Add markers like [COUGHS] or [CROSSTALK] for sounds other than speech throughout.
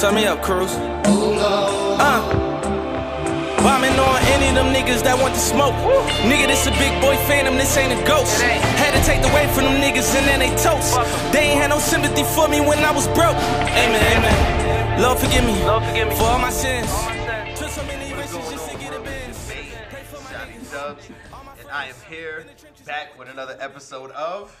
Turn me up, Cruz. Uh. Bombing on any of them niggas that want to smoke. Nigga, this a big boy phantom, this ain't a ghost. Had to take the weight from them niggas and then they toast. They ain't had no sympathy for me when I was broke. Amen, amen. Lord forgive me, for all my sins. Took so many risks What's going just to on, get a world? Benz. It's me, Pray for my Johnny niggas. Dubs, and I am here back with another episode of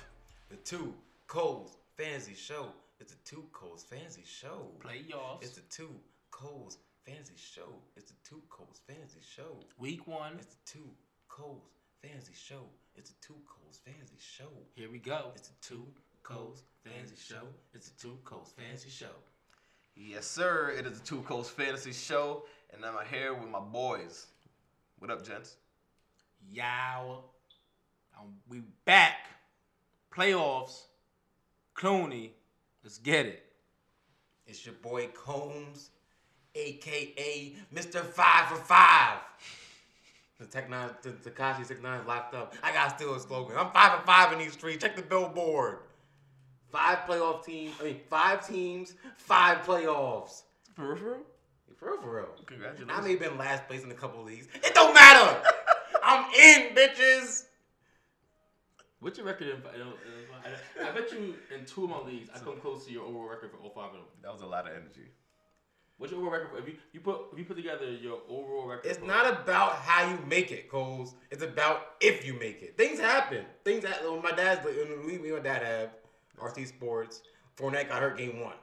The Two Coles Fancy Show. It's the Two Coles Fancy Show. Playoffs. It's the Two Coles Fancy Show. It's the Two Coles Fancy Show. Week one. It's the Two Coles Fancy Show. It's the Two Coles Fancy Show. Here we go. It's the Two Coles Fancy Show. It's the Two Coles Fancy Show. Yes, sir. It is the Two Coast Fantasy Show, and I'm here with my boys. What up, gents? Yow. Um, we back. Playoffs. Clooney. Let's get it. It's your boy Combs, aka Mr. Five for Five. [LAUGHS] The Tech Nine, the Takashi Six Nine is locked up. I got still a slogan. I'm five for five in these streets. Check the billboard. Five playoff teams. I mean, five teams, five playoffs. Peripheral? For real, for real. Congratulations. I may have been last place in a couple of leagues. It don't matter. I'm in, bitches. What's your record in? I, don't- I don't- I bet you in two of my leagues, I come close to your overall record for all five of them. That was a lot of energy. What's your overall record? For, if you you put if you put together your overall record, It's for- not about how you make it, Coles. It's about if you make it. Things happen. Things that well, my dad's like, we, we, my dad have RT Sports. Fournette got hurt game one,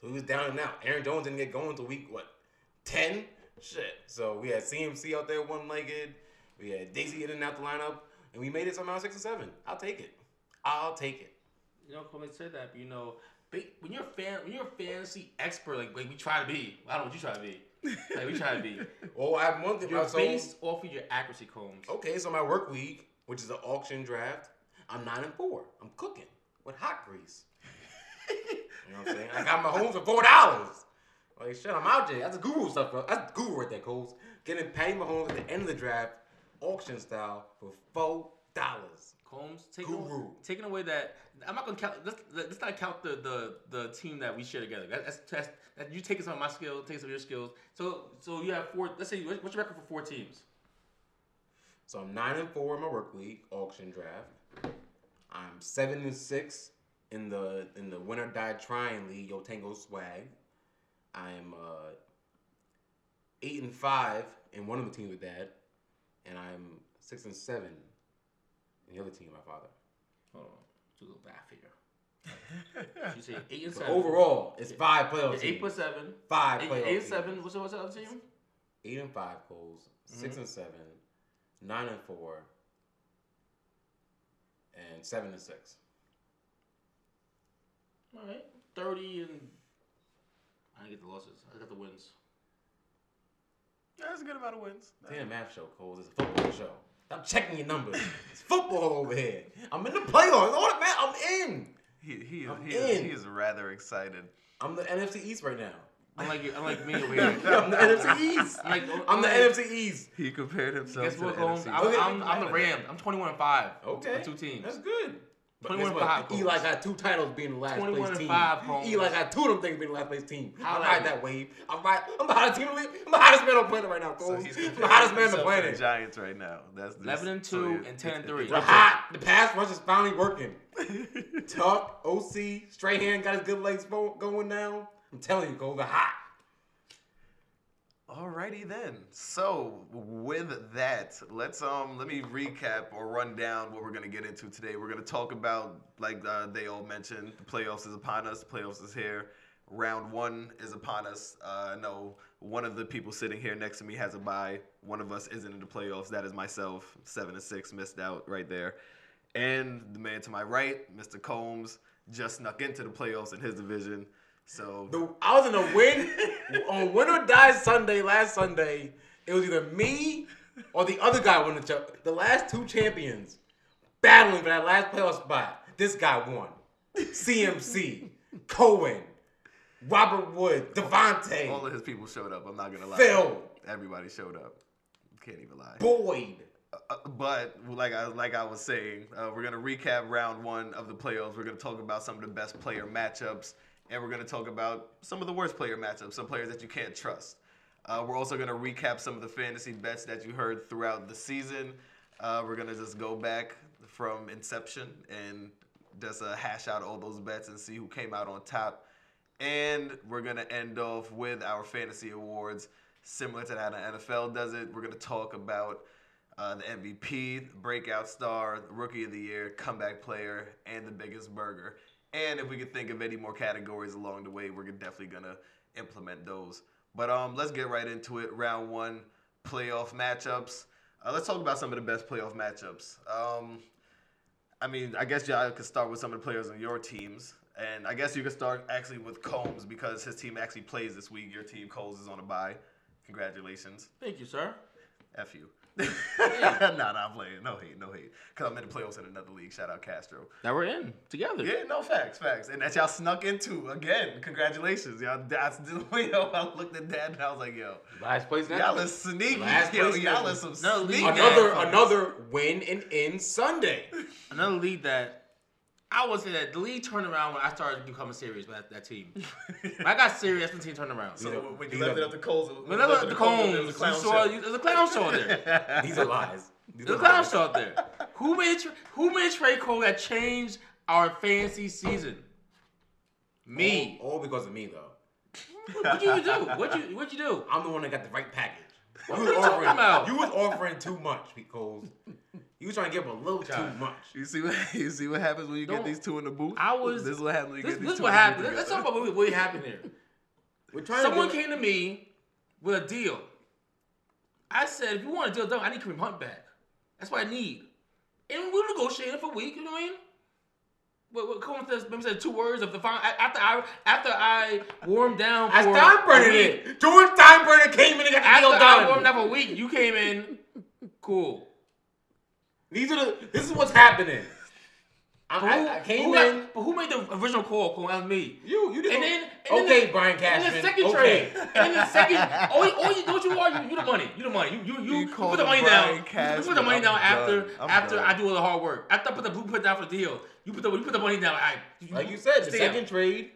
so he was down and out. Aaron Jones didn't get going until week what ten? Shit. So we had CMC out there one legged. We had Dixie in and out the lineup, and we made it somehow six and seven. I'll take it. I'll take it. You know, Coleman said that, but you know, ba- when you're a fan, when you're a fantasy expert, like, like we try to be. I don't know what you try to be. Like we try [LAUGHS] to be. Well, I have one thing. You're so- based off of your accuracy, Combs. Okay, so my work week, which is an auction draft, I'm nine and four. I'm cooking with hot grease. [LAUGHS] you know what I'm saying? I got my homes for four dollars. Like shit, I'm out there. That's guru stuff. Bro. That's guru right there, Coles. Getting Patty Mahomes at the end of the draft, auction style, for four dollars. Combs taking away, Guru. taking away that I'm not gonna count. Let's, let's not count the, the the team that we share together. That, that's that's that you take some of my skill, take some of your skills. So so you have four. Let's say what- what's your record for four teams? So I'm nine and four in my work week auction draft. I'm seven and six in the in the win or die trying league, Yo Tango Swag. I'm uh, eight and five in one of the teams with Dad, and I'm six and seven in the other team with my father. Hold on, do a little math here. you say eight and But seven. overall, it's five playoff It's eight plus teams. seven. Five Eight, playoff eight and teams. seven. What's the what's the other team? Eight and five goals, Mm-hmm. 6 and seven, nine and four, and seven and six. All right, thirty and I didn't get the losses. I got the wins. Yeah, that's a good amount of wins. Damn math show, Coles. It's a football show. I'm checking your numbers. It's football over here. I'm in the playoffs. All that math, I'm in. He, he, is, I'm he, is, in. he is rather excited. I'm the NFC East right now. [LAUGHS] Unlike you, unlike me over here. I'm the NFC East. [LAUGHS] Like, I'm the like- NFC East. He compared himself Guess to what, the Combs? NFC. I'm, Okay. I'm, I'm the Rams. I'm 21 and 5. Okay. On two teams. That's good. But 21 guess what? and five, Eli Coles. got two titles being the last 21 place and team. five, Coles. Eli got two of them things being the last place team. I How ride like it? that wave. I ride. I'm the hottest team. on the- I'm the hottest man on the planet right now, So Coles. he's I'm comparing the [LAUGHS] hottest man on the himself to planet. Giants right now. That's 11 and so 2 it- [LAUGHS] and 10 and it- 3. it- We're hot. The pass rush is finally working. [LAUGHS] Tuck, OC, Strahan got his good legs bo- going now. I'm telling you, Cole, we're hot. Alrighty then. So with that, let's um let me recap or run down what we're gonna get into today. We're gonna talk about like uh, they all mentioned, the playoffs is upon us. The playoffs is here. Round one is upon us. Uh, I know one of the people sitting here next to me has a bye. One of us isn't in the playoffs. That is myself. Seven and six missed out right there. And the man to my right, Mr. Combs, just snuck into the playoffs in his division. So The, I was in a win on Win or Die Sunday last Sunday. It was either me or the other guy won the cha- the last two champions battling for that last playoff spot. This guy won. CMC, Cohen, Robert Wood, Devontae, All of his people showed up. I'm not gonna lie. Phil. Everybody showed up. Can't even lie. Boyd. Uh, but like I like I was saying, uh, we're gonna recap round one of the playoffs. We're gonna talk about some of the best player matchups and we're going to talk about some of the worst player matchups, some players that you can't trust. Uh, we're also going to recap some of the fantasy bets that you heard throughout the season. Uh, we're going to just go back from inception and just uh, hash out all those bets and see who came out on top. And we're going to end off with our fantasy awards, similar to how the NFL does it. We're going to talk about uh, the MVP, the breakout star, the rookie of the year, comeback player, and the biggest burger. And if we could think of any more categories along the way, we're definitely gonna implement those. But um, let's get right into it. Round one, playoff matchups. Uh, let's talk about some of the best playoff matchups. Um, I mean, I guess y'all could start with some of the players on your teams, and I guess you could start actually with Combs because his team actually plays this week. Your team, Coles, is on a bye. Congratulations. Thank you, sir. F you. [LAUGHS] nah, nah, I'm playing. No hate, no hate. Because I'm in the playoffs in another league. Shout out Castro. Now we're in together. Yeah, no facts, facts. And that y'all snuck into again. Congratulations, y'all. That's [LAUGHS] the way yo, I looked at that and I was like, yo, Last place now. y'all is sneaky. Last yo, place y'all now. is some No, sneaky. Another ass [LAUGHS] another win and in Sunday. Another lead that I would say that the league turned around when I started becoming serious about that [LAUGHS] team. when I got serious, the team turned around. So So, when you left it up to Coles, when I looked at the combs, it you was a clown saw show. you- there's a clown show [LAUGHS] there. These are lies. These There's are a clown lies. show out there. Who made Tr- who made Trey Cole that changed our fantasy season? Me. All because of me though. What'd you do? What'd you What'd you do? I'm the one that got the right package. You are you talking about? You was offering too much, Pete Coles. You was trying to give him a little too God. much. You see what [LAUGHS] you see what happens when you get Don't- these two in the booth. I was- This is what happens when you This, get these this two what in the booth happened. Let's talk together. about what, what happened here. We're trying Someone to give- came to me with a deal. I said, if you want a deal done, I need Kareem Hunt back. That's what I need. And we negotiated for a week, you know what I mean? What, what Cohen says, maybe said two words of the final, after I after I warmed down for I Steinbrenner a week, did. George Steinbrenner came in and got the After deal I warmed done. up a week, you came in. Cool. These are the. This is what's happening. I, But who, I, I came who in. got- but who made the original call? Cole, that was me. you you did. And then, and okay, then the, Brian Cashman. And then the second okay. trade. And then the second. [LAUGHS] Oh, you, oh you, don't you are you, you the money. You the money. You you you, You you called put the him money Brian down. You put the Cashman. money I'm down after done. I'm after done. I do all the hard work. After I put the blueprint down for the deal, you put the you put the money down. I Like you said, the stay second up. trade.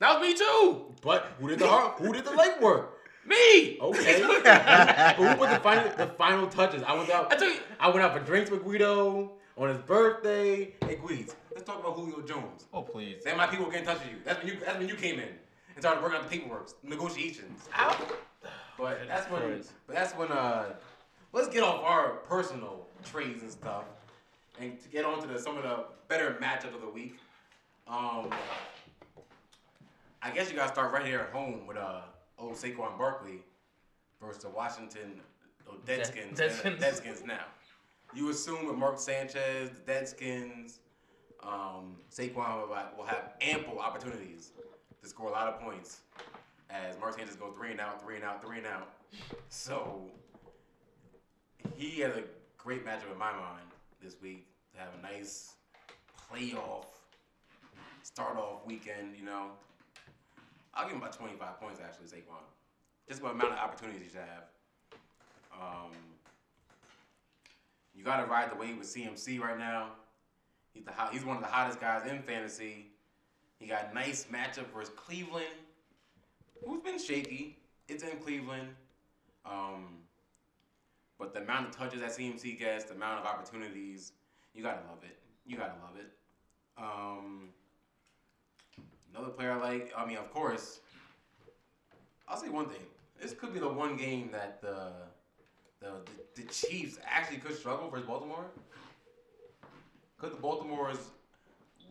That was me too. But who did the hard, who did the legwork? Me. Okay. [LAUGHS] [LAUGHS] but who put the final the final touches? I went out. I took it- I went out for drinks with Guido on his birthday. Hey, Guido, let's talk about Julio Jones. Oh please. Then my people get in touch with you. That's when you. That's when you came in and started working out the paperwork, negotiations. But that's when. Christ. But that's when. Uh, let's get off our personal trades and stuff, and to get on to the, some of the better matchup of the week. Um, I guess you gotta start right here at home with uh old Saquon Barkley versus the Washington oh, Deadskins. Deadskins. Deadskins now. You assume with Mark Sanchez, the Deadskins, um, Saquon will have, will have ample opportunities to score a lot of points as Mark Sanchez goes three and out, three and out, three and out. So he has a great matchup in my mind this week to have a nice playoff start off weekend. You know, I'll give him about 25 points actually, Saquon. Just the amount of opportunities you should have. Um, you gotta ride the wave with CMC right now. He's the hot, he's one of the hottest guys in fantasy. He got a nice matchup versus Cleveland, who's been shaky. It's in Cleveland. Um, but the amount of touches that CMC gets, the amount of opportunities, you gotta love it. You gotta love it. Um, another player I like, I mean, of course, I'll say one thing. This could be the one game that the the, the, the Chiefs actually could struggle versus Baltimore. Could the Baltimore's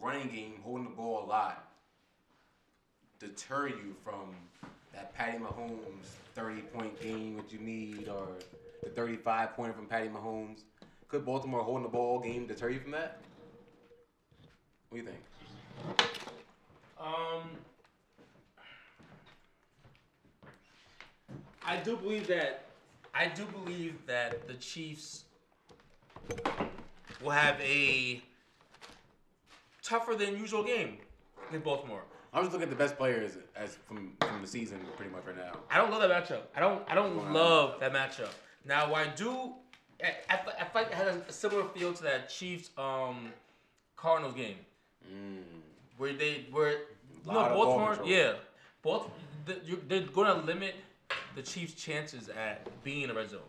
running game holding the ball a lot deter you from that Patty Mahomes 30 point game that you need or the 35 pointer from Patty Mahomes? Could Baltimore holding the ball game deter you from that? What do you think? Um, I do believe that I do believe that the Chiefs will have a tougher than usual game in Baltimore. I'm just looking at the best players as from, from the season pretty much right now. I don't love that matchup. I don't. I don't Wow. love that matchup. Now, what I do, I, I, fe- I feel like it had a similar feel to that Chiefs um, Cardinals game, where they where No, Lot of Mm. ball Baltimore. control. Yeah, Baltimore. You're, they're going to limit the Chiefs' chances at being in the red zone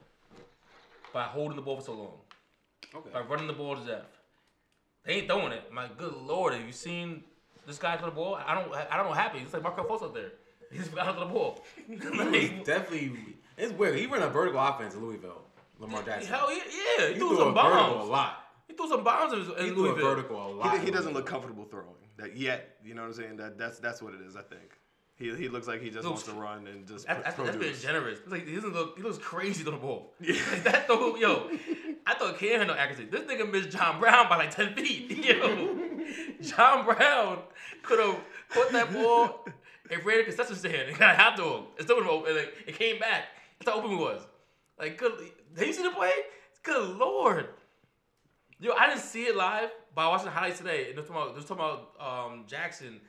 by holding the ball for so long, Okay. by running the ball to death. They ain't throwing it. My good lord, have you seen this guy throw the ball? I don't. I don't know. what happened. It's like Marco Fultz [LAUGHS] out there. He just forgot how to throw the ball. He's definitely. It's weird. He ran a vertical offense in Louisville. Lamar Jackson. Hell yeah, yeah. He, He threw threw some a vertical a bombs. lot. He threw some bombs in, in He threw a Louisville. vertical a lot. He, in he doesn't Louisville. look comfortable throwing that yet. You know what I'm saying? That that's that's what it is. I think he he looks like he just wants to run and just That's, that's, that's being produce. generous. It's Like he doesn't look, he looks crazy on the ball. [LAUGHS] Like that [LAUGHS] though, yo. I thought Cam had no accuracy. This nigga missed John Brown by like ten feet. [LAUGHS] Yo, John Brown could have caught that ball and ran a concession stand and got out to him. It still would've open. Like, it came back. That's how open it was. Like, good. Have you seen the play? Good lord. Yo, I didn't see it live, but I watched the highlights today, and they're talking about, they're talking about um, Jackson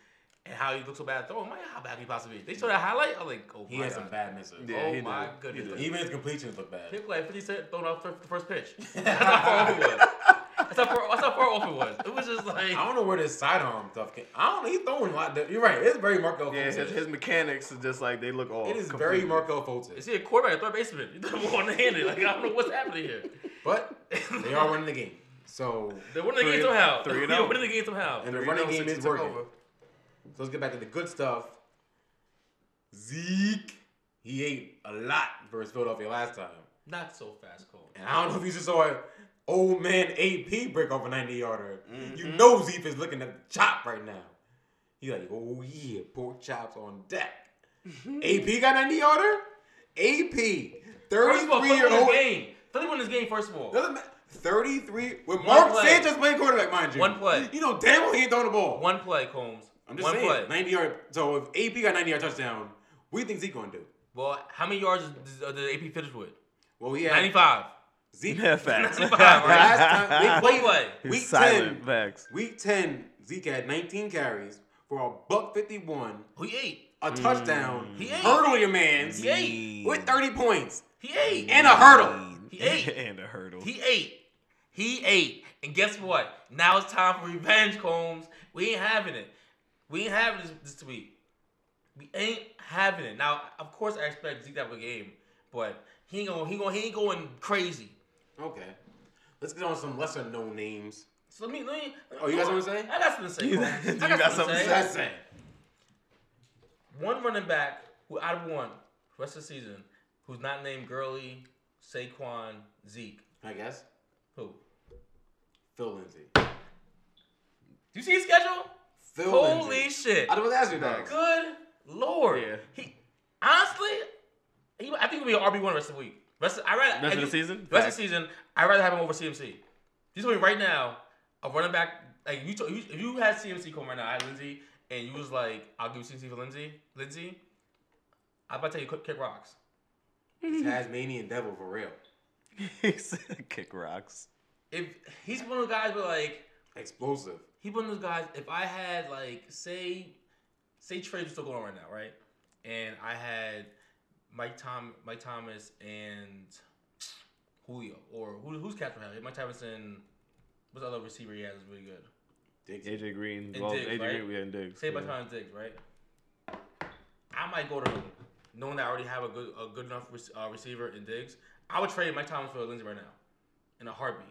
and how he looked so bad at throwing. I'm like, how bad could he possibly be? They showed that highlight. I'm like, oh He my had God. some bad misses. Yeah, oh he my did. He goodness. did. He Even his completions look bad. kicked like 50 Cent thrown off the [LAUGHS] first pitch. That's how far off it was. That's how far, that's how far off it was. It was just like, I don't know where this sidearm stuff came. I don't. He's throwing a lot. Of, you're right. It's very Marco. Yeah, Fultz. his, his mechanics are just like they look all. it is completely- very Marco Fultz. is he a quarterback, or third baseman? He's one handed. Like, I don't know what's happening here. [LAUGHS] But they are winning the game. So They're winning the Three game and- somehow. three and [LAUGHS] They're out. winning the game somehow. and the Three running and oh game since is he took working. over. So let's get back to the good stuff. Zeke, he ate a lot versus Philadelphia last time, Not so fast, Cole. and I don't know if you just saw it. Old man AP break off a 90 yarder. You Mm-hmm. know Zeke is looking at the chop right now. He's like, oh yeah, pork chops on deck. [LAUGHS] AP got 90 yarder? AP, First of 33 all, Philly year won this old game. Philly won this game, first of all. Doesn't matter. 33 with Mark play. Sanchez playing quarterback, mind you. One play. You know damn well he ain't throwing the ball. One play, Combs. I'm just One saying. play. 90 yard. So if AP got 90 yard touchdown, what do you think Zeke gonna do? Well, how many yards does- uh, did AP finish with? Well, he had 95. Zeke. Yeah, facts. 95, right? Last time they One play. played He's week silent. 10. Facts. Week 10, Zeke had 19 carries for a buck 51, Who he ate? a touchdown, He ate. hurdle your man's He ate. with 30 points He ate. and a hurdle. He ate. [LAUGHS] and a hurdle. He ate. He ate. And guess what? Now it's time for revenge, Combs. We ain't having it. We ain't having this this week. We ain't having it. Now, of course, I expect Zeke to have a game, but he ain't going. He going. He ain't going crazy. Okay. Let's get on some lesser known names. So let me. Let me Oh, you got something to say? I got something to say. You- Combs. I you got something to That's it. One running back who I'd want for the rest of the season, who's not named Gurley, Saquon, Zeke. I guess. Who? Do Phil Lindsay. you see his schedule? Phil Holy Lindsay. shit! I was asking that. Good lord. Yeah. He honestly, he, I think he'll be an RB one rest of the week. Rest, I rather Rest of I the do- season? Rest of Facts. the season, I would rather have him over CMC. He's me right now a running back. Like you, to, you, if you had CMC come right now, I had Lindsey, and you was like, "I'll give you CMC for Lindsey." Lindsey, I'm about to tell you, kick- kick rocks. Tasmanian devil for real. Kick rocks. If he's one of the guys, where like Explosive. he one of those guys. If I had like say, say trades still going on right now, right? And I had Mike Tom, Mike Thomas, and Julio, or who, who's Catherine had? Mike Thomas and what's the other receiver he has is really good. Diggs. AJ Green. And Well, Diggs, AJ right? Green. Yeah, and Diggs. Say Mike yeah. Thomas Diggs, right? I might go to him, knowing that I already have a good, a good enough rec- uh, receiver in Diggs. I would trade Mike Thomas for Lindsey right now, in a heartbeat.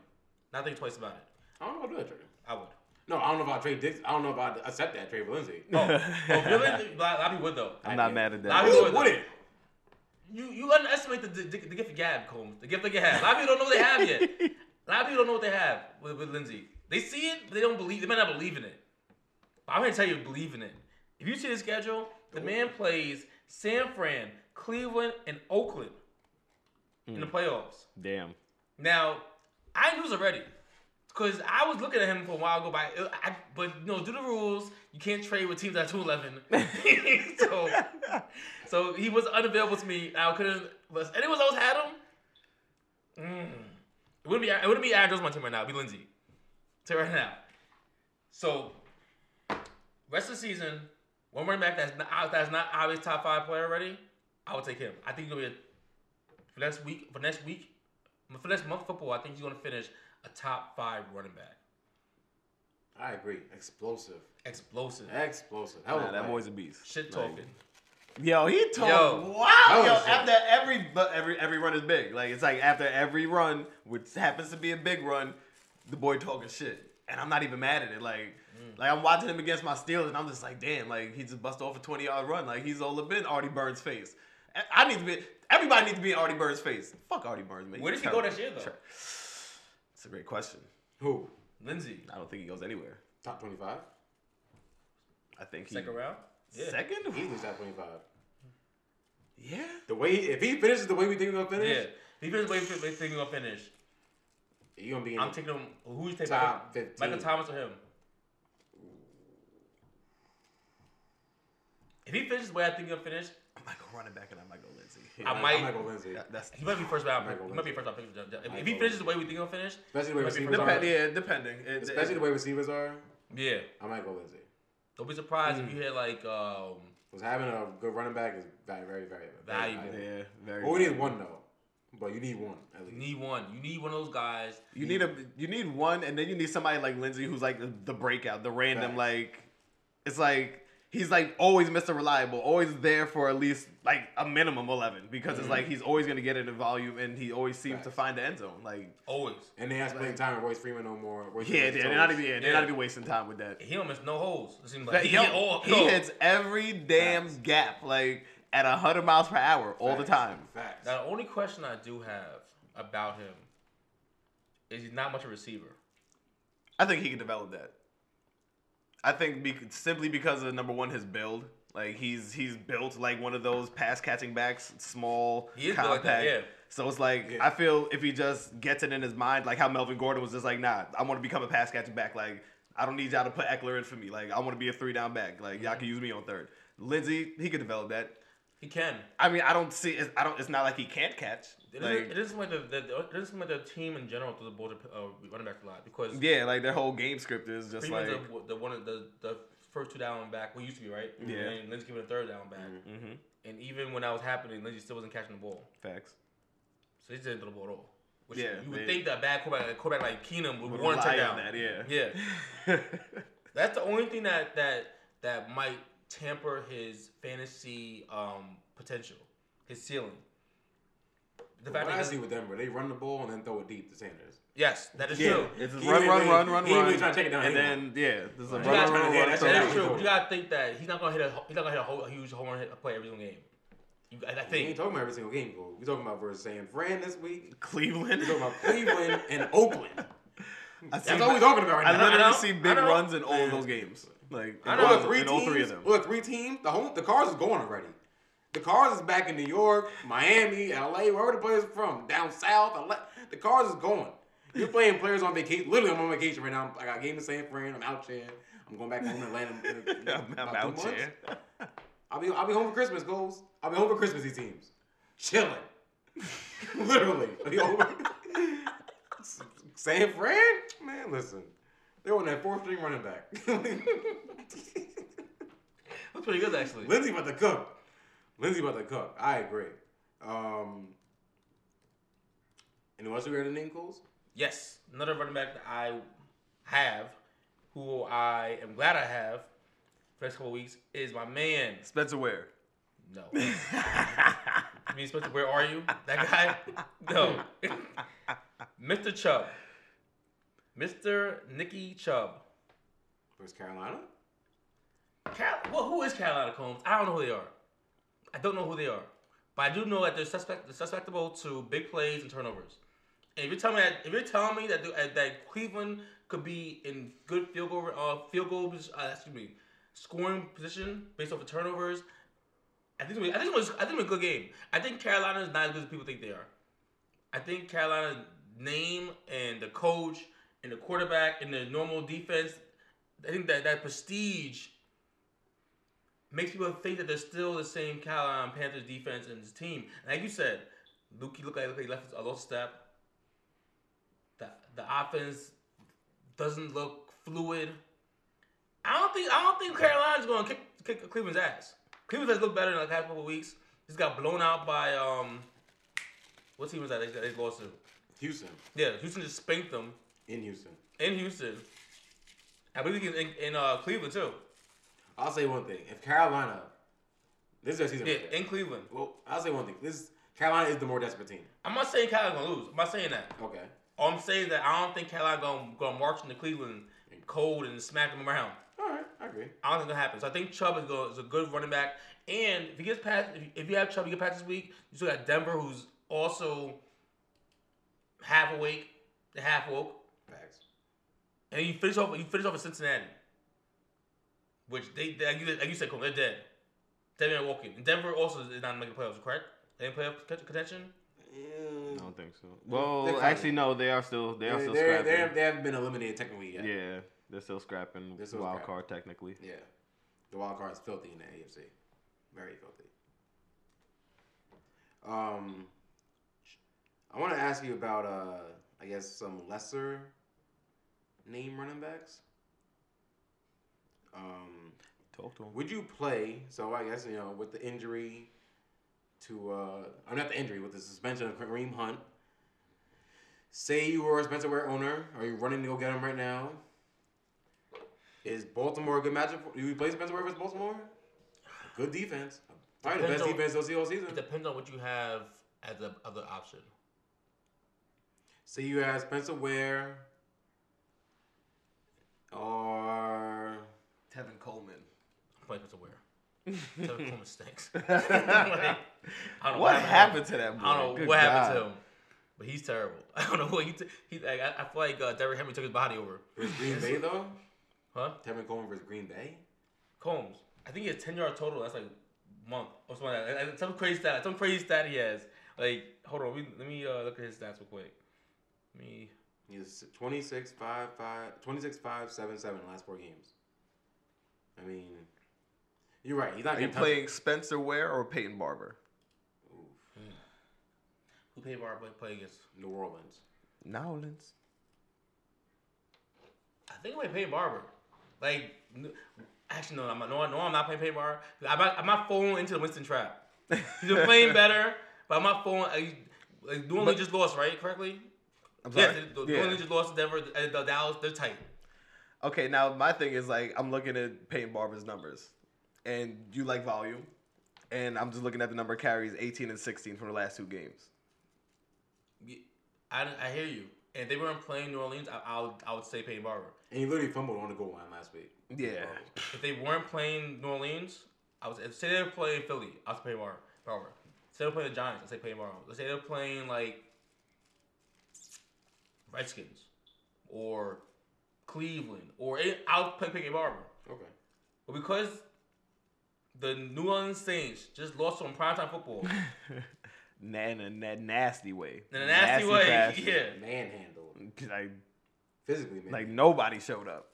Not think twice about it. I don't know about that trade. I would. No, I don't know about trade Diggs. I don't know about accept that trade for Lindsay. Oh, oh really? I'd be with though. I'm not mad at I that. mean, Who would- wouldn't? You you underestimate the, the, the gift of gab, Combs. The gift of gab. A lot of people don't know what they have yet. A lot of people don't know what they have with, with Lindsay. They see it, but they don't believe. They might not believe in it. But I'm gonna tell you, believe in it. If you see the schedule, the man plays San Fran, Cleveland, and Oakland in the playoffs. [LAUGHS] Damn. Now, I knew this already. Cause I was looking at him for a while ago, by, I, but you know, due to the rules, you can't trade with teams at two eleven. [LAUGHS] so, so he was unavailable to me. I couldn't. But anyone else had him? Mm. It wouldn't be. It wouldn't be Aaron Jones on my team right now. It'd be Lindsey. To right now. So, rest of the season, one running back that's not uh, that's not obvious top five player already. I would take him. I think he's gonna be a, for next week. For next week, for next month of football, I think he's gonna finish a top five running back. I agree. Explosive. Explosive. Explosive. That, Nah, that boy's a beast. Shit Like, talking. Yo, he talk. Yo. wow. was Yo, sick. after every but every every run is big. Like it's like after every run, which happens to be a big run, the boy talking shit, and I'm not even mad at it. Like. Mm. Like I'm watching him against my Steelers, and I'm just like, damn! Like he just busted off a 20 yard run. Like he's all up in Artie Burns' face. I- I need to be. Everybody needs to be in Artie Burns' face. Fuck Artie Burns, man. Where He's does he go terrible. this year, though? Sure. It's a great question. who? Lindsay. I don't think he goes anywhere. Top twenty-five. I think he Second round. Yeah. Second? Easily top twenty-five. Yeah. The way if he finishes the way we think he's gonna finish, Yeah. He finished waiting for waiting thinking gonna finish. he gonna be in I'm the taking him. Who you taking? Top Michael- 15. Michael Thomas or him? If he finishes the way I think he'll finish, I might go running back and I might go Lindsey. I might. Michael Lindsay. That- That's He might be first round. Michael He might be Lindsay. first round pick. If- If he Michael finishes the way we think he'll finish, Especially the way Might be receivers first Depend- are. yeah, depending. It- it- Especially the way receivers are. yeah, I might go Lindsay. don't be surprised Mm. if you hear like um, Because having a good running back is very, very, very very Valuable. Yeah, very. Well, we need good. one though, but you need one at you least. need one. You need one of those guys. You need a you need one, and then you need somebody like Lindsey who's like the, the breakout, the random Facts. like. It's like he's like always Mr. Reliable, always there for at least like a minimum eleven because it's like he's always gonna get it in volume, and he always seems to Mm-hmm. Facts. find the end zone. Like always. And they have playing time with Royce Freeman no more. Royce yeah, Freeman's they're toes. not even yeah, they're Yeah. not even wasting time with that. He don't miss no holes. It seems like That- he, yo, hit all, he no. hits every damn Facts. gap like at hundred miles per hour all the Facts. time. Facts. Now, the only question I do have about him is he's not much of a receiver. I think he can develop that. I think be- simply because of number one, his build. Like he's he's built like one of those pass catching backs, small, He is built like compact. that, yeah. So it's like Yeah. I feel if he just gets it in his mind, like how Melvin Gordon was just like, nah, I want to become a pass catching back. Like I don't need y'all to put Eckler in for me. Like I want to be a three down back. Like y'all can use me on third. Lindsey, he could develop that. He can. I mean, I don't see. It's, I don't. It's not like he can't catch. It doesn't, Like, it doesn't seem like the, the, the it doesn't seem like the team in general throws the ball to uh, running back a lot because yeah, like their whole game script is just Freeman's like the, the one of the the first two down back. We used to be right. Yeah. And Lindsey giving a third down back. Mhm. And even when that was happening, Lindsey still wasn't catching the ball. facts. So he just didn't throw the ball at all. Which Yeah, you would they- think that a bad quarterback, a quarterback like Keenum would, Would want to rely take down. on that, yeah. Yeah. [LAUGHS] That's the only thing that that that might tamper his fantasy um, potential, his ceiling. The But fact what I that see with Denver, they run the ball and then throw it deep to Sanders. yes, that [LAUGHS] is Yeah, true. it's just He run, ain't run, really- run, run, he ain't run, really trying to take it down and anyway. then yeah, this is a Right. run, You run, gotta- run, yeah, run. that's- throw That is it. Yeah. true. You gotta think that he's not gonna hit a he's not gonna hit a, whole, a huge home run hit, play every single game. You, I, I We ain't think talking about every single game, Cole. We're talking about versus San Fran this week. [LAUGHS] Cleveland. We're [LAUGHS] talking about Cleveland and Oakland. I, That's see, all we're talking about I right now. literally I know, see I big know. runs in all of those games. Like in I know, all, Or three in teams, all three of [LAUGHS] them. Or three teams. The home, the cars is going already. The cars is back in New York, Miami, LA, wherever the players from, down south. LA, the cars is going. You're playing players on vacation. Literally, I'm on vacation right now. I got a game in San Fran. I'm out here. I'm going back home to Atlanta. [LAUGHS] in I'm, I'm about two out months. here. I'll be I'll be home for Christmas, goals. I'll be home for Christmas. These teams chilling, [LAUGHS] literally. I'll be over. [LAUGHS] San Fran, man, listen, they're on that fourth string running back. [LAUGHS] that's pretty good actually. Lindsey about to cook. Lindsey about to cook. I agree. Um, and who else we got in name goals? Yes, another running back that I have, who I am glad I have for the next couple of weeks, is my man. Spencer Ware. No. I mean, Spencer, where are you? That guy? No. [LAUGHS] Mr. Chubb. Mr. Nicky Chubb. First Carolina. Cal- well, who is Carolina Combs? I don't know who they are. I don't know who they are. But I do know that they're suspect they're susceptible to big plays and turnovers. And if you're telling me that, if you're telling me that the- uh, that Cleveland could be in good field goal uh, field goal uh, excuse me scoring position based off of turnovers, I think it was, I think it was I think it was a good game. I think Carolina is not as good as people think they are. I think Carolina's name and the coach and the quarterback and the normal defense, I think that that prestige makes people think that they're still the same Carolina Panthers defense and his team. And like you said, Lukey looked like, looked like he left a lost step. The the offense doesn't look fluid. I don't think I don't think Carolina's going to kick, kick Cleveland's ass. Cleveland has looked better in like the past couple of weeks. Just got blown out by um, what team was that? They, they lost to. Houston. Yeah, Houston just spanked them In Houston. in Houston. I believe he's in, in uh, Cleveland too. I'll say one thing. If Carolina, this is their season. Yeah, right there. in Cleveland. well, I'll say one thing. This Carolina is the more desperate team. I'm not saying Kyle's gonna lose. I'm not saying that. Okay. All I'm saying is that I don't think Kyle's gonna gonna march into Cleveland cold and smack him around. All right, I agree. I don't think it's gonna happen. So I think Chubb is, going is a good running back. And if he gets past, if, if you have Chubb, you get past this week. You still got Denver, who's also half awake, the half woke, Facts. and you finish off. You finish off with Cincinnati, which they, they like, you, like you said, Cole, they're dead. They're not walking. And Denver also is not making playoffs, correct? They didn't play playoff contention. I don't think so. Well, they're actually, no. They are still. They are They, still they're, scrapping. they're, they haven't been eliminated technically yet. yeah, they're still scrapping They're still wild scrapping. card technically. Yeah. The wild card is filthy in the AFC. Very filthy. Um, I want to ask you about, uh, I guess, some lesser name running backs. Um, Talk to him. would you play? So I guess you know with the injury to, uh, I'm not the injury with the suspension of Kareem Hunt. Say you were a Spencer Ware owner, are you running to go get him right now? Is Baltimore a good matchup? For, you play Spencer Ware versus Baltimore? Good defense, probably the best Depends on- defense they'll see all season. It depends on what you have as the other option. Say you have Spencer Ware or Tevin Coleman. I'm playing Spencer Ware. Tevin [LAUGHS] Coleman stinks. [LAUGHS] Like, I don't know What happened to that boy? I don't know Good what happened to God. him, but he's terrible. [LAUGHS] I don't know what he. T- he like, I, I feel like uh, Derrick Henry took his body over. versus Green Bay though. Huh? Tevin Coleman versus Green Bay. Combs. I think he has ten yard total. That's like month or something. Like that. Some crazy stat. Some crazy stat he has. Like hold on. We, let me uh, look at his stats real quick. Let me. He's 26 5 5 26 5 7 7 in the last four games. I mean, you're right. He's not Are you getting playing Spencer Ware or Peyton Barber? Who paid Bar play, play against? New Orleans. New Orleans. I think I'm playing Peyton Barber. Like, n- actually, no, I'm not, no, no, I'm not playing Peyton Barber. I'm not, I'm not falling into the Winston trap. [LAUGHS] He's been playing better, but I'm not falling. I, like, New Orleans just lost, right? Correctly? I'm Yes, sorry? the- the New Yeah. Orleans just lost to Denver. The, the Dallas, they're tight. Okay, now my thing is like I'm looking at Peyton Barber's numbers, and you like volume, and I'm just looking at the number of carries 18 and 16 from the last two games. Y- I, I hear you. And if they weren't playing New Orleans, I, I, would, I would say Peyton Barber. And he literally fumbled on the goal line last week. Yeah, If they weren't playing New Orleans, I would say- say they were playing Philly. I'd say Peyton Barber. Barber. Say they're playing the Giants. I'd say Peyton Barber. Let's say they're playing like Redskins or Cleveland or any, I'll play Peyton Barber. Oh, Okay. But because the New Orleans Saints just lost on [LAUGHS] primetime football Na- In a na- nasty way. in a nasty, way, fashion. yeah. Manhandled. [LAUGHS] Like, Physically, man. like nobody showed up.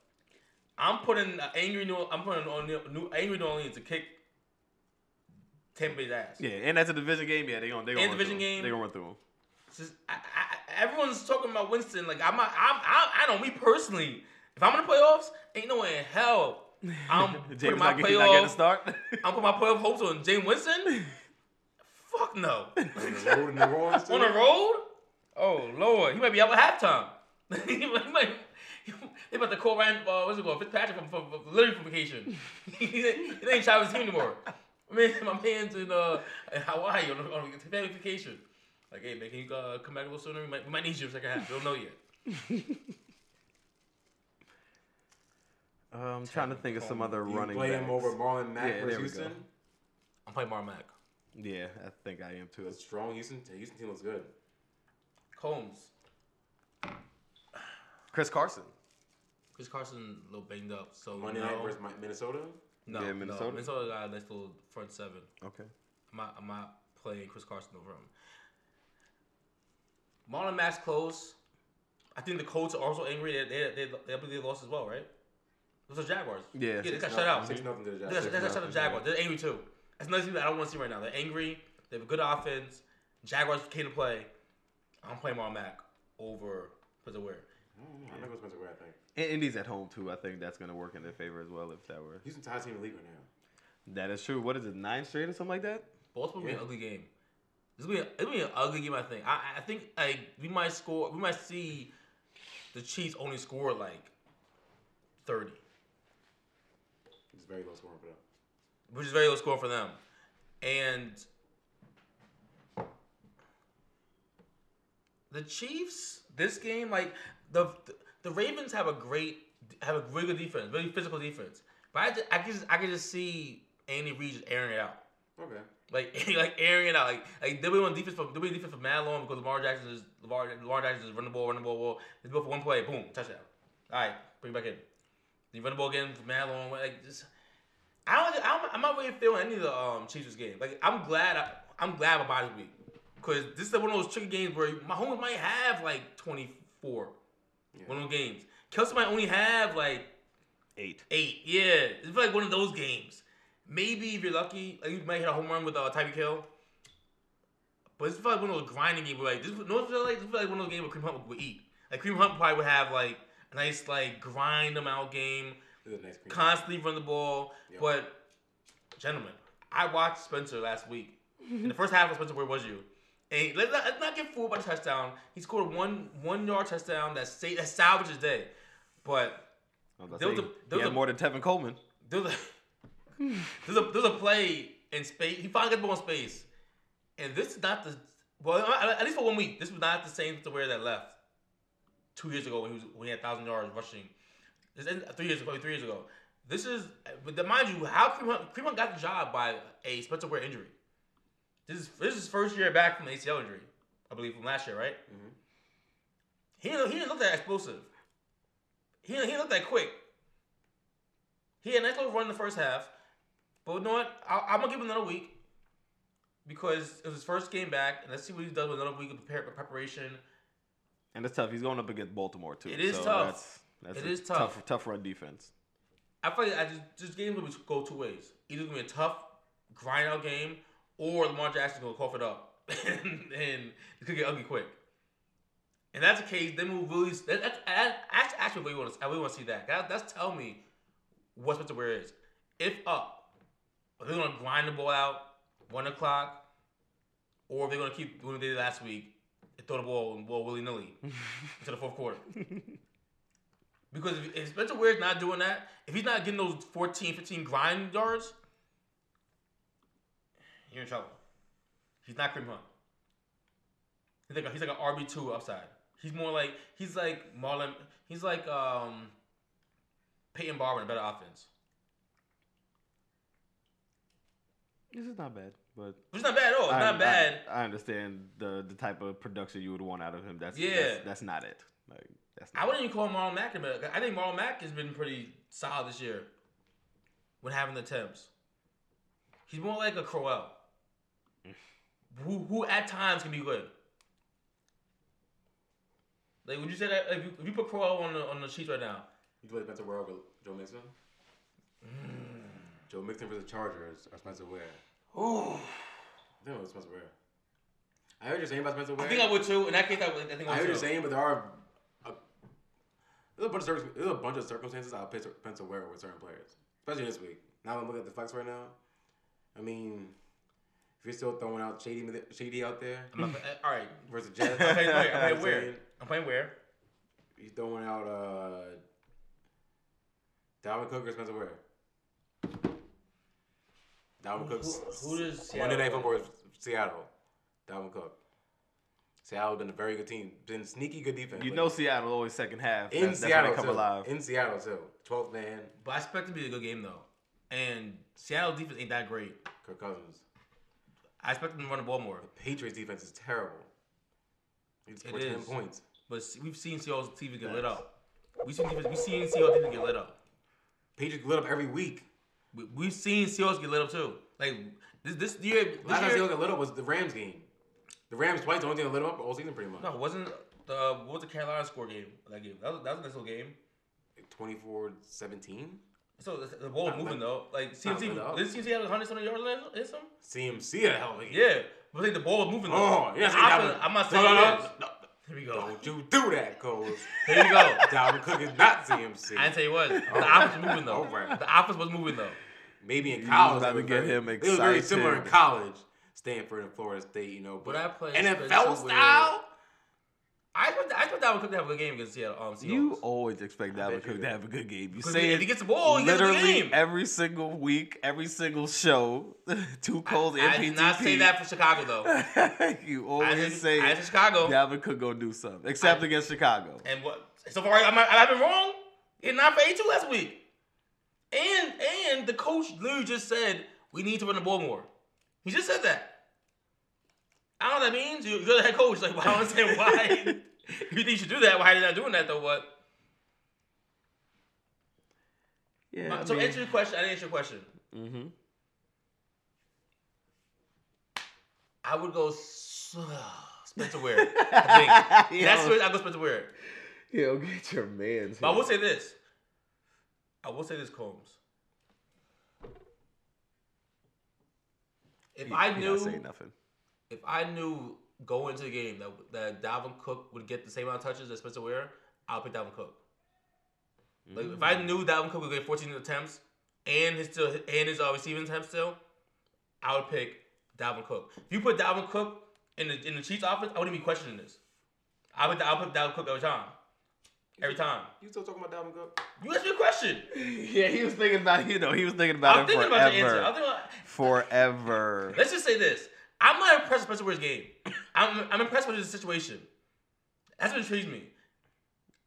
I'm putting uh, angry New I'm putting on New, New- angry New Orleans to kick Tampa Bay's ass. Yeah, and that's a division game. Yeah, they gonna they gonna And run division through 'em. game. They gonna run through them. It's just- I, I, I- everyone's talking about Winston. Like I'm, not, I'm, I'm, I don't. Me personally, if I'm in the playoffs, ain't no way in hell I'm putting [LAUGHS] James my not, get- he not getting a playoff. start. [LAUGHS] I'm putting my playoff hopes on [LAUGHS] James Winston. Fuck no. on the road in New Orleans. Too? [LAUGHS] on the road? Oh lord, he might be out at halftime. [LAUGHS] he might. He might they about to call Ryan, uh, what's it called, Fitzpatrick from, from, from literally from vacation. [LAUGHS] he ain't he ain't Chavez team anymore. I mean, my man's in, uh, in Hawaii on, on family vacation. Like, hey, man, can you uh, come back a little sooner? We might, we might need you in the second half. We don't know yet. Uh, I'm trying to think of some other You running. play him backs. over Marlon Mack Yeah, there versus we go. Houston. I'm playing Marmack. Yeah, I think I am too. That's strong Houston. The Houston team looks good. Combs. Chris Carson. Chris Carson a little banged up, so Monday no, night versus Mi- Minnesota. no, Yeah, no. Minnesota. Minnesota got a nice little front seven. Okay. I'm not, I'm not playing Chris Carson over him. Marlon Mack's close. I think the Colts are also angry. They they they, they, I believe they lost as well, right? It was the Jaguars. Yeah. yeah, they got Six shut out. Six They nothing to the got, Jets. they got shut out the Jaguars. They're angry too. That's another team that I don't want to see right now. They're angry. They have a good offense. Jaguars came to play. I'm playing Marlon Mack over Spencer Ware. I'm not going Spencer Ware. I think And Indy's at home too. I think that's gonna work in their favor as well if that were. Houston's highest team in the league right now. That is true. What is it? Nine straight or something like that? Baltimore will be Yeah. an ugly game. It's gonna be it's gonna be an ugly game. I think. I I think like we might score. We might see the Chiefs only score like 30, It's very low scoring uh, for them. which is very low score for them. And the Chiefs, this game, like the the Ravens have a great have a really good defense, really physical defense. But I, just, I can just I can just see Andy Reid just airing it out. Okay. Like [LAUGHS] like airing it out. Like like they'll be on defense for they'll be on defense for mad long because Lamar Jackson is Lamar, Lamar Jackson is running the ball, running the ball, ball. They go for one play, boom, touchdown. All right, bring it back in. You run the ball again for mad long. Like just, I don't. I'm, I'm not really feeling any of the um, Chiefs this game. Like I'm glad I, I'm glad my body's weak because this is one of those tricky games where my homies might have like 24. One of those games. Kelsey might only have like Eight. eight. Yeah, it's like one of those games. Maybe if you're lucky, like you might hit a home run with uh, Tyreek Hill. But it's like one of those grinding games. Where, like this, no, it's like this like one of those games where Cream Hunt would eat. Like Cream Hunt probably would have like a nice like grind them out game, This is a nice green. constantly run the ball. Yeah. But gentlemen, I watched Spencer last week. In the first half of Spencer, where was you? And let's not, let's not get fooled by the touchdown. He scored one one yard touchdown that sa- that salvaged his day. But There was a- there was a- more than Tevin Coleman. there's a [LAUGHS] there's a there's a play in space. He finally got the ball in space, and this is not the well at at least for one week. This was not the same to where that left two years ago when he was when he had thousand yards rushing. This is three years ago, three years ago. This is but then mind you, how Cream Hunt, Cream Hunt got the job by a Spencer Ware injury. This is this is his first year back from the ACL injury, I believe from last year, right? He didn't, he didn't look that explosive. He didn't, he didn't look that quick. He had a nice little run in the first half, but you know what? I, am gonna give him another week because it was his first game back, and let's see what he does with another week of prepar- preparation. And it's tough. He's going up against Baltimore too. It is so tough. That's, that's It a is tough. tough. Tough run defense. I feel like I just just game gonna go two ways. Either gonna be a tough grind out game, or Lamar Jackson gonna cough it up [LAUGHS] and, and it could get ugly quick. And that's the case. Then we'll really that, that, that, that's actually what we want. to I really want to see that. that. That's tell me what Spencer Ware is. If up, are they gonna grind the ball out one o'clock, or are they gonna keep doing what they did last week and throw the ball and ball willy nilly into the fourth quarter? Because if, if Spencer Ware's not doing that, if he's not getting those 14, 15 grind yards, you're in trouble. He's not Kareem Hunt. He's like a, he's like an RB two upside. He's more like he's like Marlon. He's like um, Peyton Barber in a better offense. This is not bad, but Which is not bad at all. It's not bad. I, understand the the type of production you would want out of him. That's Yeah. That's, that's not it. Like that's. Not I wouldn't even call Marlon Mack a better. I think Marlon Mack has been pretty solid this year when having the attempts. He's more like a Crowell, who who at times can be good. Like would you say that if you, if you put Crowell on the on the sheets right now? You play Spencer Ware over Joe Mixon? Mm. Joe Mixon for the Chargers or Spencer Ware? Ooh, I think it was Spencer Ware. I heard you're saying about Spencer Ware. I think I would too. In that case, I, would, I think I I heard would you're too. saying, but there are a, there's a bunch of circum- there's a bunch of circumstances I'll pick Spencer Ware with certain players, especially this week. Now that I'm looking at the flex right now. I mean, if you're still throwing out shady shady out [LAUGHS] there I'm not- uh, [LAUGHS] all right, versus Jets, I'm playing, where? I'm [LAUGHS] I'm playing where? saying, I'm playing where? You're throwing out uh, Dalvin Cook or Spencer Ware. Dalvin Cook's Who does Monday Night Seattle- Football is Seattle. Dalvin Cook. Seattle's been a very good team. Been sneaky good defense. You lately. know Seattle always second half. in that's, Seattle that's how they come too. alive. In Seattle too. 12th man, But I expect it to be a good game though. And Seattle defense ain't that great. Kirk Cousins. I expect them to run the ball more. Patriots defense is terrible. They scored It 10 is. points. But s- we've seen Seattle's TV get lit up. We've seen defense- we've seen Seattle's defense get lit up. Patriots lit up every week. We, we've seen Seahawks get lit up too. Like this this year, this Last time year- Seattle got lit up was the Rams game. The Rams twice. The only thing that lit them up all season, pretty much. no, it wasn't the uh, what was the Carolina score game? That game that was, that was a nice little game. 24-17. So the, the ball was Not moving lit- though. Like lit CMC, up. did CMC have 100 something yards last- last some? CMC a hell of a game. Yeah, but like the ball was moving. Oh, though. yeah. And see, that I, was- am no, not saying no, it no, is. no, Here we go. Don't you do that, Coles. Here [LAUGHS] we go. Dalvin Cook is not CMC. I didn't say it was. Oh. The offense was moving though. Alright. The offense was moving though. Maybe in You college. about they to were get very- him They was very similar in excited. college. Stanford and Florida State, you know. But, But I played NFL Spencer Ware. style? I expect, I expect Dalvin Cook to have a good game against Seattle. Um, Seahawks. You always expect Dalvin bet you Cook do. to have a good game. You 'Cause say if it he gets the ball, he gets the literally game. every single week, every single show. [LAUGHS] Too cold. I did not say that for Chicago [LAUGHS] though. that. you always I didn't say I said [LAUGHS] Chicago. Dalvin Cook gonna do something, except against Chicago. And what? So far, I'm, I've been wrong. He not for eighty-two last week. And and the coach literally just said we need to run the ball more. He just said that. I don't know what that means. You- You're the head coach. Like, [LAUGHS] well, [LAUGHS] I don't understand why [LAUGHS] you think you should do that. Why are they not doing that though? What? [LAUGHS] Yeah. I Uh, so mean, answer your question. I didn't answer your question. mhm. I would go s- [SIGHS] Spencer Ware. [LAUGHS] I think Yo. that's where I go Spencer Ware. Yo, get your man. But I will say this. I will say this, Combs. If I He not knew, saying [LAUGHS] nothing. if I knew going into the game that that Dalvin Cook would get the same amount of touches as Spencer Ware, I'll pick Dalvin Cook. Like if I knew Dalvin Cook would get 14 attempts and his still and his uh, receiving attempts still, I would pick Dalvin Cook. If you put Dalvin Cook in the in the Chiefs' offense, I wouldn't be questioning this. I would I would put Dalvin Cook every time. Every time. You still talking about Dalvin Cook? You asked me a question. Yeah, he was thinking about you know he was thinking about I'm it thinking forever. about your answer. [LAUGHS] I'm thinking about, forever. let's just say this. I'm not impressed with Spencer Ware's game. [COUGHS] I'm, I'm impressed with his situation. That's what intrigues me.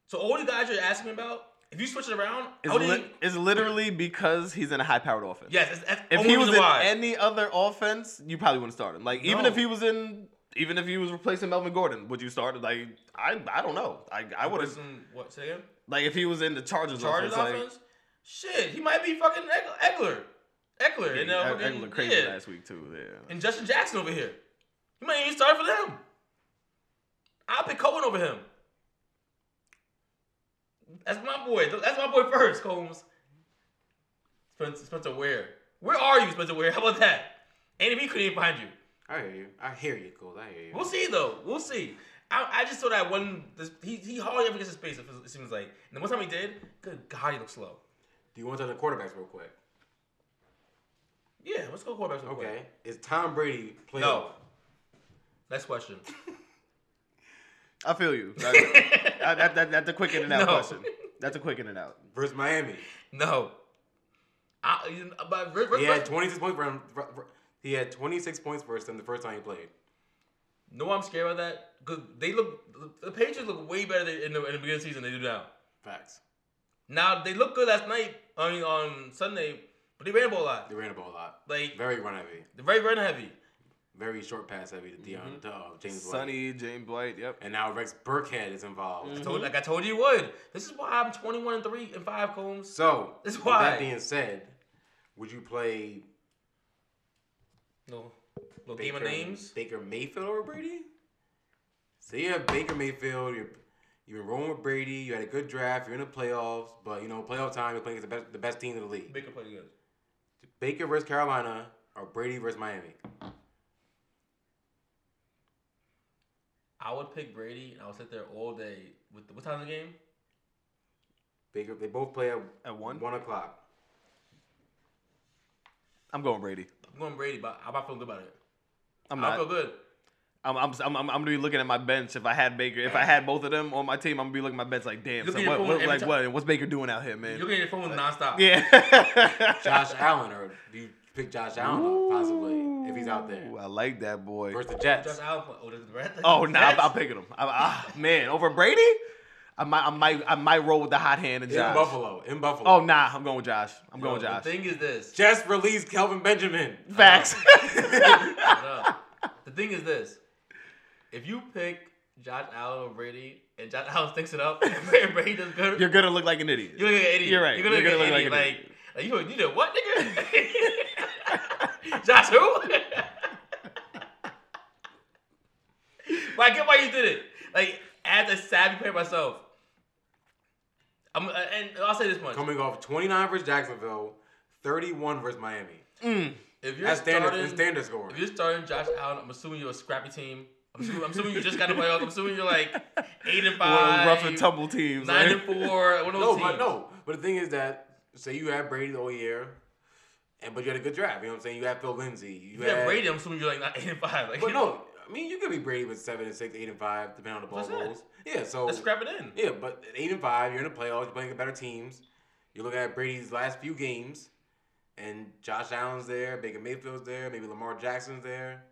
So all the guys you're asking me about, if you switch it around, It's, how do li- you- it's literally because he's in a high-powered offense. yes, that's, that's If only he was in reason why. any other offense, you probably wouldn't start him. Like even No. if he was in, even if he was replacing Melvin Gordon, would you start him? Like I, I don't know. I, I would have. Person- what? Say again. Like if he was in the Chargers, Chargers offense, offense. Shit, he might be fucking Eck- Eckler, Eckler, like and uh, Eg- fucking- Egler E- crazy yeah. last week too. Yeah. and Justin Jackson over here. He might even start for them. I'll pick Cohen over him. That's my boy. That's my boy first, Combs. Spencer, Spencer Ware. Where are you, Spencer Ware? [LAUGHS] How about that? Andy B couldn't even find you. I hear you. I hear you, Cole. I hear you. We'll see though. We'll see. I, I just saw that one. This, he, he hardly ever gets his space. It feels- it seems like. And the one time he did, good God, he looked slow. Do you want to talk to quarterbacks real quick? Yeah, let's go quarterbacks. real Okay. quick. Is Tom Brady playing? No. Next question. I feel [LAUGHS] you. That- that- that- that- that's a quick in and out No. question. [LAUGHS] That's a quick in and out. Versus Miami. No. I, you- but, but, He had 26 points for him. for- for- He had 26 points versus them the first time he played. No, I'm scared about that. Cause they look, the Patriots look way better than in the, in the beginning of the season than they do now. Facts. Now they look good last night. I mean, on Sunday, but they ran the ball a lot. They ran the ball a lot. Like Very run heavy. they're very run heavy. Very short pass heavy to Deion to, uh, James Mm-hmm. White. Sonny, Mm-hmm. James White. Yep. And now Rex Burkhead is involved. I told, like I told you, it would. This is why I'm 21 and three and five combs. So, That's with why. that being said, would you play No, no game Baker, of names. Baker Mayfield over Brady? So you have Baker Mayfield. You're you've been rolling with Brady. You had a good draft. You're in the playoffs, but you know playoff time. You're playing against the best the best team in the league. Baker played good. Baker versus Carolina or Brady versus Miami? I would pick Brady, and I would sit there all day. With what time's the game? Baker. They both play at, At one? one [LAUGHS] o'clock. I'm going Brady. I'm going Brady, but I'm not feeling good about it. I'm I not. feel good. I'm, I'm, I'm, I'm gonna be looking at my bench if I had Baker. If I had both of them on my team, I'm gonna be looking at my bench like, damn, You'll son, get your what, phone what- every like time. what, what's Baker doing out here, man? You're getting your phone nonstop. [LAUGHS] yeah. Josh Allen or do you pick Josh Allen up, possibly if he's out there Ooh, I like that boy. versus the Jets? Josh Allen. play- Oh, there's the Reds. Oh no, [LAUGHS] Jets? I'm, I'm picking him. I, ah, man, over Brady, I might, I might, I might roll with the hot hand and In Josh. Buffalo. In Buffalo. Oh nah, I'm going with Josh. I'm going with Yo, Josh. The thing is this. Just released Kelvin Benjamin. Facts. No. The thing is this: if you pick Josh Allen or Brady, and Josh Allen stinks it up, [LAUGHS] and Brady does [LAUGHS] good, You're you're, gonna look like an idiot. gonna get an idiot. you're right. You're gonna, You're look gonna like an look like an idiot. Like, like, you, you did what, [LAUGHS] nigga? Josh who? but I get why you did it. Like, as a savvy player myself, I'm, uh, and I'll say this much: Coming off 29 versus Jacksonville, 31 versus Miami. if you're That's standard, starting, that's standard If scoring. you're starting Josh Allen, I'm assuming you're a scrappy team. I'm assuming, I'm assuming you just got to playoffs. I'm assuming you're like eight and One of those five, rough and tumble teams. nine right? and four. One of No, those but teams. no. But the thing is that, say you had Brady the whole year, and but you had a good draft. You know what I'm saying? You had Phil Lindsay. You If you have Brady, I'm assuming you're like not [LAUGHS] eight and five. Like, But no, I mean, you could be Brady with seven and six, eight and five, depending on the ball That's it. rolls. Yeah, so Let's scrap it in. yeah, but at eight and five, you're in the playoffs. You're playing the better teams. You look at Brady's last few games, and Josh Allen's there, Baker Mayfield's there, maybe Lamar Jackson's there.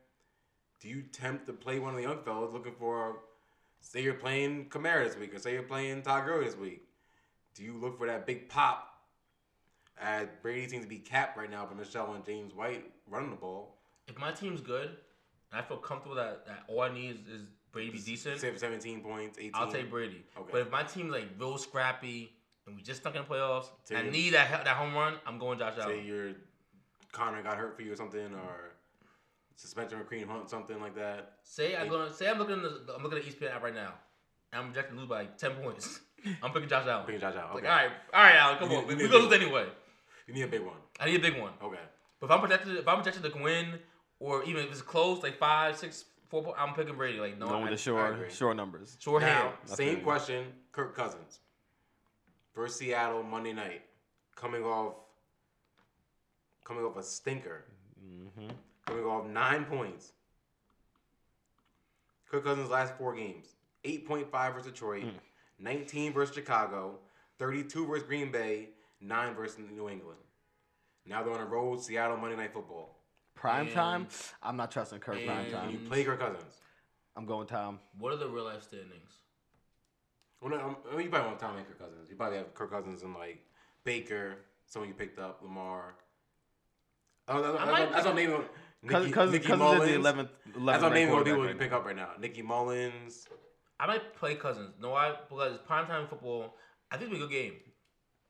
Do you tempt to play one of the young fellows looking for? Say you're playing Kamara this week, or say you're playing Todd Gurley this week. Do you look for that big pop? As Brady seems to be capped right now by Michelle and James White running the ball. If my team's good and I feel comfortable that, that all I need is, is Brady be decent, Save 17 points, 18. I'll take Brady. Okay. But if my team's like real scrappy and we just stuck in the playoffs So and I you- need that he- that home run, I'm going Josh Say Allen. your Connor got hurt for you or something, or suspension or Cream Hunt, something like that. Say I go. Say I'm looking. At the, I'm looking at E the ESPN app right now. And I'm projected to lose by like ten points. [LAUGHS] I'm picking Josh Allen. Bring Josh out. Like, Okay. all right, all right, Allen, come You on, we, need- we you gonna need- lose anyway. You need a big one. I need a big one. Okay. But if I'm projected, if I'm projected to win, or even if it's close, like five, six, four, po- I'm picking Brady. Like no, Going I, with the I short, agree. short numbers. short hand. Now, feel same you. question Kirk Cousins. Versus Seattle Monday night. Coming off coming off a stinker. Coming off nine points. Kirk Cousins' last four games 8.5 versus Detroit, 19 versus Chicago, 32 versus Green Bay, 9 versus New England. Now they're on a road, Seattle Monday Night Football. Prime And- time. I'm not trusting Kirk prime and- time. Can you play Kirk Cousins? I'm going Tom. What are the real life standings? Well, no, I mean, you probably want Tom and Kirk Cousins. You probably have Kirk Cousins and like Baker, someone you picked up, Lamar. Oh, that's, that's, might- that's what I'm naming. Cousins, Nicky, Cousins, Nicky Cousins Mullins. is the 11th. 11th That's what I'm ranked naming all the people you quarterback pick up right now. Nicky Mullins. I might play Cousins. No, I because primetime football. I think it'll be a good game.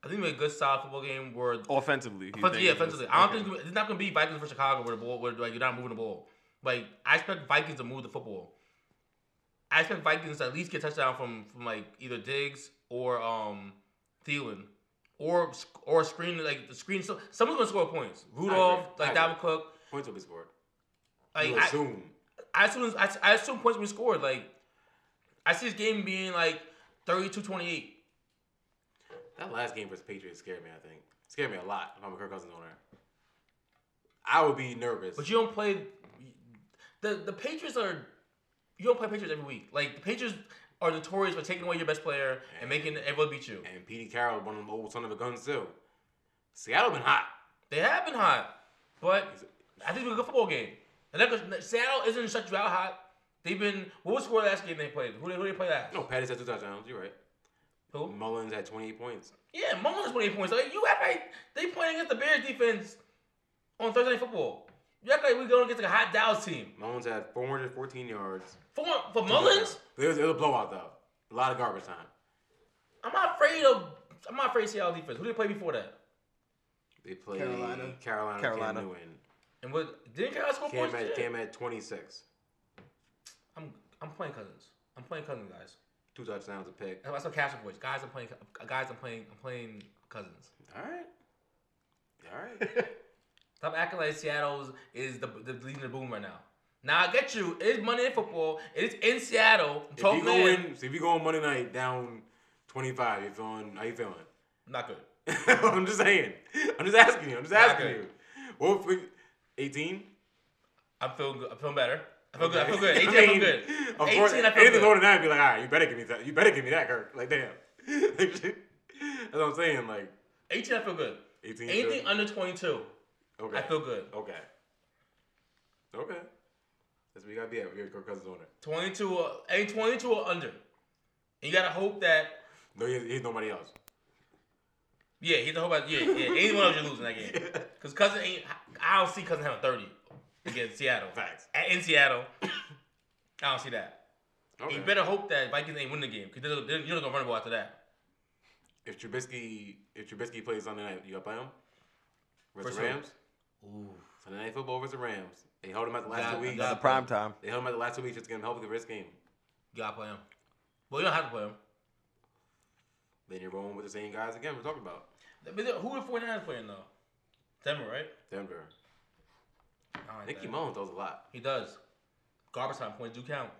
I think it'll be a good solid football game where Oh, right now. Offensively. he's offensive, yeah, dangerous. offensively. I don't think it's, gonna be- it's not going to be Vikings for Chicago where the ball where like you're not moving the ball. Like I expect Vikings to move the football. I expect Vikings to at least get a touchdown from from like either Diggs or um Thielen. Or, sc- or screen like the screen so someone's gonna score points. Rudolph, I like agree. Dalvin Cook, Points will be scored. like you I- assume. I assume I, I assume points will be scored. Like I see this game being like 32-28. that last game versus Patriots scared me. I think scared me a lot. If I'm a Kirk Cousins owner, I would be nervous. But you don't play the the Patriots are you don't play Patriots every week. Like the Patriots are notorious for taking away your best player and making everyone beat you. and Petey Carroll, one of them old son of a gun too. Seattle been hot. They have been hot, but I think it's a good football game. And that goes- Seattle isn't shut you out hot. They've been what was the score last game they played? Who they who they play last? No, Pettis had two touchdowns. You're right. Who? Mullins had 28 points. Yeah, Mullins twenty eight points. Like you act like they playing against the Bears defense on Thursday night football. You act like we going against a hot Dallas team. Mullins had 414 yards. For for Mullins, It was, it was a blowout though. A lot of garbage time. I'm not afraid of I'm not afraid of Seattle defense. Who did they play before that? They played Carolina, Carolina. Carolina, Carolina. Cam And what didn't Carolina score Newton. points? Cam had, this year? Cam had 26. I'm I'm playing Cousins. I'm playing Cousins, guys. Two touchdowns, a pick. That's my caption voice. Guys, I'm playing. Guys, I'm playing. I'm playing Cousins. All right. All [LAUGHS] right. Stop acting like Seattle's is the the leading the boom right now. Now I get you. It's Monday Night Football. It's in Seattle. if you Twelve go man. in, so if you go on Monday night down 25, you feeling? How you feeling? [LAUGHS] Not good. I'm just saying. I'm just asking you. I'm just asking Okay. you. What if we? 18? I'm feeling good. I'm feeling better. I feel good. I [LAUGHS] feel good. Okay. 18. I, mean, feel good. Of 18. course, I feel anything lower good. than that, I'd be like, all right, you better give me that. You better give me that, Kirk. Like, damn. [LAUGHS] That's what I'm saying. Like, 18. I feel good. 18. is Anything good. under 22, okay. I feel good. Okay. Okay. That's what you gotta be at. You're Kirk Cousins owner. 22. Or, any 22 or under. And you gotta hope that No, he, he's nobody else. [LAUGHS] Yeah, he's the whole about yeah, yeah. Any one of you losing that game. Cause cousin ain't I don't see cousin having thirty against Seattle. Facts. At- In Seattle. [COUGHS] I don't see that. And Okay. You better hope that Vikings ain't win the game, because they're, they're, you're not gonna run the ball after that. If Trubisky, if Trubisky plays Sunday night, you gotta play him versus Versus who? Rams. Sunday night football versus the Rams. They held him at the last Got- two weeks. got- The prime time. They held him at the last two weeks. It's gonna help with the risk game. You gotta play him. Well, you don't have to play him. Then you're rolling with the same guys again. We're talking about But then who the 49ers playing though? Denver, right? Denver. I don't like Nicky that. Mullins throws a lot, He does. Garbage time points do count.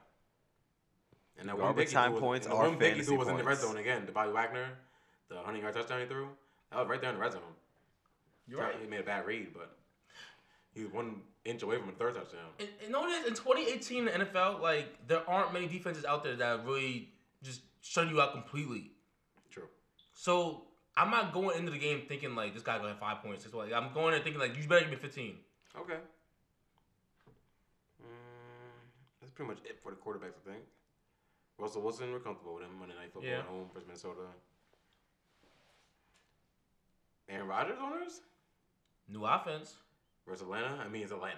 and that Garbage one big time was, points and the are one big he fantasy threw was in the red points. zone again. The Bobby Wagner, the hundred yard touchdown he threw. That was right there in the red zone. You're right. He made a bad read, but He was one inch away from a third touchdown. And, and know what it is? In 2018, in the NFL, like there aren't many defenses out there that really just shut you out completely. True. So I'm not going into the game thinking like this guy gonna have five points. That's why I'm going in thinking like you better give me 15. Okay. Mm, that's pretty much it for the quarterbacks, I think. Russell Wilson, we're comfortable with him. Monday Night Football Yeah. at home versus Minnesota. Aaron Rodgers owners New offense. versus Atlanta. I mean, it's Atlanta.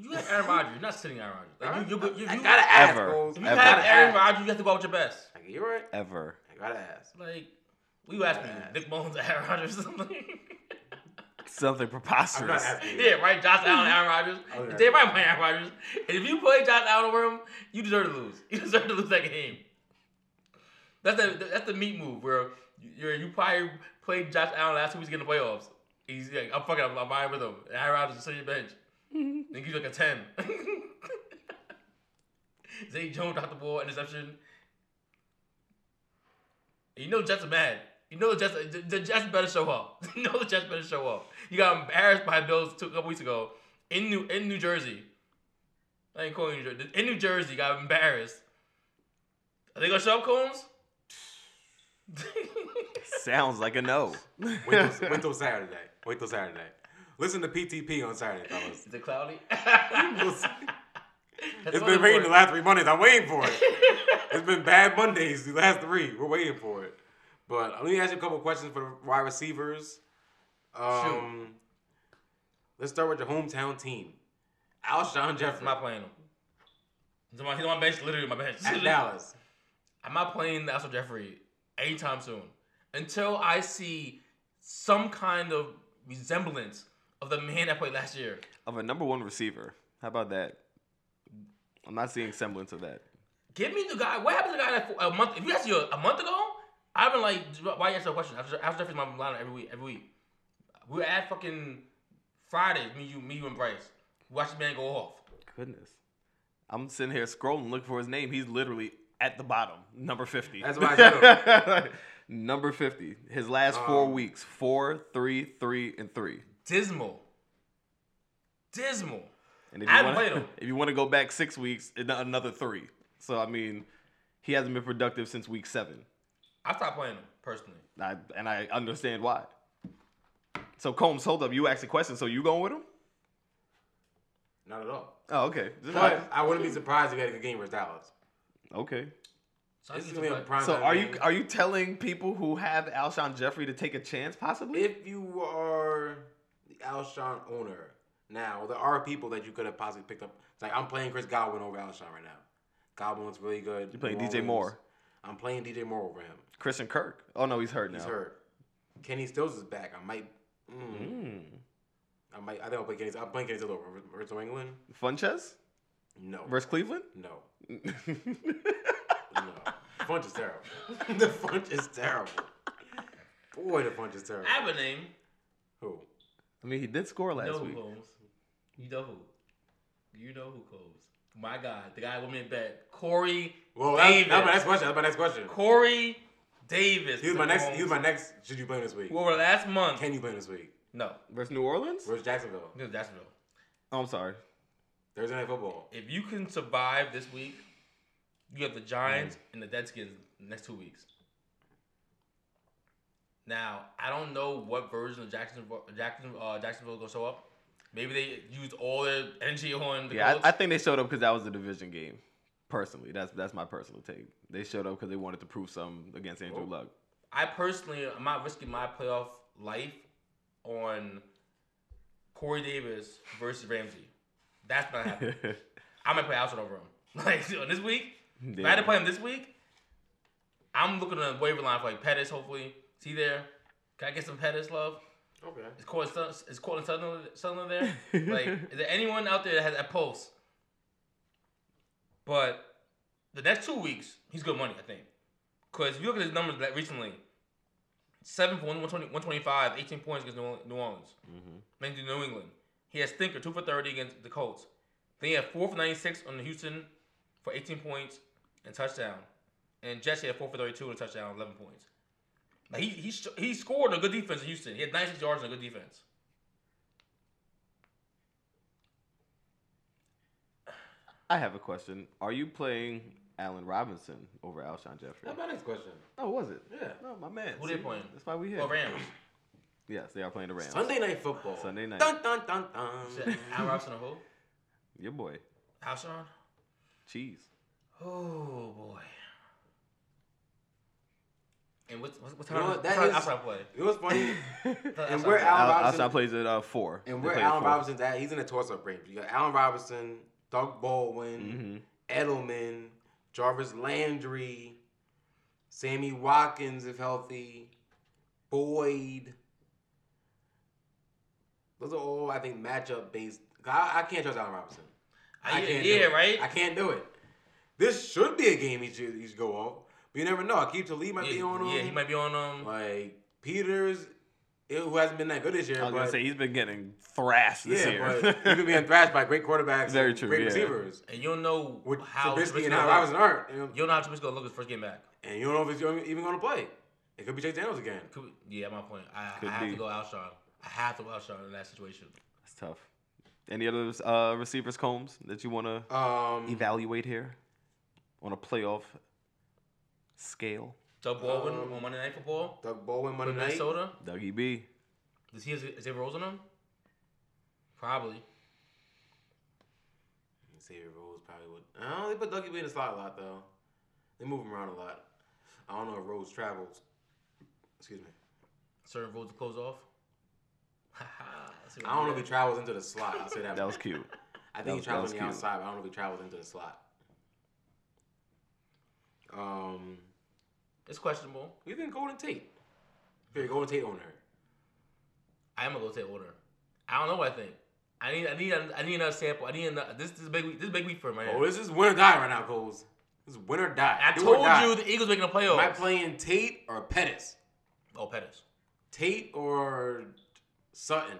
You got [LAUGHS] Aaron Rodgers. You're not sitting Aaron Rodgers. Like, Alright, you, you, you, you, I gotta ask, Ever. Foles. If you Ever. have Gotta Aaron ask. Rodgers, you have to go out with your best. Like, you're right. Ever. I gotta ask. Like, what you asking me? Yeah. Nick Bones, [LAUGHS] Aaron Rodgers, or something? Something I'm not preposterous. asking. you. yeah, right. Josh Allen, Aaron Rodgers. Okay. They might play Aaron Rodgers. And if you play Josh Allen over him, you deserve to lose. [LAUGHS] You deserve to lose that game. That's the that's the meat move where you you probably played Josh Allen last week he's getting the playoffs. He's like, I'm fucking, I'm, I'm riding with him. And Aaron Rodgers is sitting on your bench. then gives you like a ten. [LAUGHS] Zay Jones dropped the ball, interception. You know Jets are mad. You know the Jets. The, the Jets better show up. [LAUGHS] You know the Jets better show up. You got embarrassed by Bills two, a couple weeks ago in New in New Jersey. I ain't calling you New Jersey. In New Jersey, you got embarrassed. Are they gonna show [LAUGHS] up, Combs? Sounds like a [LAUGHS] no. Wait till, wait till Saturday. Wait till Saturday. Listen to PTP on Saturday, fellas. Is it [LAUGHS] cloudy? It's been raining the last three Mondays. I'm waiting for it. [LAUGHS] It's been bad Mondays the last three. We're waiting for it. But let me ask you a couple questions for the wide receivers. Um, let's start with your hometown team, Alshon I'm Jeffrey not playing him. He's on my, he's on my bench, literally my bench. at Dallas. I'm not playing Nassau Jeffrey anytime soon until I see some kind of resemblance of the man that played last year. Of a number one receiver. How about that? I'm not seeing semblance of that. Give me the guy. What happened to the guy that a month? If you asked you a month ago, I've been like, why you ask that question? After after Jeffrey's my lineup every week, every week. We were at fucking Friday. Me, you, me, you, and Bryce. We watched the man go off. Goodness. I'm sitting here scrolling looking for his name. He's literally at the bottom, number 50. That's what I [LAUGHS] number 50. His last four Um, weeks four, three, three, and three. Dismal. Dismal. And if I you played want him. [LAUGHS] if you want to go back six weeks, an- another three. So I mean, he hasn't been productive since week seven. I stopped playing him personally. I, and I understand why. So Combs, hold up, you asked a question. So you going with him? Not at all. Oh, okay. But I wouldn't be surprised if he had a good game versus Dallas. okay. So I This is think gonna be a it's a- prime So time are you game. are you telling people who have Alshon Jeffrey to take a chance possibly? If you are the Alshon owner now, there are people that you could have possibly picked up. It's like I'm playing Chris Godwin over Alshon right now. Godwin's really good. You're playing DJ Moore. I'm playing DJ Moore over him. Christian Kirk. Oh no, he's hurt now. He's hurt. Kenny Stills is back. I might. Mm-hmm. Mm, Hmm. I might. I think I'll play Kenny. I'll play Kenny Stills over versus New England. Funches No. versus Cleveland. [LAUGHS] no. No. The Funch is terrible. [LAUGHS] the Funch is terrible. Boy, the Funch is terrible. I have a name. Who? I mean, he did score last You know who week. Combs. You know who. You know who Combs. My God, the guy with me in bed. Corey Well, Davis. that's, that's my next question. That's my next question. Corey Davis. He was my Mr. next. Combs. He was my next. Should you play him this week? Who over last month. Can you play him this week? no. Versus New Orleans. Versus Jacksonville, No, That's real. Oh, I'm sorry. Thursday night football. If you can survive this week, you have the Giants Mm. and the Deadskins next two weeks. Now, I don't know what version of Jacksonville, Jackson, uh, Jacksonville going to show up. Maybe they used all their energy on the Yeah, Colts. I, I think they showed up because that was the division game. Personally, that's that's my personal take. They showed up because they wanted to prove something against Andrew Oh. Luck. I personally am not risking my playoff life on Corey Davis versus Ramsey. That's not happening. I might play Alshon over him. [LAUGHS] Like so this week, if I had to Yeah. play him this week, I'm looking at the waiver line for like Pettis. Hopefully, is he there? Can I get some Pettis love? Okay. Is Cortland Sut- is Cortland Sutherland, Sutherland there? like, is there anyone out there that has a pulse? But the next two weeks, he's good money, I think. Because if you look at his numbers like recently, 7 for 120, 125, 18 points against New Orleans- New Orleans. Mainly New England. He has Stinker, 2 for 30 against the Colts. Then he had 4 for 96 on the Houston for 18 points and touchdown. And Jets he had 4 for 32 and a touchdown, 11 points. Like he, he sh- he scored a good defense in Houston. He had 96 yards and a good defense. [LAUGHS] I have a question. Are you playing Allen Robinson over Alshon Jeffrey? That's my next question. Oh, was it? Yeah. No, my man. Who they See? playing? That's why we here. Oh, Rams. Yes, they are playing the Rams. Sunday night football. Sunday night. Dun dun dun dun. Shit, Al Robson of who? Your boy, Alshon? Cheese. [LAUGHS] Oh boy. And what what, what You time? know You what, that time is- outside play? It was [LAUGHS] funny. Outside and where play. Allen Al- Robinson Alshon plays at uh, four. and where Allen Robinson's at, he's in a toss-up range. You got Allen Robinson, Doug Baldwin, Mm-hmm. Edelman, Jarvis Landry, Sammy Watkins if healthy, Boyd. Those are all I think matchup based. I, I can't trust Allen Robinson. Ah, I yeah, can't yeah, do it. right? I can't do it. This should be a game he should, he should go off, but you never know. I keep to leave might be yeah, on him. yeah, he might be on um. Like Peters, who hasn't been that good this year. I was gonna but- say he's been getting thrashed this yeah, year. but [LAUGHS] you can be thrashed by great quarterbacks, Very and true, great yeah. receivers. And you don't know Which how Trubisky Trubisky and gonna Al look. Robinson aren't, you know, You don't know how Trubisky gonna look his first game back. and you don't know if he's going- even going to play. It could be Chase Daniels again. Could, yeah, my point. I, I Could have be. to go Alshon. I have to go Alshon in that situation. That's tough. Any other uh, receivers, Combs, that you want to Um, evaluate here on a playoff scale? Doug Baldwin Um, on Monday Night Football Doug Baldwin for Monday night. Minnesota. Dougie B. Does he is there rolls on him? Probably. Xavier Rose probably would. I don't. They put Dougie B in the slot a lot though. They move him around a lot. I don't know if Rose travels. Excuse me. Certain rules to close off. [LAUGHS] Let's see what I don't we know if he got. travels into the slot. I'll say that. [LAUGHS] That was [LAUGHS] cute. I that think he was- travels that on was the cute. outside, but I don't know if he travels into the slot. Um, It's questionable. we think Golden Tate. Here, Golden Tate owner. I am gonna go take order. I don't know what I think. I need, I need, I need another sample. I need another. This, this is a big week. This is a big week for him right Oh, now. this is win or die right now, Coles. This is win or die. I Do or told die. you the Eagles making the playoffs. Am I playing Tate or Pettis? oh, Pettis. Tate or Sutton?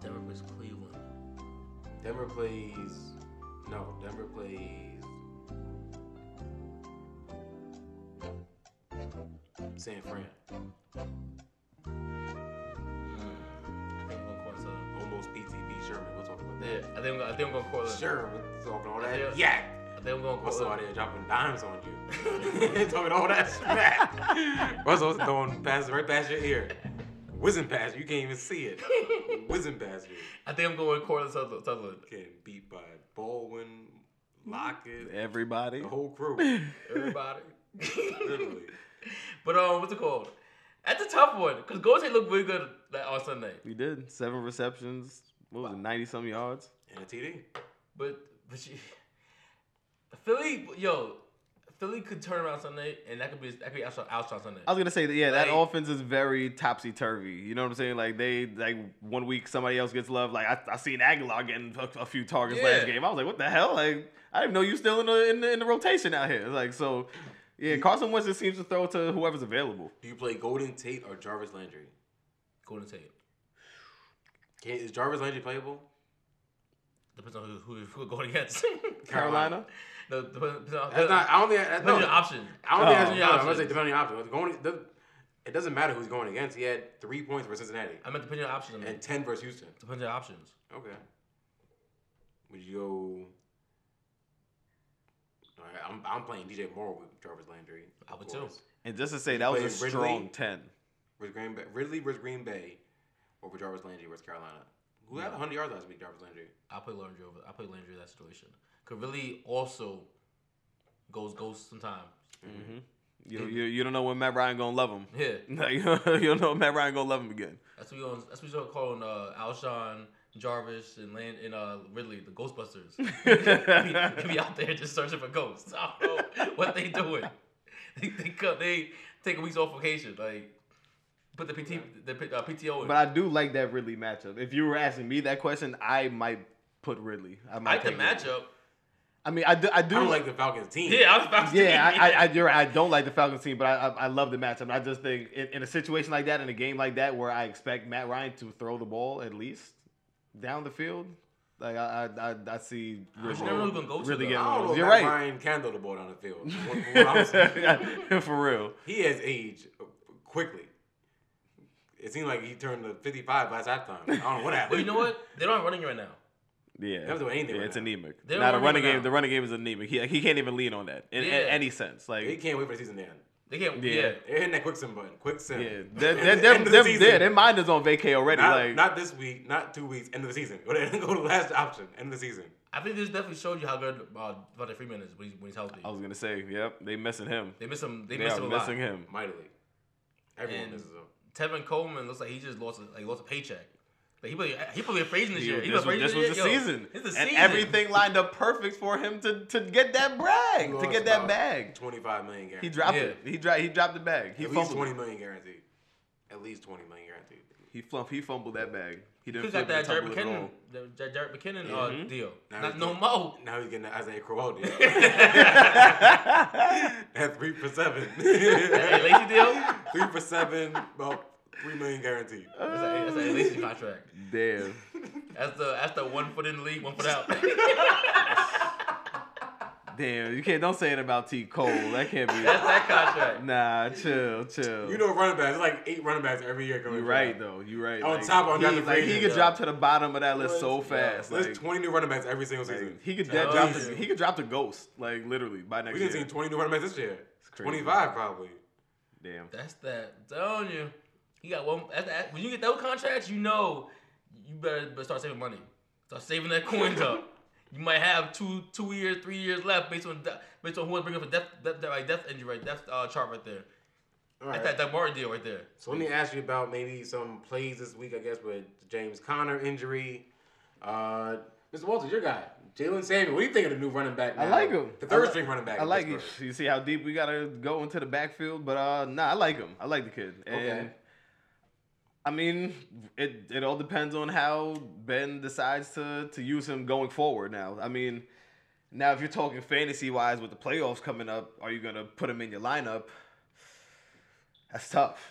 Denver plays Cleveland. Denver plays. No, Denver plays. San Fran. I think we're going Cortland. Almost PTB Sherman. We'll talk about Yeah, that. I think we're, I think we're going Cortland. Sure, we're talking all Yeah. that. Yeah. I think we're going Russell out there Cortland. dropping dimes on you. [LAUGHS] talking all that smack. Russell's throwing past right past your ear. Whizzing past you. You can't even see it. Whizzing past you. I think I'm going Cortland Sutherland. [LAUGHS] Sutherland. Getting beat by Baldwin, Lockett, Everybody. the whole crew. Everybody. Literally. [LAUGHS] but um, what's it called? That's a tough one because Golden State looked really good like, on Sunday. We did. Seven receptions. What was it, 90 some yards? And a TD. But but she, Philly, yo, Philly could turn around Sunday, and that could be that could be Alshon, Alshon Sunday. Uh, I was gonna say that yeah, that Like- offense is very topsy turvy. You know what I'm saying? Like they like one week somebody else gets love. Like I, I seen Aguilar getting a, a few targets Yeah. last game. I was like, what the hell? Like I didn't know you still in the in the, in the rotation out here. Like so, yeah. Carson Wentz just seems to throw to whoever's available. Do you play Golden Tate or Jarvis Landry? Golden State. Can, is Jarvis Landry playable? Depends on who who, who we're [LAUGHS] going against. Carolina. no, depends on, That's not. I don't think. That's depends no. on your Uh, option. I don't think Oh. that's. No, I'm gonna say depending on your option. It's Going, the, it doesn't matter who's going against. He had three points for Cincinnati I meant depending on your options. I mean. and ten versus Houston. Depends on your options. Okay. Would you go? All right, I'm I'm playing DJ Moore with Jarvis Landry. I of would too. course. And just to say that was a Playing Ridley. strong ten. With Green Bay, Ridley versus Green Bay, or with Jarvis Landry versus Carolina. Who had 100 yards last week? Jarvis Landry. I play Landry over. I play Landry in that situation. Could really also goes ghost sometimes. You know, you, you don't know when Matt Ryan gonna love him. [LAUGHS] Yeah, Like you don't know when Matt Ryan gonna love him again. that's what we on. That's what we calling uh, Alshon, Jarvis, and Land and uh, Ridley, the Ghostbusters. [LAUGHS] They be out there just searching for ghosts. I don't know what they doing. [LAUGHS] They they, cut, they take a week's off vacation. Like put the PT the P- uh, PTO in. But I do like that Ridley matchup. If you were asking me that question, I might put Ridley. I might I like the take Ridley. matchup. I mean, I do. I do I don't like the Falcons team. Yeah, I was about to Yeah, I, I, I, you're right. I don't like the Falcons team, but I, I, I love the matchup. I just think in, in a situation like that, in a game like that, where I expect Matt Ryan to throw the ball at least down the field, like I, I, I, I see You Ridley never know who gonna go to, really though. getting I don't one know of if those. You're Matt right. Ryan can throw the ball down the field. From what I'm [LAUGHS] seeing. For real. he has aged quickly. It seemed like he turned to 55 last halftime. I don't know what happened. But you know what? They don't have running right now. Yeah, They're not doing anything yeah, right it's now. anemic. They're now the running running right game, now. the running game is anemic. He, he can't even lean on that in, in Yeah. any sense. Like They can't wait for the season to end. They can't. Yeah. Yeah. They're hitting that quicksand button. Quicksand. [LAUGHS] Yeah, they're, End they're, of they're, the they're, season. they're- their mind is on vacay already. Not, like, not this week, not two weeks, end of the season. [LAUGHS] Go to, go to the last option, end of the season. I think this definitely showed you how good uh, Devontae Freeman is when he's, when he's healthy. I was gonna say, yep, they missing him. They miss him. Oh. They, They, miss are him a missing lot. him. Mightily. Everyone And- misses him. Tevin Coleman looks like he just lost a, like lost a paycheck. Like he probably he probably appraising this He- year. He this was, appraising this was the year. Yo, season, It's the season. and everything lined up perfect for him to to get that brag, to Lost get that about bag. 25 million guaranteed. He dropped Yeah. it. He dropped. He dropped the bag. He At least fumbled. 20 it. million guaranteed. At least 20 million guaranteed. He flump. He fumbled that bag. He He didn't got flip that that Jared tumble it at McKinnon, all. the J- Jared McKinnon uh, Mm-hmm. deal. Now Not he's no getting- mo. [LAUGHS] Now he's getting that Isaiah Crowell deal. [LAUGHS] At three for seven. [LAUGHS] Hey, Lacy deal. That's three for seven, about three million guaranteed. Uh. a, that's a Lacy contract. Damn. That's the that's the one foot in the league, one foot out. [LAUGHS] Damn. You can't. Don't say it about T Cole. That can't [LAUGHS] That's be. that contract. Nah. Chill. Chill. You know, running backs. It's like eight running backs every year. Coming You're right though. You're right. On top of he, like, undrafted free he agent, could yeah. drop to the bottom of that list so fast. There's like, 20 new running backs every single season. like, he could Oh, drop. yeah. The, he could drop the ghost. Like literally by next we didn't year. see 20 new running backs this year. crazy. 25 probably. Damn. That's that. I'm telling you, you got one. That's that. When you get those contracts, you know you better, better start saving money. Start saving that coins [LAUGHS] up. You might have two two years, three years left based on de- based on who was bringing up a death death, death like death injury right death uh, chart right there. All That's right. that, that bar deal right there. So let me ask you about maybe some plays this week. I guess with the James Conner injury. Uh, Mr. Walters, your guy, Jalen Samuel. What do you think of the new running back? Now? I like him. The I third li- string running back. I in like him. Pittsburgh. You see how deep we gotta go into the backfield, but uh, nah, I like him. I like the kid. And Okay. I mean, it it all depends on how Ben decides to to use him going forward. Now, I mean, now if you're talking fantasy wise with the playoffs coming up, are you gonna put him in your lineup? That's tough.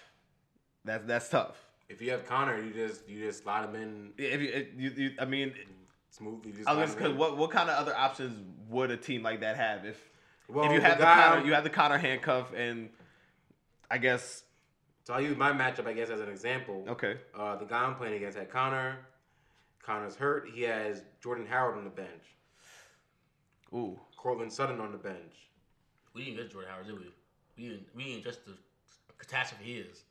That's that's tough. If you have Connor, you just you just slide him in If you, if you, you I mean, smoothly. Just I was slide him because in. what what kind of other options would a team like that have if Well, if you Oh, the have the, guy- Connor, you have the Connor handcuff, and I guess So I'll use my matchup, I guess, as an example. okay, Uh, the guy I'm playing against had Connor. Connor's hurt. He has Jordan Howard on the bench. ooh, Cortland Sutton on the bench. We didn't get Jordan Howard, did we? We didn't. We didn't just the catastrophe he is.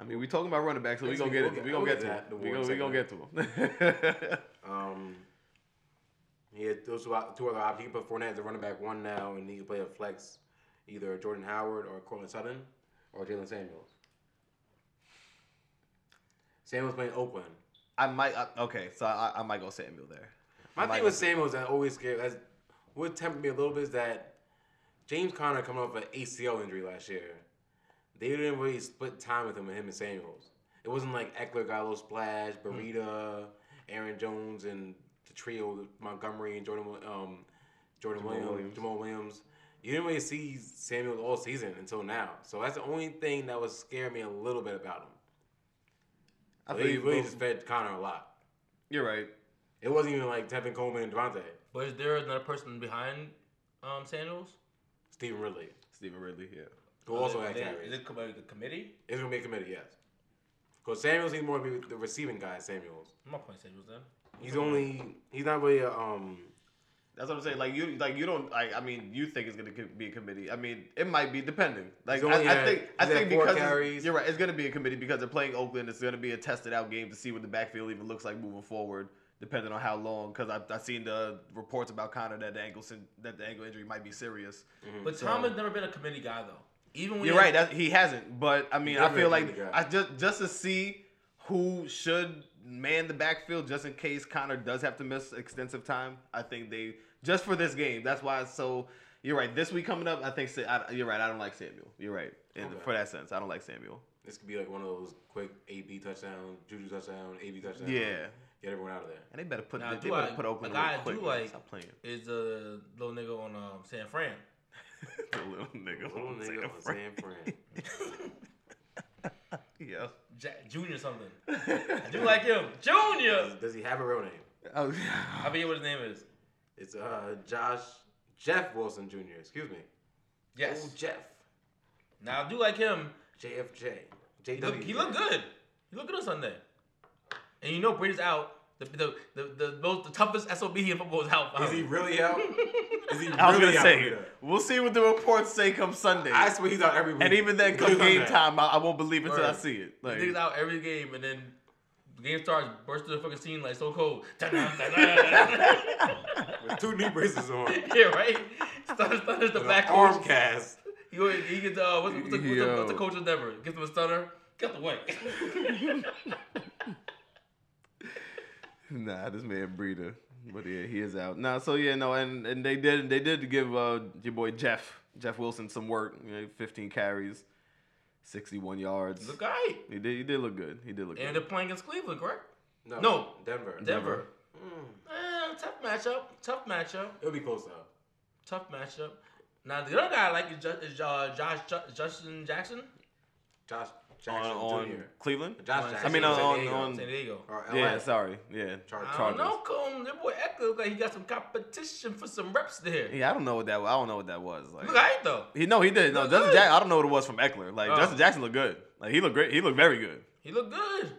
I mean, we talking about running back, so we Yes, gonna we- get we'll it. get- We we'll gonna get get to that, the him. We gonna Warren we gonna get to him. Um, he had those two, op- two other options. He can put Fournette as a running back one now, and he can play a flex, either Jordan Howard or Cortland Sutton or Jalen Samuels. Samuels playing Oakland. [LAUGHS] I might uh, okay, so I, I might go Samuel there. My Mike- thing with Samuels that always scared, that would tempt me a little bit is that James Conner coming off an ACL injury last year, they didn't really split time with him and him and Samuels. It wasn't like Eckler got a little splash, Hmm. Burita, Aaron Jones, and the trio Montgomery and Jordan Wil- um, Jordan Williams, Williams. Jamal Williams. You didn't really see Samuels all season until now, so that's the only thing that was scaring me a little bit about him. I they think really you, just fed Connor a lot. you're right. It wasn't even like Tevin Coleman and Devontae, But is there another person behind um, Samuels? Stephen Ridley. Stephen Ridley, yeah. Who also is had it, carries. is it com- the committee? It's gonna be a committee, yes. Because Samuels, he's more of a- the receiving guy. Samuels, I'm not playing Samuels then. he's only he's not really a um. That's what I'm saying. Like you, like you don't. Like I mean, you think it's gonna co- be a committee. I mean, it might be depending. Like He's only I, I had- think, I he's had think four because it's- carries. you're right. It's gonna be a committee because they're playing Oakland. It's gonna be a tested out game to see what the backfield even looks like moving forward, depending on how long. Because I've, I've seen the reports about Connor that the ankle sin- that the ankle injury might be serious. Hmm. But Tom has never been a committee guy though. Even when You're he- right. That, he hasn't. But I mean, I never feel a like committee guy. I just just to see who should man the backfield just in case Connor does have to miss extensive time. I think they just for this game. That's why. It's so you're right. This week coming up, I think Sa- I, you're right. I don't like Samuel. You're right. In, Okay. For that sense, I don't like Samuel. This could be like one of those quick AB touchdown, Juju touchdown, AB touchdown. Yeah. get everyone out of there. And they better put Now, they, do better I- put Oakland a guy real I quick. do man. like- Stop [LAUGHS] playing. [LAUGHS] is the little nigga on um, San Fran. The little nigga. Little on nigga San on Fran. San Fran. [LAUGHS] Yeah. Jack Junior something. I [LAUGHS] do like him. Junior! Does he have a real name? Oh, I forget what his name is. It's uh Josh Jeff Wilson Jr. Excuse me. Yes. Oh Jeff Now I do like him. JFJ He look, JW. he look good. He look good on Sunday. And you know Brady's out. The the the, the most the toughest sob in football is out. Is he really out? Is he really [LAUGHS] I was gonna out? say, Peter? we'll see what the reports say come Sunday. I swear he's out every week. and even then, He's come on game that. time, I, I won't believe it till I Word. see it. The Like, [LAUGHS] niggas out every game, and then the game starts, burst through the fucking scene like so [LAUGHS] cold. [LAUGHS] yeah, with two knee [LAUGHS] braces on, right. Stutters, stutters the with black an arm coach. cast. He, go- he gets uh, what's, what's, the, what's, the, Yo. what's the coach of Denver? Gives him a stunner. Get the way. [LAUGHS] nah, this man breeder. But yeah, he is out. Nah, so yeah, no, and, and they did they did give uh, your boy Jeff Jeff Wilson some work. You know, 15 carries, 61 yards. Look, all right. He did he did look good. He did look And good. they're playing against Cleveland, correct? No, No. Denver. Denver. Eh, tough matchup. Tough matchup. It'll be close though. Tough matchup. Now the other guy I like is, Ju- is uh, Josh Ju- Justin Jackson. Josh On, Jackson on Jr. Cleveland. Josh on- Jackson I mean, on- San on- Diego. on- San Diego. or LA. Yeah, sorry. Yeah, Mm. Chargers. I don't know, Combs. That boy Eckler look like he got some competition for some reps there. Yeah, I don't know what that. I don't know what that was. Like, Look, I ain't though. He no, he did. No, Looked Justin good. Jackson. I don't know what it was from Eckler. Like Oh. Justin Jackson looked good. Like he looked great. He looked very good. He looked good.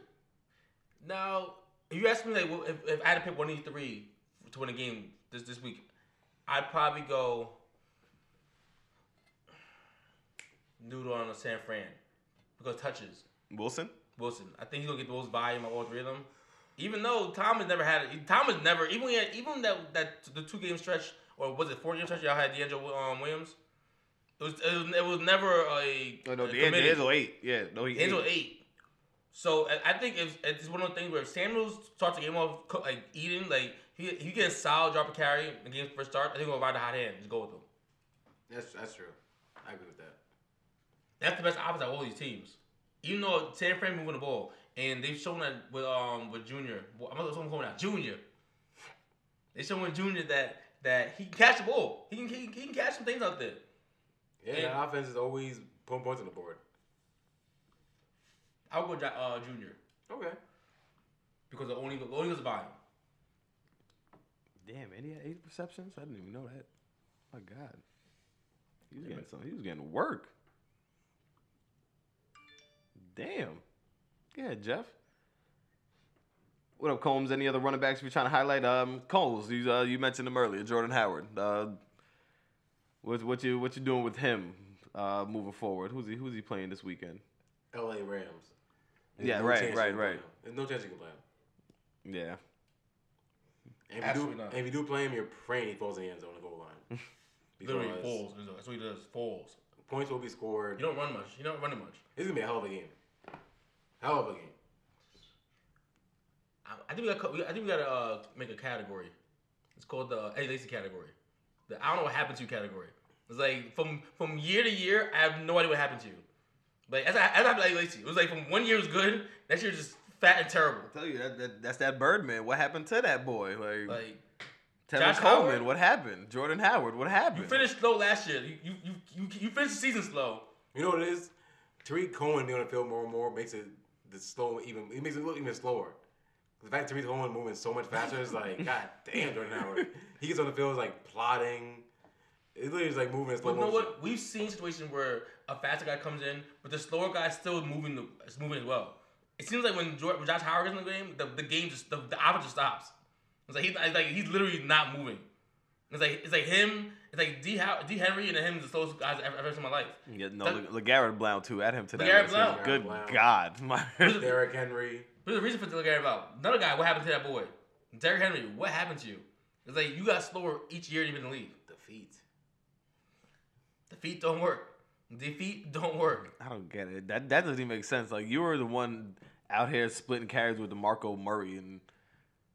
Now, if you ask me like, well, if, if I had to pick one of these three to win a game this this week, I'd probably go noodle on San Fran because touches Wilson. Wilson. I think he's gonna get the most volume of all three of them. Even though Tom has never had it, Tom has never even when he had- even that that the two game stretch or was it four game stretch y'all had D'Angelo um, Williams. It was, it was it was never a Oh no, D'Angelo a committee. D'Angelo eight. Yeah, no, he Angel eight. eight. So I- I think if it's one of those things where if Samuels starts the game off co- like eating, like he he gets a solid drop of carry in the game's first start, I think we'll ride the hot hand. Just go with him. That's that's true. I agree with that. That's the best option of all these teams. Even though San Fran moving the ball, and they've shown that with um with Junior, well, I'm not someone calling out Junior. They showing with Junior that that he can catch the ball. He can he, can- he can catch some things out there. Yeah, And- the offense is always putting points on the board. I'll go Ja- uh, Junior Okay. because the only the only goes by him. Damn, and he had eight receptions. I didn't even know that. My God, he was getting some. He was getting work. Damn. Yeah, Jeff. What up, Combs? Any other running backs we trying to highlight? Um, Combs, you uh, you mentioned him earlier, Jordan Howard. Uh, what what you what you doing with him uh, moving forward? Who's he who's he playing this weekend? LA Rams. There's Yeah, no right, chance you right, can play right. him. There's no chance you can play him. Yeah, And if, you do, Absolutely not. and if you do play him, you're praying he falls in the end zone on the goal line. Literally Because falls. That's what he does. Falls. Points will be scored. You don't run much. You're not running much. This is gonna be a hell of a game. Hell of a game. I, I think we got. I think we got to uh, make a category. It's called the Eddie Lacy category. The I don't know what happened to you category. It's like from from year to year, I have no idea what happened to you. Like as I as I Eddie Lacy, it was like from one year was good, next year was just fat and terrible. tell you that, that that's that Birdman. What happened to that boy? Like, Like Tevin Josh Coleman, Howard? what happened? Jordan Howard, what happened? you finished slow last year. You you you you, you finished the season slow. You know what it is? Tariq Cohen being on the field more and more makes it the slow even it makes it look even slower. The fact that Tariq Cohen moving so much faster is [LAUGHS] like, god damn Jordan Howard. He gets on the field is like plotting. It literally is like moving in slow But you know motion. what? We've seen situations where a faster guy comes in, but the slower guy's still moving. The, is moving as well. It seems like when George, when Josh Howard gets in the game, the, the game just the, the offense just stops. It's like he's it's like he's literally not moving. It's like it's like him. It's like D. How, D. Henry and him is the slowest guys I've ever seen in my life. Yeah, no, That- Le- LeGarrette Blount too. Add him to that. LeGarrette list. Blount. Good LeGarrette Blount. God, [LAUGHS] my Derrick Henry. There's a reason for the Gary about another guy. What happened to that boy, Derrick Henry? What happened to you? It's like you got slower each year you've been in the league. Defeat. Defeat don't work. Defeat don't work. [LAUGHS] I don't get it. That that doesn't even make sense. Like you were the one out here splitting carries with DeMarco Murray, and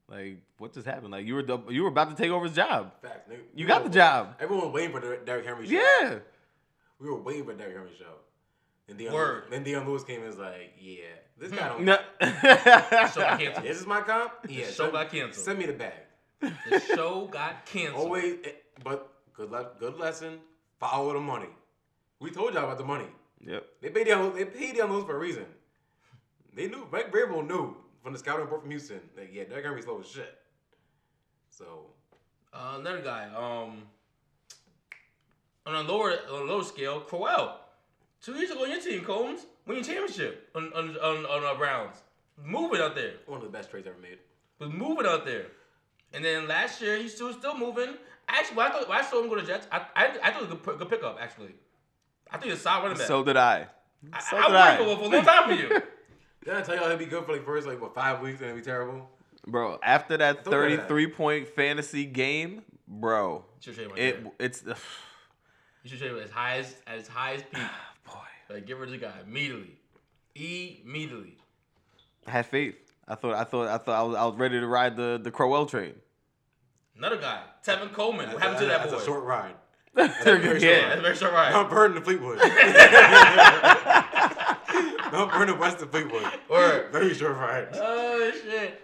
like what just happened? Like you were the, you were about to take over his job. Facts. nigga. You We got were- the job. Everyone was waiting for the Derrick Henry show. Yeah. We were waiting for the Derrick Henry show. And Deion, Word. Then Deion Lewis came and was like, yeah, this guy [LAUGHS] don't No. So [LAUGHS] I can't. This is my comp? Yeah. show send- got canceled. Send me the bag. The show got canceled. Always, eh, but good le- good lesson. Follow the money. We told y'all about the money. yep. They paid down. They paid down those for a reason. They knew. Mike Vrabel knew from the scouting report from Houston. Like, yeah, they're gonna be slow as shit. So Uh, another guy. Um, on a lower on a lower scale, Crowell. Two years ago on your team, Combs, win your championship on on on, on uh, Browns. Moving out there one of the best trades ever made. was was moving out there. And then last year he still still moving. Actually, when I, thought, when I saw him go to Jets, I I, I thought it was a good, p- good pickup actually. I think he's a solid running back. So did I. I, so I, did I I. worried for, for a long time for [LAUGHS] you. Did I tell y'all he'd be good for like first like what five weeks and it'd be terrible? Bro, after that Don't do that. 33 point fantasy game, bro, You should trade him right it there. [SIGHS] it's ugh, You should trade him as high as as high as peak. boy. Like give rid of the guy immediately, immediately. I had faith. I thought I thought I thought I was, I was ready to ride the the Crowell [LAUGHS] train. Another guy, Tevin Coleman. What happened to that That's boy? a short ride. That's yeah. a very short ride. Mount Vernon to [LAUGHS] Fleetwood. [LAUGHS] Mount Vernon west to Fleetwood. Word. Very short ride. [LAUGHS] Oh [LAUGHS] shit.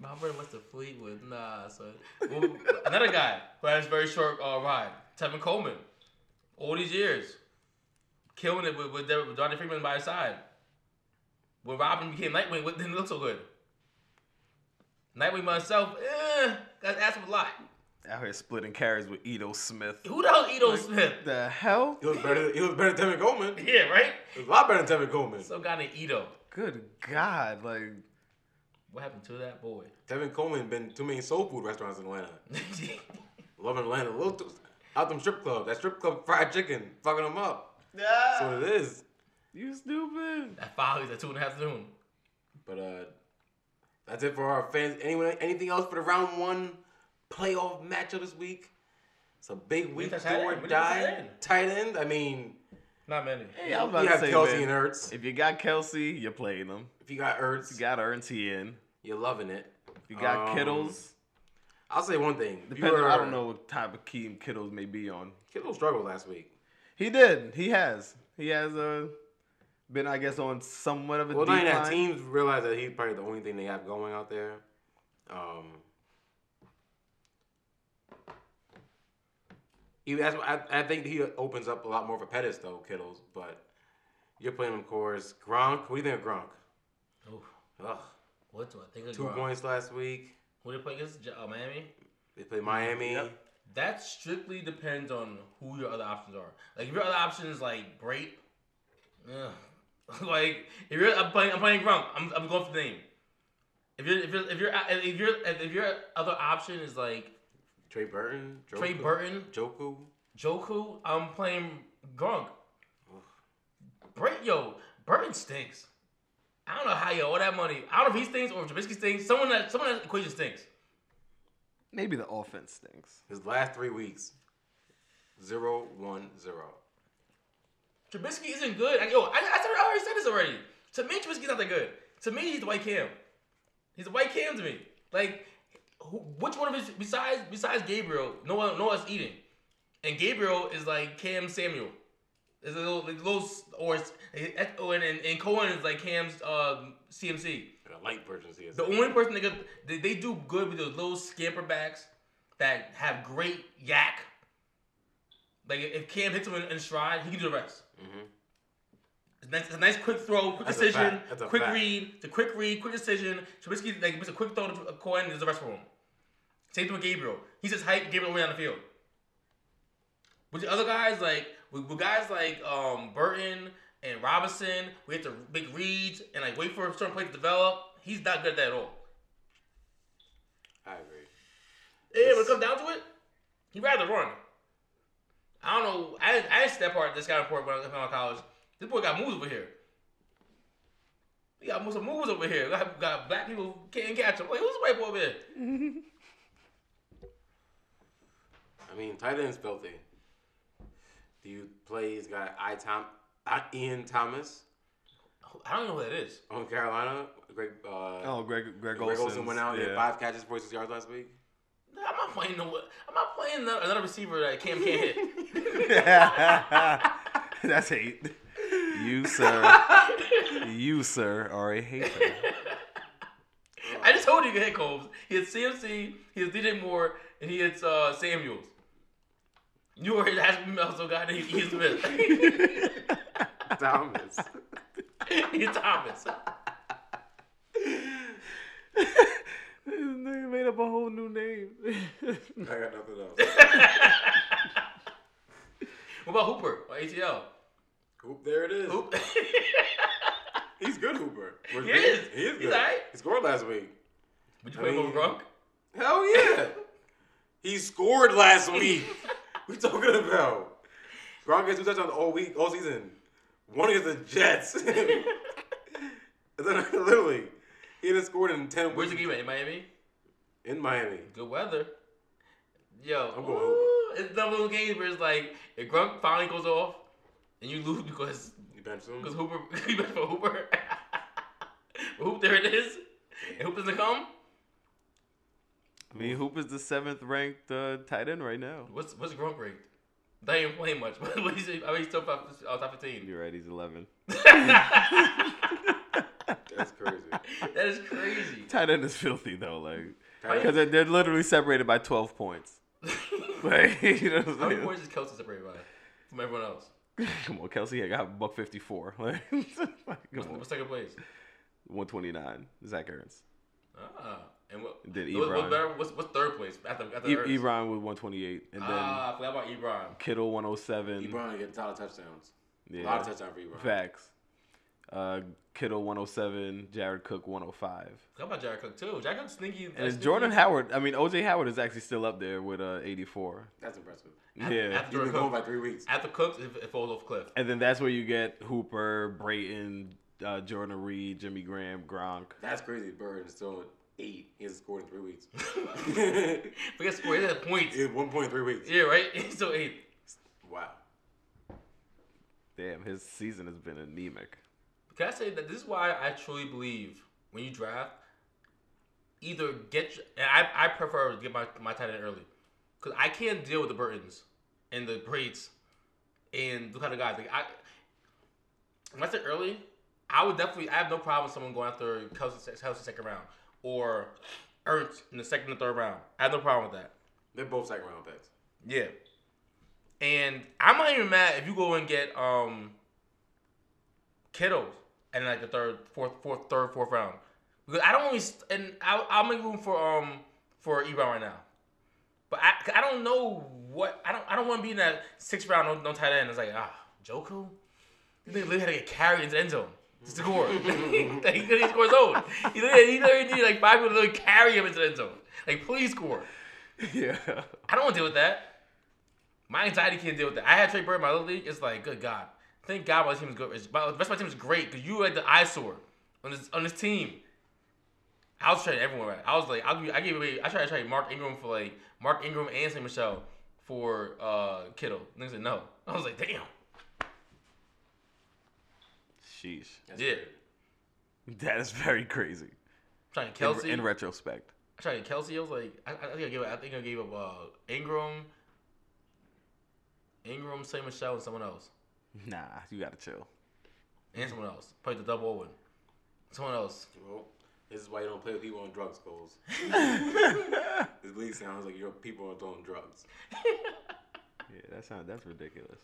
Mount Vernon went to Fleetwood. Nah, son. Well, another guy who had his very short uh, ride, Tevin Coleman. All these years, killing it with with, with Johnny Freeman by his side. When Robin became Nightwing, it didn't look so good. Nightwing by himself, eh, got asked him a lot. Out here splitting carries with Edo Smith. Who the hell is Edo Smith? The hell? He was better. He was better than Tevin Coleman. He [LAUGHS] Yeah, right. was a lot better than Tevin Coleman. Some guy named Edo. Good God! Like What happened to that boy? Tevin Coleman been too many soul food restaurants in Atlanta. Loving Atlanta. Little too, out them strip club. That strip club fried chicken fucking them up. That's what it is. you stupid. [LAUGHS] that foul he's at two in the afternoon. But uh, that's it for our fans. Anyone, anything else for the round one playoff matchup this week? It's a big week got do tight or end. We got tight die. end. Tight end. I mean, Not many. Yeah, I was about you to have say, Kelsey man, and Ertz. If If you got Kelsey, you're playing them. you got Ertz, You got Erntz in. you're loving it. You got Um, Kittles. I'll say one thing. If you Depending, I were- don't know what type of team Kittles may be on. Kittle struggled last week. He did. He has. He has uh, been, I guess, on somewhat of a Well, not decline. even that teams realize that he's probably the only thing they have going out there. Um, he, that's what- I, I think he opens up a lot more for Pettis though, Kittles. But you're playing him, of course. Gronk. What do you think of Gronk? Oof. Ugh, What do I think of two Gronk? points last week. Who they play against? J- Uh, Miami. They play Mm-hmm. Miami. That strictly depends on who your other options are. Like if your other option is like great, ugh. [LAUGHS] like if you're I'm playing I'm playing Gronk. I'm, I'm going for the name. If you're if you're if you're if you're if your other option is like Trey Burton. Joku, Trey Burton, Joku. Joku, I'm playing Gronk. Brent, yo, Burton stinks. I don't know how yo all that money. I don't know if he stinks or if Trubisky stinks. Someone that someone that equation stinks. Maybe the offense stinks. His last three weeks. Zero one zero. Trubisky isn't good. I, yo, I, I, said- I already said this already. To me, Trubisky's not that good. To me, he's the white cam. He's a white cam to me. Like, who, which one of his besides besides Gabriel, no one no one's eating, and Gabriel is like Cam Samuel. Is a little, like, little s- or it's- oh, and, and, and Cohen is like Cam's um, CMC. A light version. of CSI. The only person they, got, they they do good with those little scamper backs that have great yak. Like if Cam hits him in, in stride, he can do the rest. It's, nice, it's a nice quick throw, Mm-hmm. quick That's a decision, fact. That's a quick fact. read. It's a quick read, quick decision. Trubisky like makes a quick throw to a coin, and there's the rest for him. Same thing with Gabriel. He's just hype. Gabriel way down the field. With the other guys, like with, with guys like um, Burton and Robinson, we have to make reads and like wait for a certain play to develop. He's not good at that at all. I agree. Yeah, when it comes down to it, he'd rather run. I don't know. I didn't, I didn't see that part. This guy report when I was in college. This boy got moves over here. He got mo- some moves over here. Got, got black people can't catch him. Like who's the white boy over here? I mean, tight end's filthy. Do you play this guy I Tom I, Ian Thomas I don't know who that is. on Carolina? Greg uh, Oh, Greg Greg, Greg Olson Olsen's, went out and yeah. had five catches, forty six yards last [LAUGHS] week. Nah, I'm not playing no. I'm not playing another, another receiver that Cam can't hit. [LAUGHS] That's hate. You sir, you sir are a hater. I just told you he could hit Combs. He hits CMC. He hits DJ Moore, and he hits uh, Samuels. You were his also guy named Ian Smith. [LAUGHS] Thomas. Ian Thomas. they made up a whole new name. I got nothing else. What about Hooper or ATL? [LAUGHS] Hoop, there it is. Hoop. He's good Hooper. We're He good. is. He is He's good. alright. He scored last week. Would you put him mean- over Gronk? Hell yeah. he scored last [LAUGHS] week. we talking about? Gronk gets two touchdowns all week, all season. One against the [LAUGHS] Jets. Literally. He didn't scored in 10 Where's the weeks game at? In Miami? in Miami. Good weather. Yo, I'm going ooh, it's another little game where it's like if Gronk finally goes off and you lose because You bench him? because Hooper [LAUGHS] you bet for Hooper. [LAUGHS] Hoop, there it is. And Hoop doesn't come. I mean, Hoop is the seventh ranked uh, tight end right now. What's what's Gronk ranked? They ain't playing much, [LAUGHS] but what he's, I mean, he's still top, uh, top 15. You're right, he's 11. That's crazy. [LAUGHS] That is crazy. [LAUGHS] Tight end is filthy though, like Tight because they're, they're literally separated by 12 points. [LAUGHS] Like, you know what I'm [LAUGHS] How many saying? points is Kelsey separated by from everyone else? Come on, Kelsey, I got buck 54. [LAUGHS] Like, come on. What's second place? 129. Zach Ertz. Ah, and what? Did what- what Ebron. better- what's, what's third place after after E- Ertz? Ebron with 128, and then Ah, I forgot about Ebron. Kittle 107. Ebron get a lot of touchdowns. yeah. A lot of touchdowns for Ebron. Facts. Uh, Kittle 107, Jared Cook 105. How about Jared Cook too? Jared Cook's sneaky. And it's Jordan Howard. I mean, OJ Howard is actually still up there with uh, 84. That's impressive. Yeah. After He's been Jordan going Cook, by three weeks. after Cook, it, it falls off a cliff. [LAUGHS] And then that's where you get Hooper, Brayton, uh, Jordan Reed, Jimmy Graham, Gronk. That's crazy. Bird is still at eight. He hasn't scored in three [LAUGHS] [LAUGHS] weeks. Forget score. He had points. It's one point three weeks. Yeah, right. [LAUGHS] He's still eighth. Wow. Damn, his season has been [LAUGHS] anemic. Can I say that this is why I truly believe when you draft, either get your- and I, I prefer to get my, my tight end early, because I can't deal with the Burtons and the Braids and the kind of guys like I. When I said early, I would definitely I have no problem with someone going after Kelsey se- Kelsey second round or Ernst in the second and third round. I have no problem with that. They're both second round picks. Yeah. And I'm not even mad if you go and get um Kittles and like the third, fourth, fourth, third, fourth round. Because I don't really st- and I I'll make room for um for Ebron right now. But I 'cause I don't know what I don't I don't want to be in that sixth round no, no tight end. It's like ah Joku, you think literally had to get carried into the end zone to score. [LAUGHS] Like, he couldn't score his own. He literally, he literally needed like five people to literally carry him into the end zone. Like please score. Yeah. I don't want to deal with that. My anxiety can't deal with that. I had Trey Bird in my little league. It's like, good God. Thank God my team is good. It's- My, the rest of my team is great because you were like the eyesore on this on this team. I was trading everyone right. I was like, I'll, give- I gave away. I tried to trade Mark Ingram for like Mark Ingram and St. Michelle for uh, Kittle. Niggas said no. I was like, damn. Sheesh. yeah. That is very crazy. Trying In, Kelsey. in retrospect. I tried Kelsey. I was like, I, I think I gave. I think I gave up uh, Ingram, Ingram, St. Michelle, and someone else. Nah, you gotta chill. and someone else. Probably the double one. Someone else. Well, this is why you don't play with people on drugs, [LAUGHS] Coles. this league sounds like your people are doing drugs. Yeah, that sounds that's ridiculous.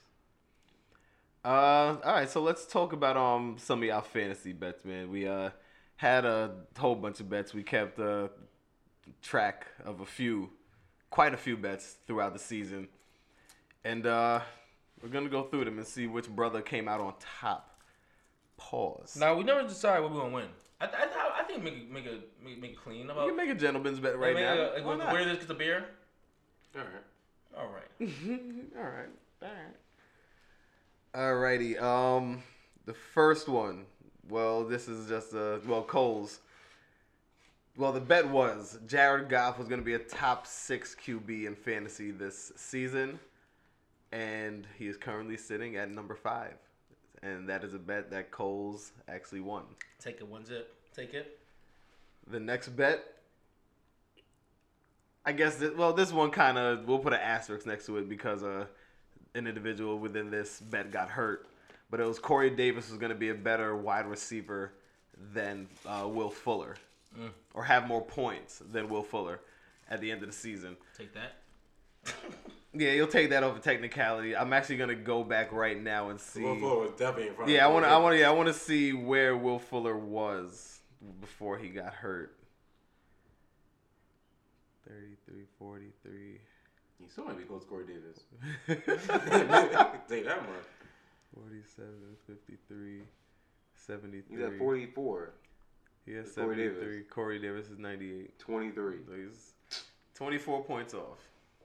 Uh, all right, so let's talk about um some of y'all fantasy bets, man. We uh had a whole bunch of bets. We kept uh track of a few, quite a few bets throughout the season, and uh we're gonna go through them and see which brother came out on top. Pause. Now we never decide what we're gonna win. I, th- I, th- I think make it- make a make, make it clean about you can make a gentleman's bet right make now. a- like, Why not? uh, where this gets a beer. All right. All right. All right. All right. Alrighty. Um, the first one. Well, this is just a well Coles. Well, the bet was Jared Goff was going to be a top six QB in fantasy this season, and he is currently sitting at number five, and that is a bet that Coles actually won. Take it one zip. Take it. The next bet. I guess that, well, this one kind of we'll put an asterisk next to it because uh, an individual within this bet got hurt, but it was Corey Davis was going to be a better wide receiver than uh, Will Fuller, Mm. or have more points than Will Fuller at the end of the season. Take that. Yeah, you'll take that over technicality. I'm actually going to go back right now and see. Will Fuller was definitely in front. Yeah, I of want to. I want to. Yeah, I want to see where Will Fuller was before he got hurt. 33, 43. He still might be close to Corey Davis. [LAUGHS] Say that much. 47, 53, 73. He's at 44. He has Corey Davis. 73. Corey Davis is 98. 23. So he's 24 points off.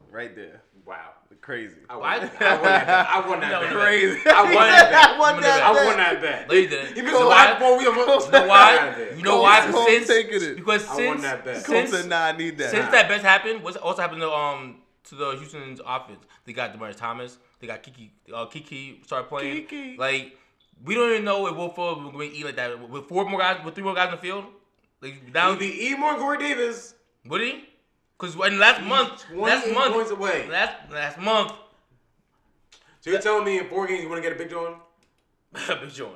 Right there. Wow. Crazy. I [LAUGHS] won, Why- I won that bet. I won that bet. Crazy. I won [LAUGHS] that I won bet. I that won bet. that bet. Lady did it. You You been know going why? for we almost. You know why? You know why? Colts- Because Colts since taking it. because I won since that bet. Colts since, said, since nah, I need that. that best happened, what's also happened to um to the Houston's offense? They got Demarius Thomas. They got Kiki. Uh, Kiki started playing. Kiki. Like we don't even know if Will Fuller will going to eat like that with four more guys, with three more guys in the field. Like That down, would be E more Corey Davis. would he? Because last month, last 28 month, points away. last last month, [LAUGHS] So you're telling me in four games you wouldn't get a big John? Big John.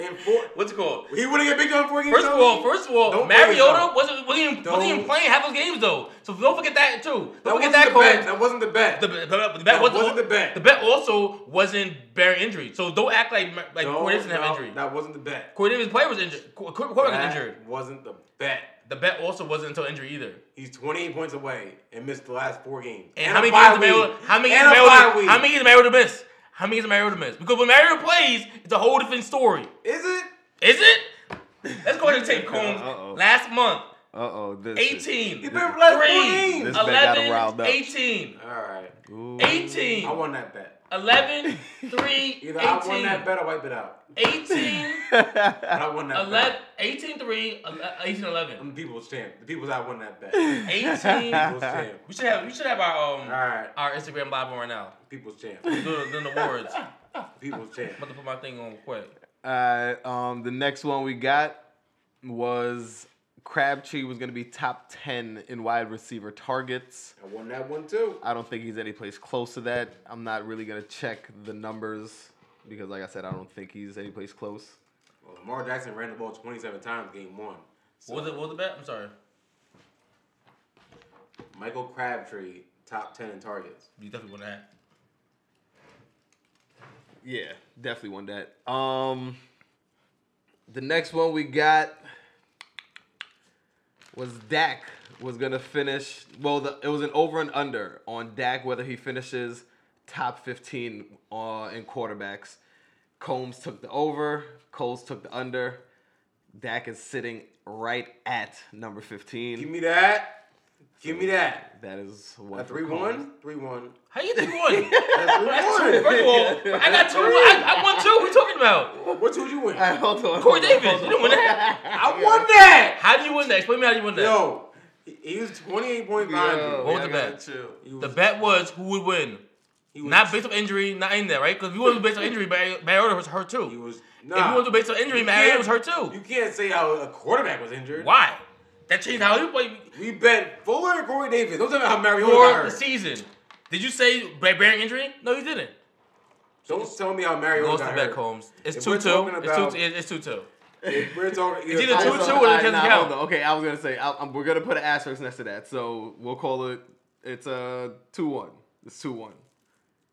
In four, What's it called? he wouldn't get big John in four games. First of Tony? all, first of all, Don't worry, Mariota though. wasn't wasn't even, wasn't even Don't- playing half those games though. So don't forget that too. that Don't forget wasn't the that bet. coach. That wasn't the bet. The, the, the bet That wasn't, wasn't the bet. The bet also wasn't bearing injury. So don't act like like No, Corey Davis didn't no, have injury. That wasn't the bet. Corey Davis' player was injured. Cor- Cor- Quarterback was That injured. wasn't the bet. The bet also wasn't until injury either. He's 28 points away and missed the last four games. And, how a many bye games Mariota? week. How many games And a bye Mariota? week. How many games Mariota miss? How many games Mariota miss? Because when Mariota plays, it's a whole different story. Is it? Is it? Let's go ahead and take Combs. [LAUGHS] Uh-oh. Last month, Uh oh. This shit. 18. He been for the last four Three, games. This- bet got him 11, riled up. 18, All right. Ooh. [LAUGHS] 18, I won that bet. [LAUGHS] 11, 3, Either I won that bet or wipe it out. 18, But I won that 11, bet. 18, 3, 18, 11. I'm the people's champ. The people's I won that bet. 18. People's [LAUGHS] champ. We should have we should have our um All right. our Instagram live on right now. People's champ. Doing doing the awards. I'm People's champ. about to put my thing on quick. Uh, um, the next one we got was Crabtree was going to be top 10 in wide receiver targets. I won that one too. I don't think he's any place close to that. I'm not really going to check the numbers because, like I said, I don't think he's any place close. Well, Lamar Jackson ran the ball 27 times game one. So What was it? What was the bet? I'm sorry. Michael Crabtree, top 10 in targets. You definitely won that. Yeah, definitely won that. Um, the next one we got was Dak was gonna finish. Well, the, it was an over and under on Dak whether he finishes top fifteen uh, in quarterbacks. Combs took the over. Coles took the under. Dak is sitting right at number Give fifteen. me that. Give me that. That is one. A for 3 Combs. 1? 3 1. How you think you won? [LAUGHS] That's 3 1. First of all, I got two. I, [LAUGHS] I won two. What are you talking about? What two did you win? All right, [LAUGHS] hold on. Corey hold on, Davis. You hold on. didn't win [LAUGHS] that. I [LAUGHS] won that. How do you win that? Explain me how you won that. Yo, he- he was 28 point behind Yo, What y'all was the gotta bet? chill. you. He The was- bet was who would win. he was- Not based on injury, not in there, right? Because if you want to do based on injury, Mar- Mariota was hurt He too. was. Nah. If you want to do based on injury, You Mariota can't- was hurt You too. can't say how a quarterback was injured. Why? That changed how you played We bet Fuller and Corey Davis. Don't tell me how Mariota got for the hurt. season. Did you say ba- bearing injury? No, you didn't. Don't tell me how Mariota Lost got the hurt. bet, Holmes. It's If two we're two. talking It's two about- two. It's two two. [LAUGHS] If We're talking. It's either All two right, or so- two, all it doesn't nah, count. hold on. Okay, I was gonna say I, am we're gonna put an asterisk next to that, so we'll call it. It's a two one. It's two one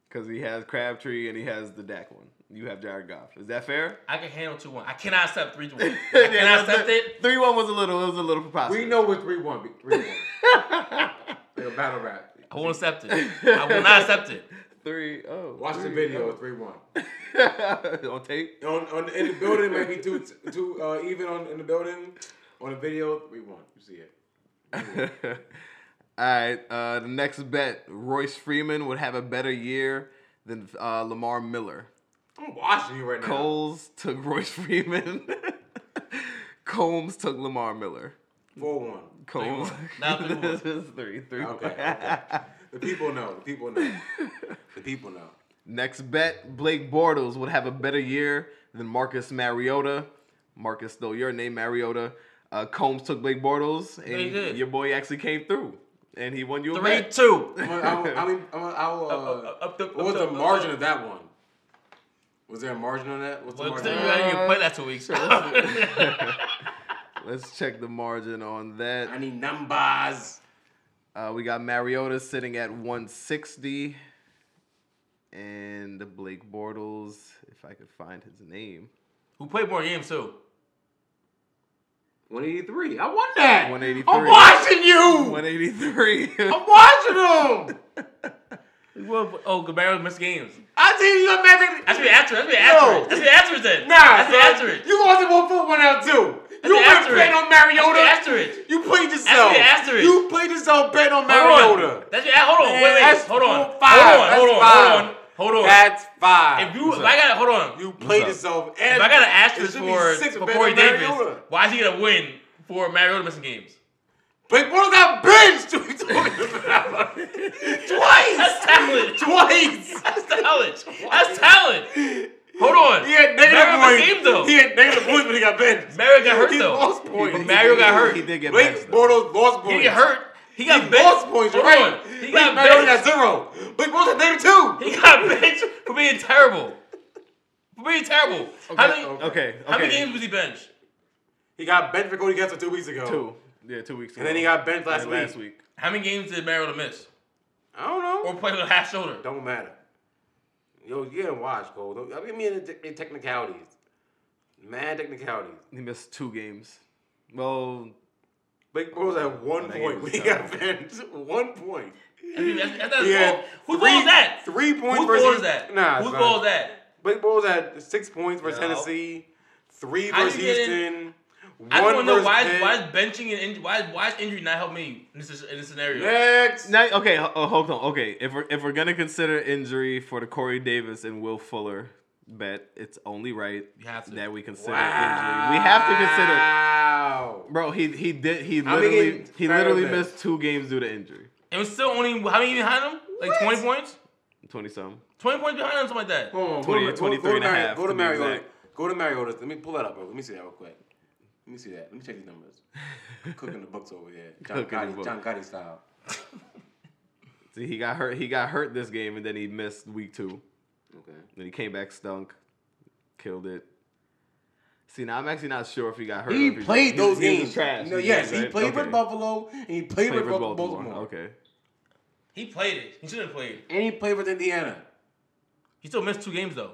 because he has Crabtree and he has the Dak one. You have Jared Goff. Is that [LAUGHS] fair? I can handle two one. I cannot accept three one. I cannot accept it. Three one was a little. It was a little preposterous. We know we're three one. Three [LAUGHS] one. like a battle rap. I won't accept it. I will not accept [LAUGHS] it. three oh. Watch the three, video. Three one. oh. [LAUGHS] on tape. [LAUGHS] On on in the building maybe two two uh, even on in the building on the video three one. You see it. All right. Uh, the next bet: Royce Freeman would have a better year than uh, Lamar Miller. I'm watching you right now. Coles took Royce Freeman. [LAUGHS] Combs took Lamar Miller. Four one. Combs. Now three one. this is [LAUGHS] three. Three. Okay, one. okay. The people know. The people know. The people know. [LAUGHS] Next bet: Blake Bortles would have a better year than Marcus Mariota. Marcus stole your name, Mariota. Uh, Combs took Blake Bortles, and he did. your boy actually came through, and he won you a Three bet. two. I'm gonna- I'm gonna- I mean, I'm gonna- I'll. Uh, Up the- what was up the the- margin of that one? Was there a margin on that? What's the Well, margin? you on that? already played that two weeks. Let's check the margin on I that. need numbers. Uh, we got Mariota sitting at 160, and Blake Bortles, if I could find his name. Who played more games too? 183. I won that. 183. I'm watching you. [LAUGHS] 183. I'm watching them. Oh, Gabriel missed games. I tell you, I'm magic. That's be accurate. That's be accurate. That's be accurate then. Nah, that's be son. accurate. You lost it one foot, one out two. You weren't asterisk. betting on Mariota. That's the asterisk. You played yourself. That's the asterisk. You played yourself betting on Hold Mariota. on. That's your, hold on. Man, Wait, wait. that's Hold on. four, five. Hold on. That's Hold on. five. Hold on. Hold on. That's five. if you, if I got, hold on. you played yourself, and if I got an it asterisk should be for, six for betting Corey on Davis, Mariota. why is he gonna win for Mariota missing games? [LAUGHS] Blake Bortles got benched. What are you talking about? [LAUGHS] That's Twice. talent. Twice. That's [LAUGHS] talent. That's talent. Hold on. He had negative Mariota missed points. games though. He had negative points, but he got benched. Mario got hurt He though. lost points. But Mario got hurt. He did get Blake benched. though. Bortles lost points. He got hurt. He got He benched. lost points. You're right. Hold on. He Blake got Mariota got benched. zero. Blake Bortles got negative two. He got [LAUGHS] benched for being terrible. For being terrible. how many, okay. Okay. how many okay. games was he benched? He got benched for Cody Gessler two weeks ago. Two. Yeah, two weeks ago. And then he got benched last, And week. last week. How many games did Mariota miss? I don't know. Or play with a half shoulder? Don't matter. Yo, you didn't watch, Cole. Don't, I mean, me and the te- technicalities. Mad technicalities. He missed two games. Well, Blake Bortles had one That point. game was We got benched. [LAUGHS] One point. I mean, that's, that's not his Yeah. fault. Whose Three- fault is that? three points Whose versus- fault is that? Nah, Whose it's not. fault is that? Blake Bortles had six points versus No. Tennessee, three How you versus getting- Houston, one I just want to know versus why Pitt. is, why is benching and injury, why is, why is injury not helping me in this, in this scenario? Next. now, okay, ho- oh, hold on. Okay, if we're if we're gonna consider injury for the Corey Davis and Will Fuller bet, it's only right You have to. that we consider injury. We have to consider, Wow. bro. He he did he How many literally games he Mario literally missed? missed two games due to injury. It was still only, how many behind him? Like 20 points? Twenty some. 20 points behind him, something like that. Hold on, 20, go to, 23 go, and to a Mari- half, Go to to be Mariota. exact. Go to Mariota. Let me pull that up, bro. Let me see that real quick. Let me see that. Let me check these numbers. [LAUGHS] Cooking the books over here. John Cooking the Gotti, books. John Gotti style. See, he got hurt. He got hurt this game, and then he missed week two. Okay. Then he came back, stunk, killed it. See, now I'm actually not sure if he got hurt. He or if played he those he was games. Trash. No, He yes, was, he right? played Okay. with Buffalo and he Played played, with, with Baltimore. Baltimore. Okay. He played it. He shouldn't have played. And he played with Indiana. He still missed two games, though.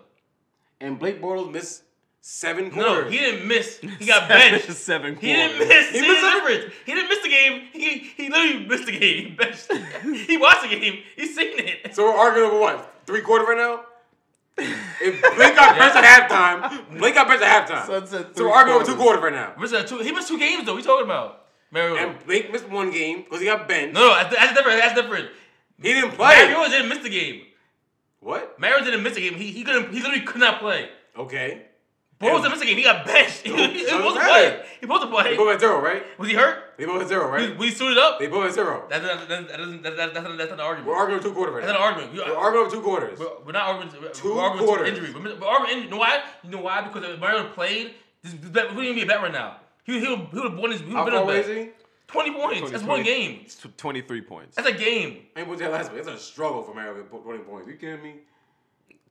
And Blake Bortles missed seven quarters. No, he didn't miss. [LAUGHS] [LAUGHS] He got benched. Seven He didn't quarters. miss. He He, missed missed average. He didn't miss the game. He he literally missed the game. [LAUGHS] He benched. he watched the game. He's seen it. So we're arguing over what? Three quarter right now? if Blake got benched at halftime, Blake got benched at halftime. So it's at so three we're arguing over two quarters. quarters right now. Missed that two- He missed two games though. What you talking about, Mario? And Blake missed one game because he got benched. no, no, that's, that's different. That's different. He didn't play. Mario didn't miss the game. What? Mario didn't miss the game. He he couldn't. He literally could not play. Okay. Bortles didn't miss the game. He got benched. [LAUGHS] He, he, was so supposed to does play. that. He was supposed They to both play. had zero, right? Was he hurt? They both had zero, We, right? we suited up. They both had zero. That's not, that's, that doesn't, that's, that's, that's, not, that's not an argument. We're arguing over two quarters right that's not an now. argument. We- We're arguing over two quarters. We're, we're not arguing. We're, Two we're arguing two quarters. injury. We're, we're arguing injury. You know why? You know why? Because if Mario played, this, this bet, we wouldn't even be a bet right now. He he would he would have won his. He would How have been a far away is bet. he? Twenty points. That's 20. one game. It's tw- 23 points. That's a game. I ain't put that last week. That's a struggle for Mario with 20 points. You kidding me?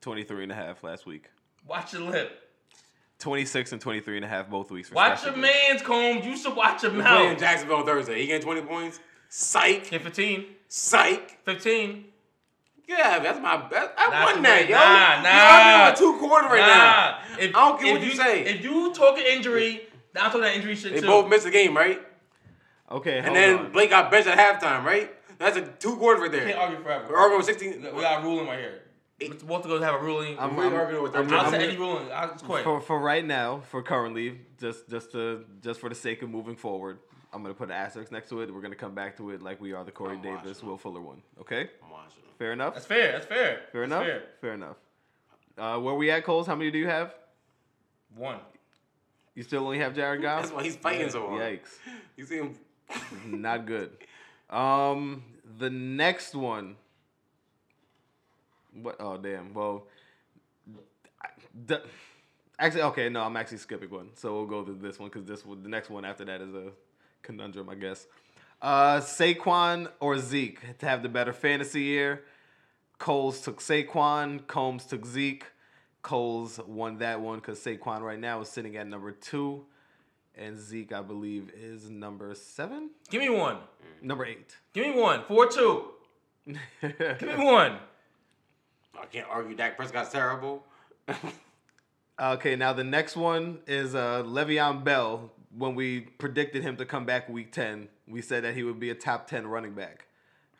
23 and a half last week. Watch your lip. 26 and 23 and a half both weeks. Watch your respectively. man's Combs. You should watch him Playing now. in Jacksonville on Thursday. He getting 20 points? Psych. Get 15. Psych. 15. Yeah, that's my best. I Nah, won that, nah, yo. You're nah. arguing over two quarters right Nah. now. If, I don't care if what you say. If you talk an injury, now I'm talking that injury shit They too. both missed the game, right? Okay, And hold then on. Blake got benched at halftime, right? That's a two quarters right can't there. argue forever. We're arguing over 16. We got a ruling right here. It- Walter goes have a ruling. i I'm- We're arguing over 13. will I'm- say any ruling. I'll just quit. for for right now, for currently, just just to just for the sake of moving forward, I'm gonna put an asterisk next to it. We're gonna come back to it like we are the Corey Davis, Will Fuller one. Okay, I'm watching him. fair enough. Oh. That's fair. That's fair. fair That's enough. Fair. Fair enough. Uh, where we at, Coles? How many do you have? One. You still only have Jared Goff? That's why he's fighting so hard. Yikes. You see him? Not good. Um, the next one. What? Oh damn. Well, I- the, actually, okay. No, I'm actually skipping one. So we'll go to this one because this one, the next one after that is a conundrum, I guess. Uh, Saquon or Zeke to have the better fantasy year. Coles took Saquon. Combs took Zeke. Coles won that one because Saquon right now is sitting at number two, and Zeke I believe is number seven. Give me one. Number eight. [LAUGHS] Give me one. Four two. Give me one. I can't argue Dak Prescott's terrible. okay, now the next one is uh, Le'Veon Bell. When we predicted him to come back week 10, we said that he would be a top 10 running back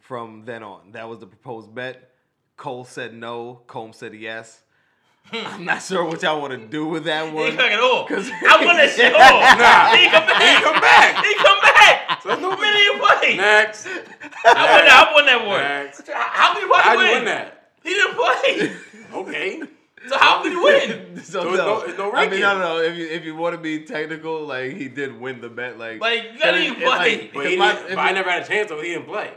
from then on. That was the proposed bet. Cole said no, Combs said yes. Hmm. I'm not sure what y'all want to do with that [LAUGHS] He one. ain't back at all. Cause- [LAUGHS] I want that shit all. Nah. [LAUGHS] He ain't come come back. back. He He ain't come back. There's no Million play. Next. I won that. I won that one. Next. How did Rocky How'd win? you win that? He didn't play. Okay. So how did he [LAUGHS] win? so There no, was no- there's no I mean, ranking. I don't know if you if you want to be technical, like he did win the bet, like Like, you gotta if- if, even play. like, But, if he my- didn't, if but I my- never had a chance, so he didn't play.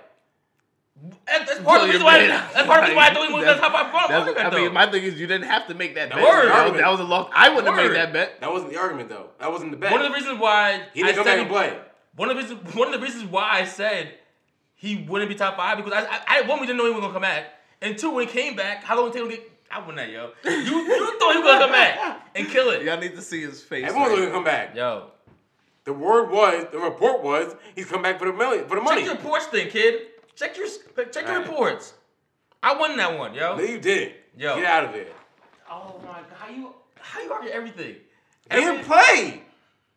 That- That's part of the reason why. That's part of the reason why I thought he was the top five that's- quarterback. I mean, though. my thing is you didn't have to make that bet. Word. That, was, that was a long. I wouldn't have Word. made that bet. That wasn't the argument, though. That wasn't the bet. One of the reasons why he didn't I come said back and play. One of the reasons, one of the reasons why I said he wouldn't be top five because I, I, I one we didn't know he was gonna come back, and two when he came back, how long did it take him to get? I won that, yo. You you thought he was gonna come back and kill [LAUGHS] it, Y'all need to see his face. Everyone was right gonna come back. yo. The word was, the report was, he's come back for the million, for the money. Check your reports, then, kid. Check your check your Alright. reports. I won that one, no, yo. you didn't. Yo. Get out of there. Oh my god, how you how you argue everything? He didn't play.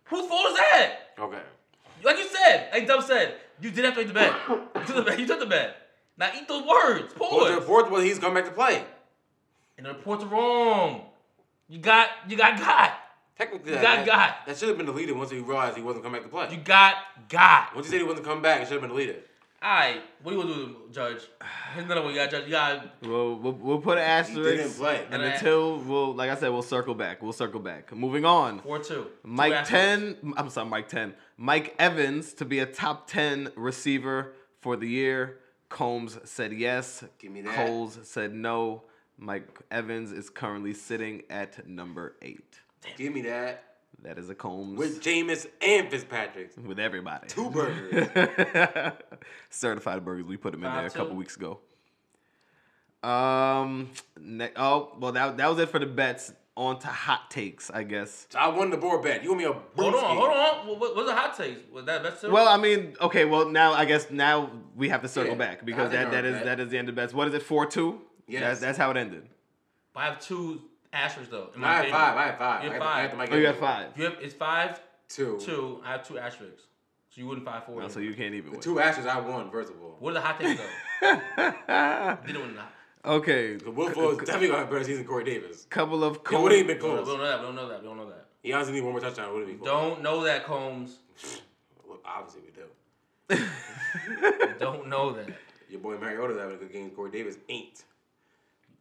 Whose fault is that? Okay. Like you said, like Dub said, you did have to make the bet. You took the bet. You took the bet. Now eat those words. Well, the Pause. report was he's come back to play. And the reports are wrong. You got you got got. Technically, You that, got that, got. that should have been deleted once he realized he wasn't coming back to play. You got got. once he said he wasn't coming back, it should have been deleted. Alright, what do you want to do, Judge? Here's another one you got, Judge. You got We'll, we'll, we'll put an He asterisk. didn't play. And An a- until we'll, like I said, we'll circle back. We'll circle back. Moving on. four two. Two Mike asterisks. ten. I'm sorry, Mike ten. Mike Evans to be a top ten receiver for the year. Combs said yes. Give me that. Coles said no. Mike Evans is currently sitting at number eight. Give me that. That is a Combs With Jameis and Fitzpatrick. with everybody. [LAUGHS] Two burgers. Certified burgers. We put them in Five, there a couple two. weeks ago. Um. Ne- oh well, that that was it for the bets. On to hot takes, I guess. So I won the board bet. You owe me a Hold brewski. on, hold on. What, what was the hot take? Was that best two? Well, I mean, okay. Well, now I guess now we have to circle Yeah, back I because think that I that heard is that. that is the end of bets. What is it? Four two. Yes. That's, that's how it ended. I have two asterisks though. in my I had favor. five. I had five. You I had had I had five. to make Oh, you it got five. You have it's five, Two. two. I have two asterisks. So you wouldn't five four. No, so you can't even The win. two ashes I won, first of all. What are the hot takes though? [LAUGHS] you didn't win that. [LAUGHS] okay. But [LAUGHS] Will Fuller is definitely gonna have a better season than Corey Davis. Couple of It wouldn't even cold. been We don't know close. that. We don't know that. We don't know that. He honestly need one more touchdown. It wouldn't be close. Don't know that, Combs. Well, obviously we do. [LAUGHS] [LAUGHS] Don't know that. Your boy Mariota's having a good game. Corey Davis ain't.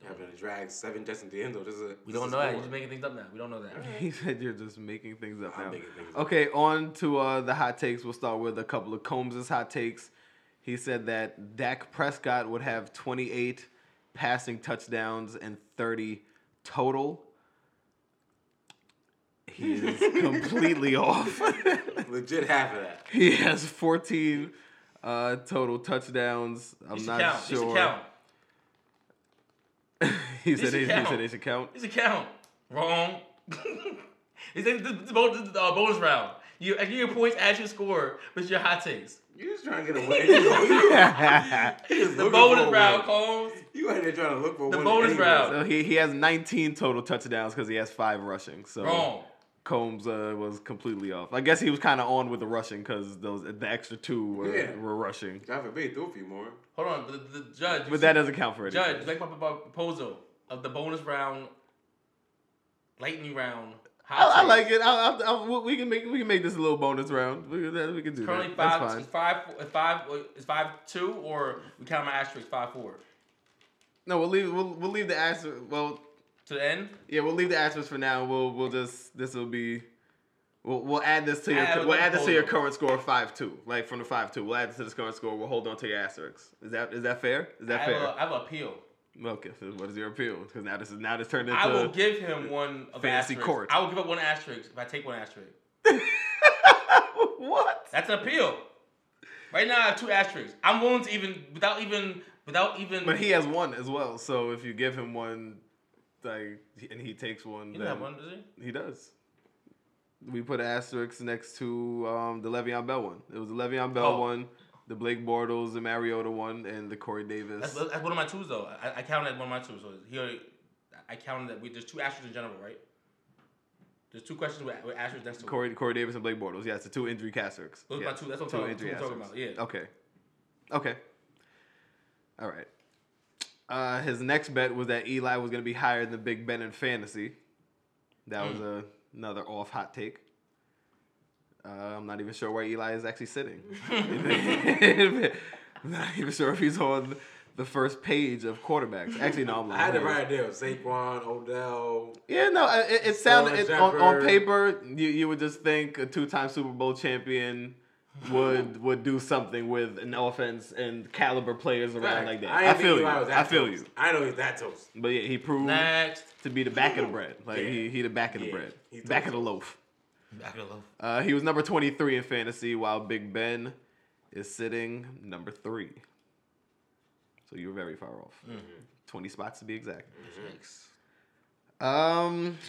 Having to drag seven Justin into the end zone. Just a, We don't know that. You're just making things up now. We don't know that. [LAUGHS] He said you're just making things up I'm now. making things up. okay, on to uh, the hot takes. We'll start with a couple of Combs's hot takes. He said that Dak Prescott would have 28 passing touchdowns and 30 total. He is completely off. [LAUGHS] legit half of that. he has 14 uh, total touchdowns. I'm You should not count. You sure. should count. [LAUGHS] he said should he, he count. said they should count. You should count. Wrong. [LAUGHS] Is this, this, is bonus, this is, uh, bonus round? You I give your points as your score, but it's your hot takes. [LAUGHS] You just trying to get [LAUGHS] away. you [LAUGHS] just looking The for bonus a round, win. Combs. You out here trying to look for The one. bonus anyway. round. So Uh, he, he has 19 total touchdowns because he has five rushing. So Wrong. Combs uh, was completely off. I guess he was kind of on with the rushing because those the extra two were, Yeah. were rushing, God forbid, throw a few more. Hold on. The, the judge. but that doesn't count for anything. Judge, make my propo- proposal of the bonus round, lightning round. Hot I, I takes. like it. I, I, I, we- we can make we can make this a little bonus round. We, that- we can do Currently that. That's five, fine. it's five, it's five, it's five two, or we count my asterisk five four No, we'll leave we'll, we'll leave the asterisk. Well, to the end. yeah, we'll leave the asterisk for now. We'll we'll just this will be. We'll, we'll add this to your Add we'll add this to your another current score five two like from the five two we'll add this to this current score we'll hold on to your asterisks is that is that fair is I that have, fair a, I have an appeal. Okay, so what is your appeal? Because now this is now this turned into I will give him one of fantasy asterisk. court. I will give up one asterisk if I take one asterisk. [LAUGHS] what? That's an appeal. Right now I have two asterisks. I'm willing to even without even without even. But he has one as well. So if you give him one, like, and he takes one, he then didn't have one, does he? he does. We put an asterisk next to um, the Le'Veon Bell one. It was the Le'Veon Bell Oh. one, the Blake Bortles, the Mariota one, and the Corey Davis. That's, that's one of my twos though. I, I counted one of my twos. So he already, I counted that we there's two asterisks in general, right? There's two questions with, with asterisks next to it. Corey, Corey Davis and Blake Bortles. Yes, the two injury asterisks. Those are yeah. my two- that's what I'm talking- that's what I'm talking asterisks. about, Okay. yeah. Okay. All right. Uh, his next bet was that Eli was going to be higher than Big Ben in fantasy. That Hmm. was a, another off hot take. Uh, I'm not even sure where Eli is actually sitting. [LAUGHS] I'm not even sure if he's on the first page of quarterbacks. Actually, no, I'm I lying. had it right there. Saquon, Odell. Yeah, no, I- it, it sounded it, on, on Shepard. paper. You you would just think a two-time Super Bowl champion [LAUGHS] would would do something with an offense and caliber players around like that. I, didn't think feel you. Eli was that I feel toast. you. I know he's that toast. But yeah, he proved Next. to be the back of the bread. Like he, Yeah. he the back of the Yeah, bread, he back of told the loaf. Back of the loaf. Uh, he was number 23 in fantasy, while Big Ben is sitting number three. So you're very far off. 20 spots to be exact. Um,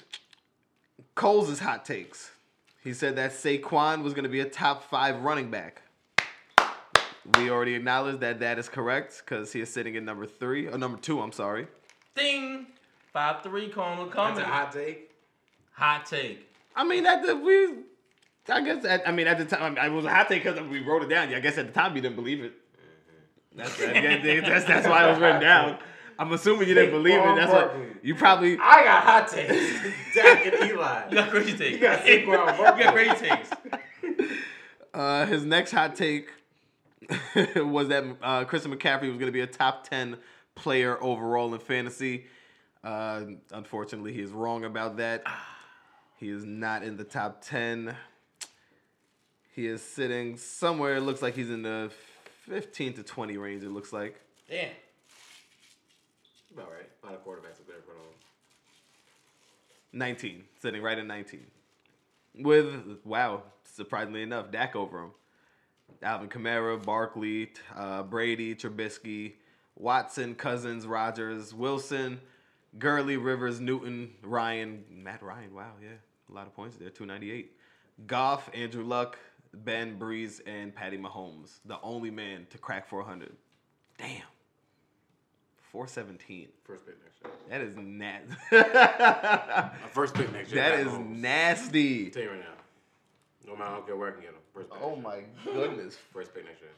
Coles' hot takes. He said that Saquon was going to be a top five running back. We already acknowledged that that is correct because he is sitting at number three, or number two, I'm sorry. Ding. Five three corner That's coming. a Hot, hot take. take. I mean, at the we, I guess. At, I mean, at the time, I, mean, it was a hot take because we wrote it down. I guess at the time you didn't believe it. That's that- [LAUGHS] that's, that's why it was written down. I'm assuming you didn't believe it. That's what you probably. I got hot takes. Dak and Eli. You got crazy takes. You got Saquon Barkley. You got crazy takes. Uh, his next hot take [LAUGHS] was that uh, Christian McCaffrey was going to be a top ten player overall in fantasy. Uh, unfortunately, he is wrong about that. He is not in the top ten. He is sitting somewhere. It looks like he's in the fifteen to twenty range. It looks like. Damn. About right. A lot of quarterbacks up there in front of him. 19, sitting right at 19. With, wow, surprisingly enough, Dak over him. Alvin Kamara, Barkley, t- uh, Brady, Trubisky, Watson, Cousins, Rogers, Wilson, Gurley, Rivers, Newton, Ryan, Matt Ryan, wow, yeah, a lot of points there, 298. Goff, Andrew Luck, Ben Breeze, and Patty Mahomes, the only man to crack 400. Damn. 417. First pick next year. That is [LAUGHS] nat. My first pick next year. That Pat is Mahomes. nasty. tell you right now. No matter, I don't care where I can get him. First pick. Oh Oh next year. goodness. First pick next year.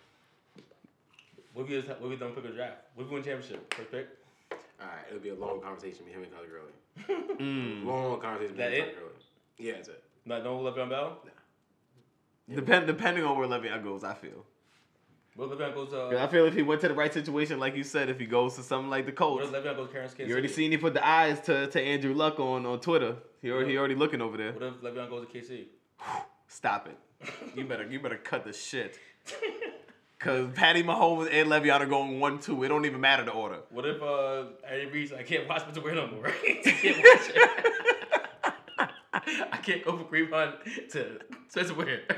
What if you what if you don't pick a draft? What if you win championship? First pick. All right, it'll be a long conversation between him and Todd Gurley. Mm. Mm-hmm. Hmm. Long conversation That between him and it? Todd Gurley. Yeah, that's it. Not no Le'Veon Bell. Depend, depending on where Le'Veon goes, I feel. What if Le'Veon goes to? 'Cause I feel if he went to the right situation, like you said, if he goes to something like the what Colts, if Le'Veon goes to Karen's Kansas? you already City? seen he put the eyes to, to Andrew Luck on, on Twitter. He already, he already looking over there. What if Le'Veon goes to KC? Stop it. You better you better cut the shit. Cause Patty Mahomes and Le'Veon are going one two. It don't even matter the order. [LAUGHS] [LAUGHS] What if uh Andy Reid's I can't watch Mitchell Green no more? [LAUGHS] I can't watch [LAUGHS] it. I can't go from Greenbond to Spencer Ware. [LAUGHS]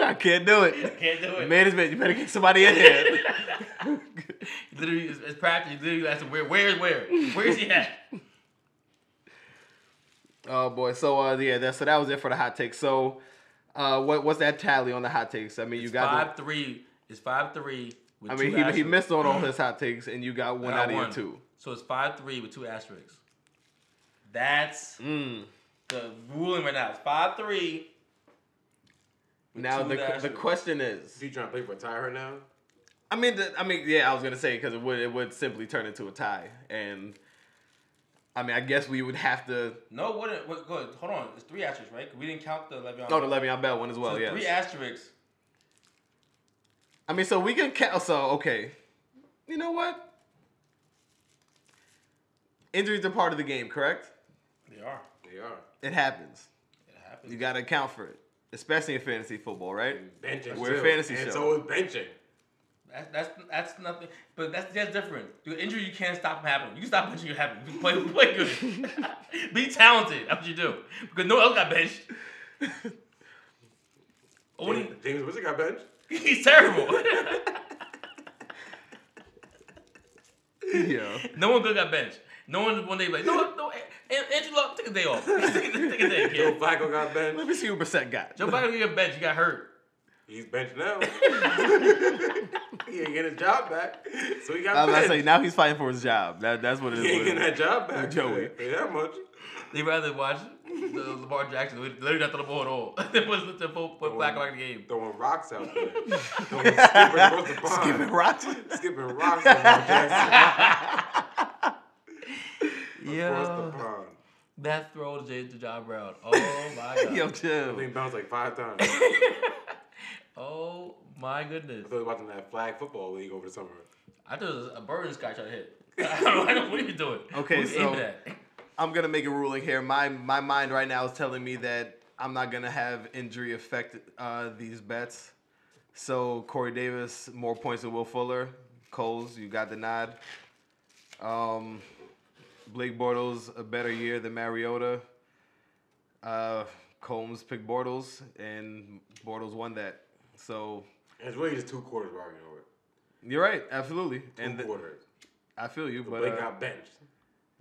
I can't do I it. can't do it. Management, you better get somebody in here. [LAUGHS] literally, it's, it's practice. Literally, that's where, where, where, where is he [LAUGHS] at? Oh boy. So uh yeah, that's so that was it for the hot takes. So uh what what's that tally on the hot takes? I mean you It's got the- five three. It's five three. With I two mean he, he asterisks. missed on [CLEARS THROAT] all his hot takes and you got one I out of your won. two. So it's five three with two asterisks. That's Mm. the ruling right now. It's five three. Now two the dashes. the question is Is he trying to play for a tie right now? I mean the, I mean yeah, I was gonna say because it would it would simply turn into a tie. And I mean I guess we would have to No, what? it- What? Good. Hold on. It's three asterisks, right? We didn't count the Le'Veon. no Oh, the Le'Veon Bell one as So well, Three yeah. asterisks. I mean so we can count so okay. You know what? Injuries are part of the game, correct? They are. They are. It happens. It happens. You gotta account for it, especially in fantasy football, right? Benching. We're a too. fantasy and show. so is benching. That's that's that's nothing. But that's that's different. The injury you can't stop from happening. You can stop punching you happen. You play play [LAUGHS] good. Be talented. That's what you do. Because no one else [LAUGHS] got benched. Only James, James Winston got benched. [LAUGHS] he's terrible. [LAUGHS] Mm. [LAUGHS] Yeah. no one good got benched. No one one day be like no what? no. And Andrew Luck take a day off. [LAUGHS] take a take a day. Joe Kid. Flacco Let [LAUGHS] got benched. me see who Brissett got. Joe Flacco didn't get benched. He got hurt. He's [LAUGHS] benched now. he ain't getting his job back. So he got I was about to benched. say now he's fighting for his job. That, that's what it [LAUGHS] [LAUGHS] he ain't is. getting that job back. Joey. Say that much. They rather watch the Lamar Jackson. They literally not throw the ball at [LAUGHS] all. They put the full put black on the game. Throwing rocks out [LAUGHS] there. Throwing skipping across the pond. Skipping rocks. [LAUGHS] Skipping rocks at Lamar Jackson. Across the Yeah. pond. That throw to J- to [LAUGHS] John Brown. Oh my god. Yo, chill. I think bounced like five times. I Oh my goodness. was watching that flag football league over the summer. I thought it was a bird in the sky trying to hit. [LAUGHS] I don't know. I don't, what are you doing? Okay, Who's so- aiming at? I'm gonna make a ruling here. My my mind right now is telling me that I'm not gonna have injury affect uh, these bets. So Corey Davis more points than Will Fuller. Coles, you got the nod. Um, Blake Bortles a better year than Mariota. Uh, Combs picked Bortles and Bortles won that. So And it's really just two quarters we're arguing over. you're right, absolutely. Two And th- quarters. I feel you, but Blake uh, got benched.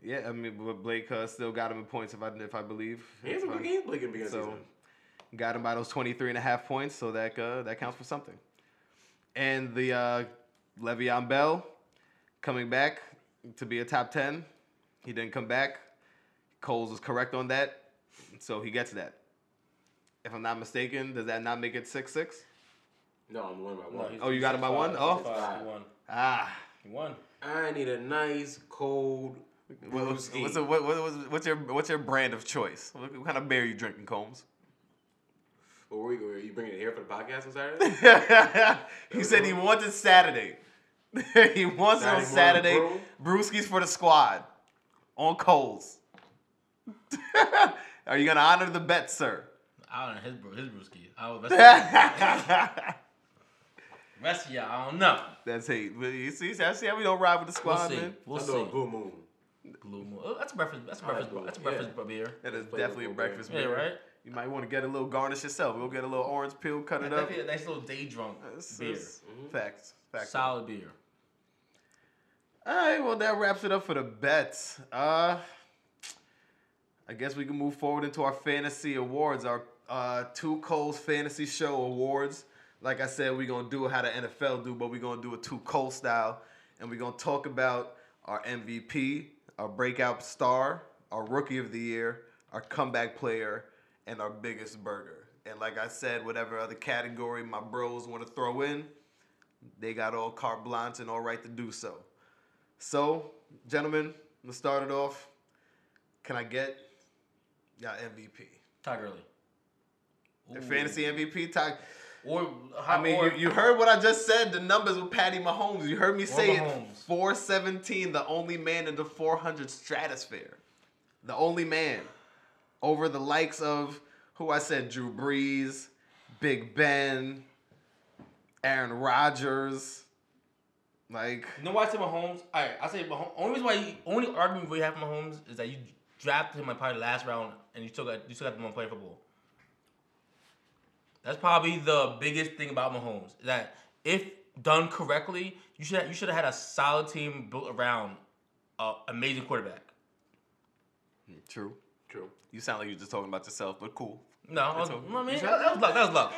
yeah, I mean, but Blake uh, still got him in points if I if I believe. He had It's some good fine. games Blake in the beginning of So the season. got him by those 23 and a half points, so that uh, that counts for something. And the uh, Le'Veon Bell coming back to be a top 10. He didn't come back. Coles is correct on that, so he gets that. If I'm not mistaken, does that not make it 6 6? No, I'm winning by No, one. he's- Oh, you got him by [LAUGHS] one? Five, Oh. Uh, five, He won. Ah. He won. I need a nice cold What- What's, brewski. what's, what- what- what's your what's your brand of choice? What, what kind of beer you drinking, Combs? Well, where you, were you bringing it here for the podcast on Saturday? [LAUGHS] he said he wants it Saturday. [LAUGHS] he wants it on Saturday Saturday. morning Brewskis for the squad on Coles. [LAUGHS] Are you gonna honor the bet, sir? [LAUGHS] I don't know his bro, his brewski. I was rest, rest of y'all. I don't know. That's hate. But You see, that's see how we don't ride with the We'll squad, see. man. We'll I'm see. doing Blue Moon. Blue Moon. Oh, that's a breakfast. That's a I like breakfast. Blue that's a Moon, breakfast beer. That is Flavorful definitely a beer. breakfast Yeah, beer. right. You might want to get a little garnish yourself. We'll get a little orange peel, cut it up. That'd be a nice little day drunk It's- beer. Mm-hmm. it's- Facts. Facts. Solid beer. All right, well that wraps it up for the bets. Uh, I guess we can move forward into our fantasy awards, our uh, two Coles fantasy show awards. Like I said, we're gonna do how the NFL do, but we're gonna do it two Cole style, and we're gonna talk about our MVP, our breakout star, our rookie of the year, our comeback player, and our biggest burger. And like I said, whatever other category my bros want to throw in, they got all carte blanche and all right to do so. So, gentlemen, let's start it off. Can I get y'all MVP? Todd Gurley. The Ooh. fantasy MVP talk. Or I mean, or, you, you heard what I just said. The numbers with Patty Mahomes. You heard me say it. Mahomes. 417, the only man in the 400 stratosphere. The only man over the likes of who I said Drew Brees, Big Ben, Aaron Rodgers. Like, You know why I say Mahomes? All right, I say Mahomes. Only reason why, you, only argument we have for Mahomes is that you drafted him like probably last round, and you still got you still got them on play football. That's probably the biggest thing about Mahomes is that if done correctly, you should you should have had a solid team built around an amazing quarterback. true. True. You sound like you're just talking about yourself, but cool. No, I was, okay. I mean, that, that was luck. That was luck.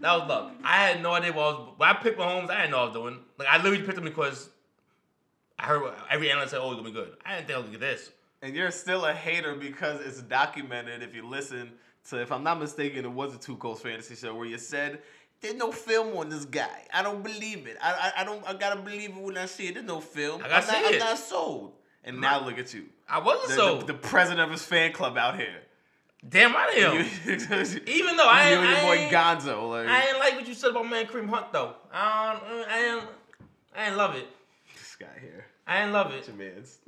That was luck. I had no idea what I was. When I picked Mahomes, I didn't know what I was doing. Like I literally picked him because I heard what- every analyst said, "Oh, he's gonna be good." I didn't think I was gonna get this. And you're still a hater because it's documented if you listen to, if I'm not mistaken, it was a Two Coast Fantasy Show where you said, there's no film on this guy. I don't believe it. I, I, I don't, I gotta believe it when I see it. There's no film. I gotta am see not, it." I'm not sold. And now look at you. I wasn't The, so the, the president of his fan club out here. damn right I am. [LAUGHS] You- Even though I you ain't, and your I, boy ain't, Gonzo. Like, I ain't like what you said about man Cream Hunt though. I don't, I ain't, I ain't love it. this guy here. I ain't love it. Your man's.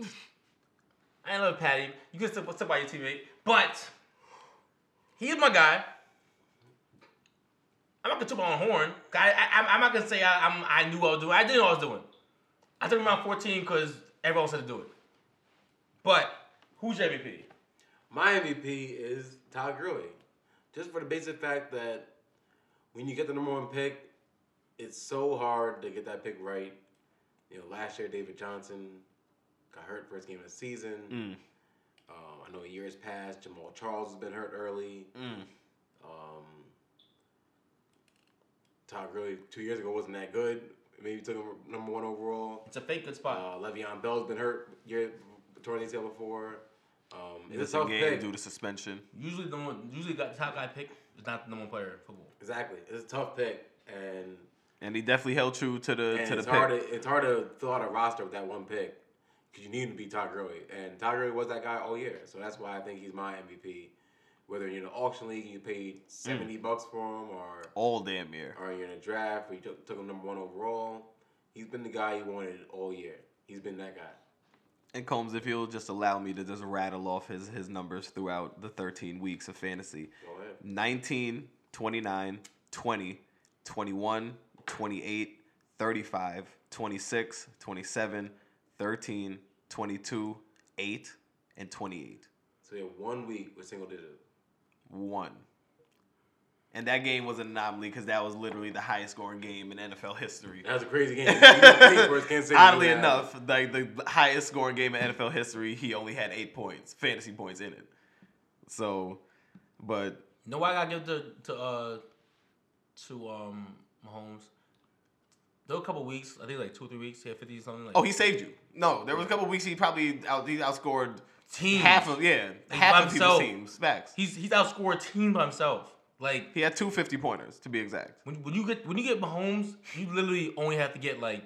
I ain't love Patty. You can still what's up by your teammate, but he's my guy. I'm not gonna toot my own horn. I, I, I'm not gonna say I, I'm, I knew what I was doing. I didn't know what I was doing. I took him around 14 because everyone said to do it. But who's your MVP? My MVP is Todd Gurley. Just for the basic fact that when you get the number one pick, it's so hard to get that pick right. You know, last year David Johnson got hurt first game of the season. Mm. Um, I know years past Jamal Charles has been hurt early. Mm. Um, Todd Gurley two years ago wasn't that good. Maybe took him number one overall. It's a fake good spot. Uh, Le'Veon Bell's been hurt year torn ACL before. Um, it's This a tough game thing. due to suspension. Usually the one, usually the top guy pick is not the number one player in football. Exactly, it's a tough pick, and, And he definitely held true to the and to the it's pick. hard. To, it's hard to fill out a roster with that one pick because you need him to be Todd Gurley, and Todd Gurley was that guy all year, so that's why I think he's my MVP. Whether you're in an auction league and you paid Mm. seventy bucks for him, or All damn year. or you're in a draft where you took, took him number one overall, he's been the guy you wanted all year. He's been that guy. And Combs, if you'll just allow me to just rattle off his his numbers throughout the 13 weeks of fantasy. Go ahead. 19, 29, 20, 21, 28, 35, 26, 27, 13, 22, 8, and 28. So we had one week with single digit. One. And that game was an anomaly because that was literally the highest scoring game in NFL history. That was a [LAUGHS] crazy game. You would think versus Kansas City, Oddly you would have- enough, like the highest scoring game in NFL history, he only had eight points, fantasy points in it. So, but You know why I gotta give the to uh to um Mahomes? There were a couple weeks, I think like two or three weeks, he had fifty something. Like oh, he saved you. No, there was a couple weeks he probably out he outscored teams. half of yeah Like, by half of people's himself. teams. Facts. He, he's he's outscored a team by himself. Like had two 50 pointers to be exact. when, when you get when you get Mahomes, you literally only have to get like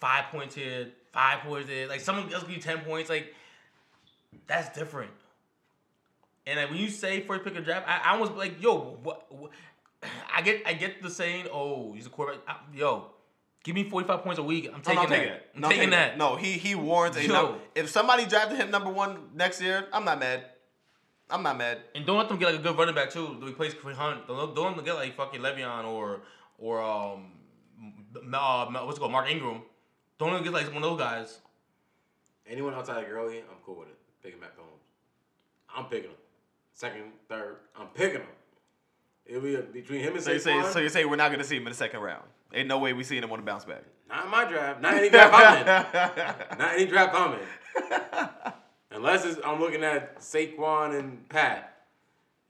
five points here, five points there. Like someone else give you ten points. Like that's different. And like when you say first pick of draft, I, I was like, yo, what, what? [SIGHS] I get I get the saying, oh, he's a quarterback. I, yo, give me forty five points a week. I'm taking no, no, I'm that. taking that. I'm No, I'm taking that. No, he he warrants a Yo. number. If somebody drafted him number one next year, I'm not mad. I'm not mad. And don't let them get like a good running back too. To replace Kareem Hunt. Don't, let- don't let them get like fucking Le'Veon or or um M- uh, M- what's it called Mark Ingram. Don't let them get like one of those guys. Anyone outside of Gurley, I'm cool with it. Picking Matt Mahomes. I'm picking him. Second, third, I'm picking him. It'll be between him and So you say Saquon. so you say we're not gonna see him in the second round. Ain't no way we seeing him on the bounce back. not in my draft. Not any draft I'm [LAUGHS] in. [LAUGHS] Not any draft I'm in. Unless it's, I'm looking at Saquon and Pat.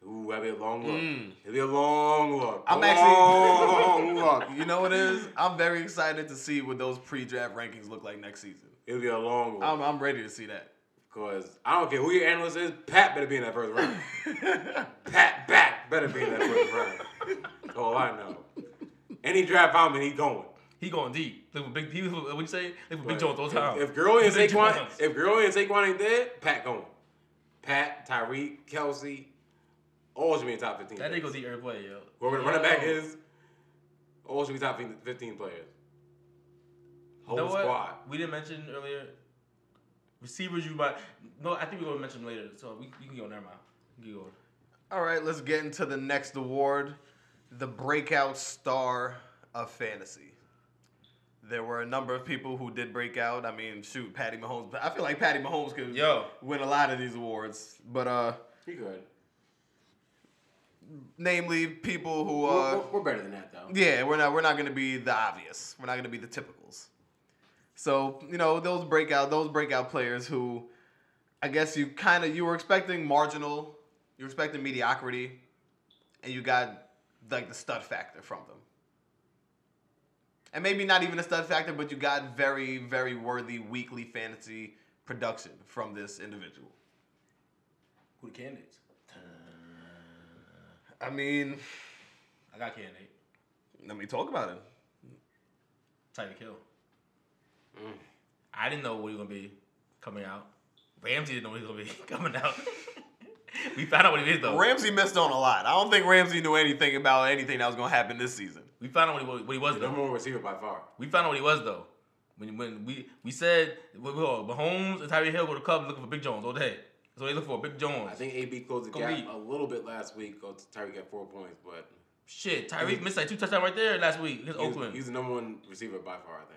Ooh, that'd be a long look. It'd be a long look. Mm. I'm long [LAUGHS] actually- look. You know what it is? I'm very excited to see what those pre-draft rankings look like next season. It'll be a long look. I'm, I'm ready to see that. [LAUGHS] Cause I don't care who your analyst is, Pat better be in that first round. Pat back better be in that first [LAUGHS] round. Oh, I know. Any draft I'm in, he going. He going deep. Look for big. He, what you say? Look for big But Jones all the time. If, if Gurley and Big Saquon, Jones. if Gurley and Saquon ain't dead, Pat going. Pat, Tyreek, Kelsey, all should be in top fifteen. that players. nigga goes deep every play, yo. Whoever the running back Yo. is, all should be top fifteen players. You Whole know squad. what? We didn't mention earlier. Receivers, you might. No, I think we're gonna mention them later. So we you can go. Never mind. You can go. All right, let's get into the next award, the breakout star of fantasy. There were a number of people who did break out. I mean, shoot, Patty Mahomes. I feel like Patty Mahomes could Yo. win a lot of these awards, but uh, He good. namely namely people who We're- uh, we're, we're better than that though. Yeah, we're not we're not gonna be the obvious. We're not gonna be the typicals. So you know those breakout those breakout players who, I guess you kind of you were expecting marginal, you were expecting mediocrity, and you got like the stud factor from them. And maybe not even a stud factor, but you got very very worthy weekly fantasy production from this individual. Who the candidates? I mean, I got candidate. let me talk about it. Tyreek Hill. Mm. I didn't know what he was gonna be coming out. Ramsey didn't know what he was gonna be [LAUGHS] coming out. we found out what he is though. Ramsey missed on a lot. I don't think Ramsey knew anything about anything that was gonna happen this season. we found out what he, wa- what he was Number though. one receiver by far. We found out what he was though. When when we we said what we call it, Mahomes and Tyreek Hill go to Cubs looking for Big Jones all day. That's what they look for, Big Jones. I think AB closed the Gonna gap be- a little bit last week. Oh, Tyreek got four points, but Shit, Tyreek missed like two touchdowns right there last week against he's, Oakland. he's the number one receiver by far, I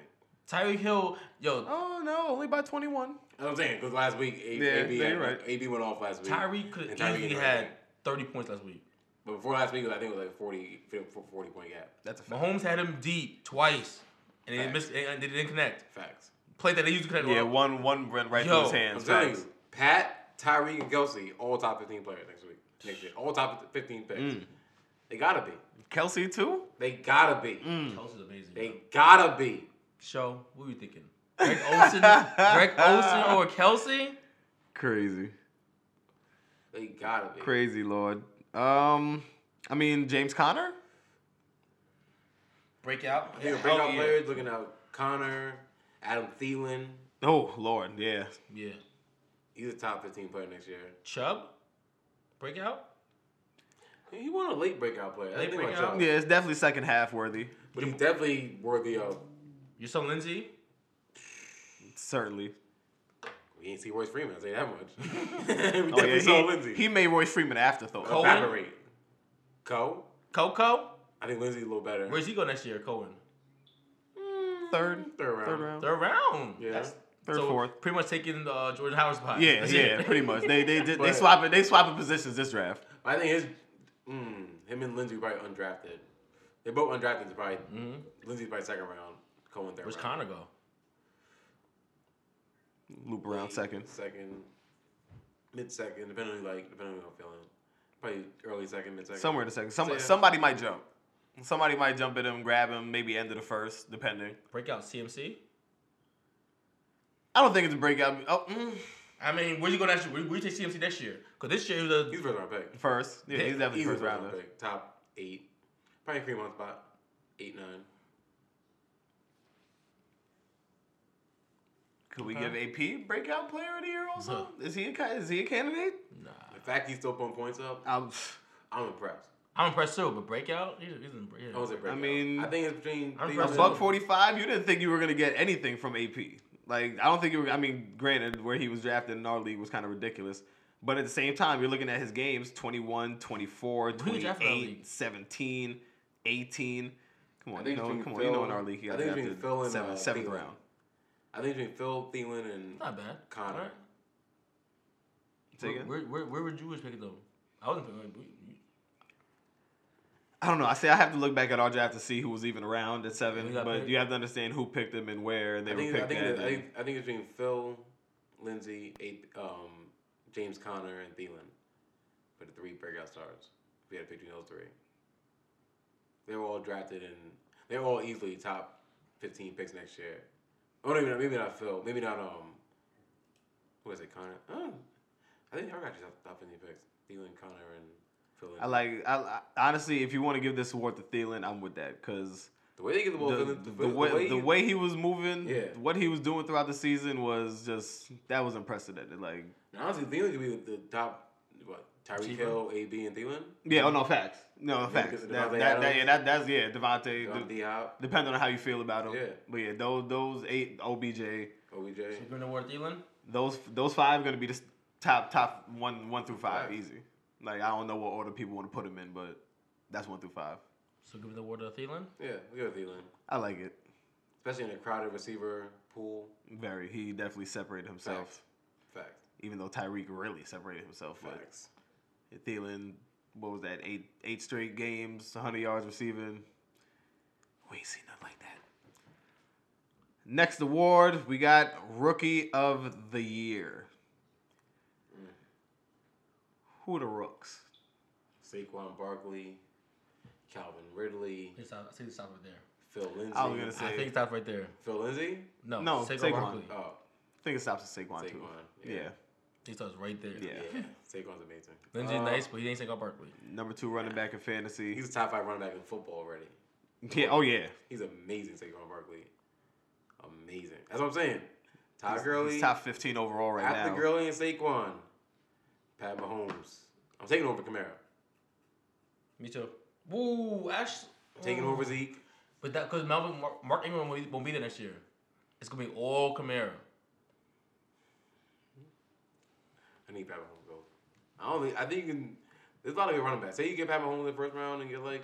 think. Tyreek Hill, yo, Oh no, only by 21. That's what I'm saying because last week A- Yeah, AB, yeah, had- you're right. AB went off last week. Tyreek could and Tyreek easily didn't had really- thirty points last week. But before last week, I think it was like a 40, 40 point gap. That's a fact. Mahomes had him deep twice, and they Facts. missed. And they didn't connect. Facts. Play that they used to connect. Oh, Yeah, well. one one went right Yo, through his I'm hands. telling facts. you, Pat, Tyreek, and Kelsey, all top 15 players next week. Next year, all top 15 picks. They gotta be. Kelsey too? They gotta be. Hmm. Kelsey's amazing. They gotta be. Show, [LAUGHS] what were you thinking? Greg Olson, Greg Olson or Kelsey? Crazy. They gotta be. Crazy Lord. Um, I mean James Conner. Breakout. They were breakout players looking out Connor, Adam Thielen. Oh Lord, yeah. Yeah. He's a top 15 player next year. Chubb. Breakout. He won a late breakout player. Late Late breakout. breakout? Yeah, it's definitely second half worthy. But he's definitely worthy of. You saw Lindsey. [LAUGHS] Certainly. We ain't see Royce Freeman. I'll say that much. [LAUGHS] we definitely saw Oh, he, Lindsey. he made Royce Freeman an afterthought. Cole- evaporate. Co. Coco. I think Lindsey's a little better. Where's he go next year? Cohen. Third, Third round. third round, Third round. Yeah. third, fourth. Pretty much taking uh, Jordan Howard's [LAUGHS] spot. Yeah, That's yeah, it. pretty much. They they did they But- swapping they swapping positions this draft. I think his, mm, him and Lindsey were probably undrafted. They're both undrafted. so Probably Mm-hmm. Lindsey's probably second round. Cohen third. [LAUGHS] Where's round. Connor go? Loop around second. Second, mid second, depending on like depending on how I'm feeling. Probably early second, mid second. Somewhere in the second. Some, Yeah. Somebody might jump. Somebody might jump at him, grab him, maybe end of the first, depending. Breakout CMC. I don't think it's a breakout. Oh, mm, I mean, where you go next year? Where, where you take CMC next year? Because this year he was a He's a first round pick. first. Yeah, he's definitely He's a first rounder. pick. Top eight, probably three month spot, eight nine. Could we give AP breakout player of the year also? Is he a ca- is he a candidate? The fact he's still putting points up, Um, I'm impressed. I'm impressed too, but breakout? He's, he's in breakout. I was I impressed. mean- I think it's between I'm a Thielen impressed. and- buck forty five. You didn't think you were gonna get anything from AP. Like I don't think you were. I mean, granted, where he was drafted in our league was kind of ridiculous. But at the same time, you're looking at his games 21, 24, Who you draft in our 28, league? 17, 18. Come I on, you think know, between come on, you know in Phil- our league he I got think between drafted Phil and, seventh, uh, seventh Thielen. round. I think between Phil, Thielen, and Not bad. Connor. Alright. Say again? Where, where, where would you was picking though? I wasn't picking. Like, we- we- I don't know. I say I have to look back at our draft to see who was even around at seven, Who got but picked? you have to understand who picked them and where they I think, were I picked think, at. it- I, and- think, I think it's between Phil, Lindsey, eight, um, James Conner, and Thielen for the three breakout stars. We had to pick between those three. They were all drafted and they were all easily top fifteen picks next year. Oh, no, maybe not, maybe not Phil. Maybe not um. Who is it, Connor? Oh, I think I got you top- top fifteen picks. Thielen, Connor, and Phil. I like. I, I honestly, if you want to give this award to Thielen, I'm with that because the way they get the ball. the, Thielen- the, the, way, the he- way he was moving, Yeah. what he was doing throughout the season was just that was unprecedented. Like, honestly, Thielen could be the the top. What Tyreek Hill, AB, and Thielen. yeah, oh no, facts, no facts. because of That, Devontae that, that, Adams. yeah, that, that's yeah, Devontae. Dom de- D Hop, depending on how you feel about him, Yeah. But yeah, those those eight OBJ, OBJ. You going to War Thielen? those those five gonna be the s- top top one one through five Right. easy. Like I don't know what order people want to put him in, but that's one through five. So give me the award to Thielen. Yeah, we go with Thielen. I like it Especially in a crowded receiver pool. very. He definitely separated himself. Facts. Facts. even though Tyreek really separated himself. But Facts. Thielen, what was that? Eight eight straight games, 100 yards receiving. We ain't seen nothing like that. Next award, we got Rookie of the Year. Mm. Who the rooks? Saquon Barkley, Calvin Ridley, Please stop- I think stop right there. Phil Lindsay. I was gonna say. I I think think, stop right there. Phil Lindsay? No, No, Saquon. Barkley. Oh, it stops at Saquon, too. Saquon, Yeah. yeah. He starts right there. yeah, yeah. Saquon's amazing. Lindsey's nice, but he ain't Saquon Barkley. Number two running back in fantasy. He's a top five running back in football already. [LAUGHS] Yeah. Oh yeah. He's amazing, Saquon Barkley. Amazing. That's what I'm saying. Todd Gurley. He's top 15 overall right after now. Gurley and Saquon. Pat Mahomes. I'm taking over Kamara. Me too. Woo, actually. I'm taking over Zeke. But that because Melvin Mark, Mark Ingram won't be, won't be there next year. It's gonna be all Kamara. I need Pat Mahomes though. I don't think I think you can. There's a lot of good running backs. Say you get Pat Mahomes in the first round and get like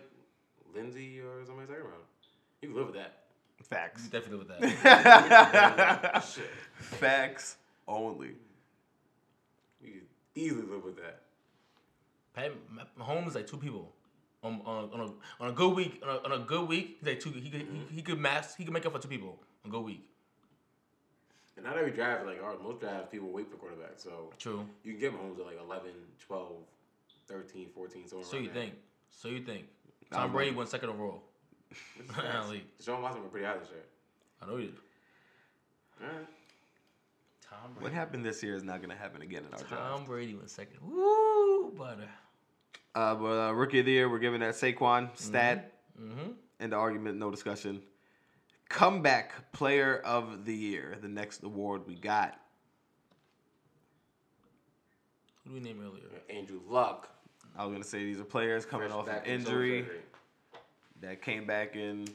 Lindsey or somebody second round. You can live with that. Facts. [LAUGHS] You definitely with that. [LAUGHS] Shit, Facts only. you can easily live with that. Pat Mahomes is like two people. On, on, on, a, on a good week, on a, on a good week, he's like two. He could, he, he could max. He could make up for two people on a good week. And not every draft, like our most drafts, people wait for quarterbacks. So True. you can get Mahomes at like 11, 12, 13, 14, somewhere So around you there. think? So you think? Tom Brady won second overall. Golly. [LAUGHS] Deshaun Watson went pretty high this year. I know you. All right. Tom What Brady. happened this year is not going to happen again in our Tom draft. Brady was second. Woo, butter. Uh, but uh, rookie of the year, we're giving that Mm-hmm. Saquon stat. End of argument, no discussion. Comeback player of the year, the next award we got. Who do we name earlier? Andrew Luck. I was gonna say these are players coming fresh off back an from shoulder injury surgery. that came back and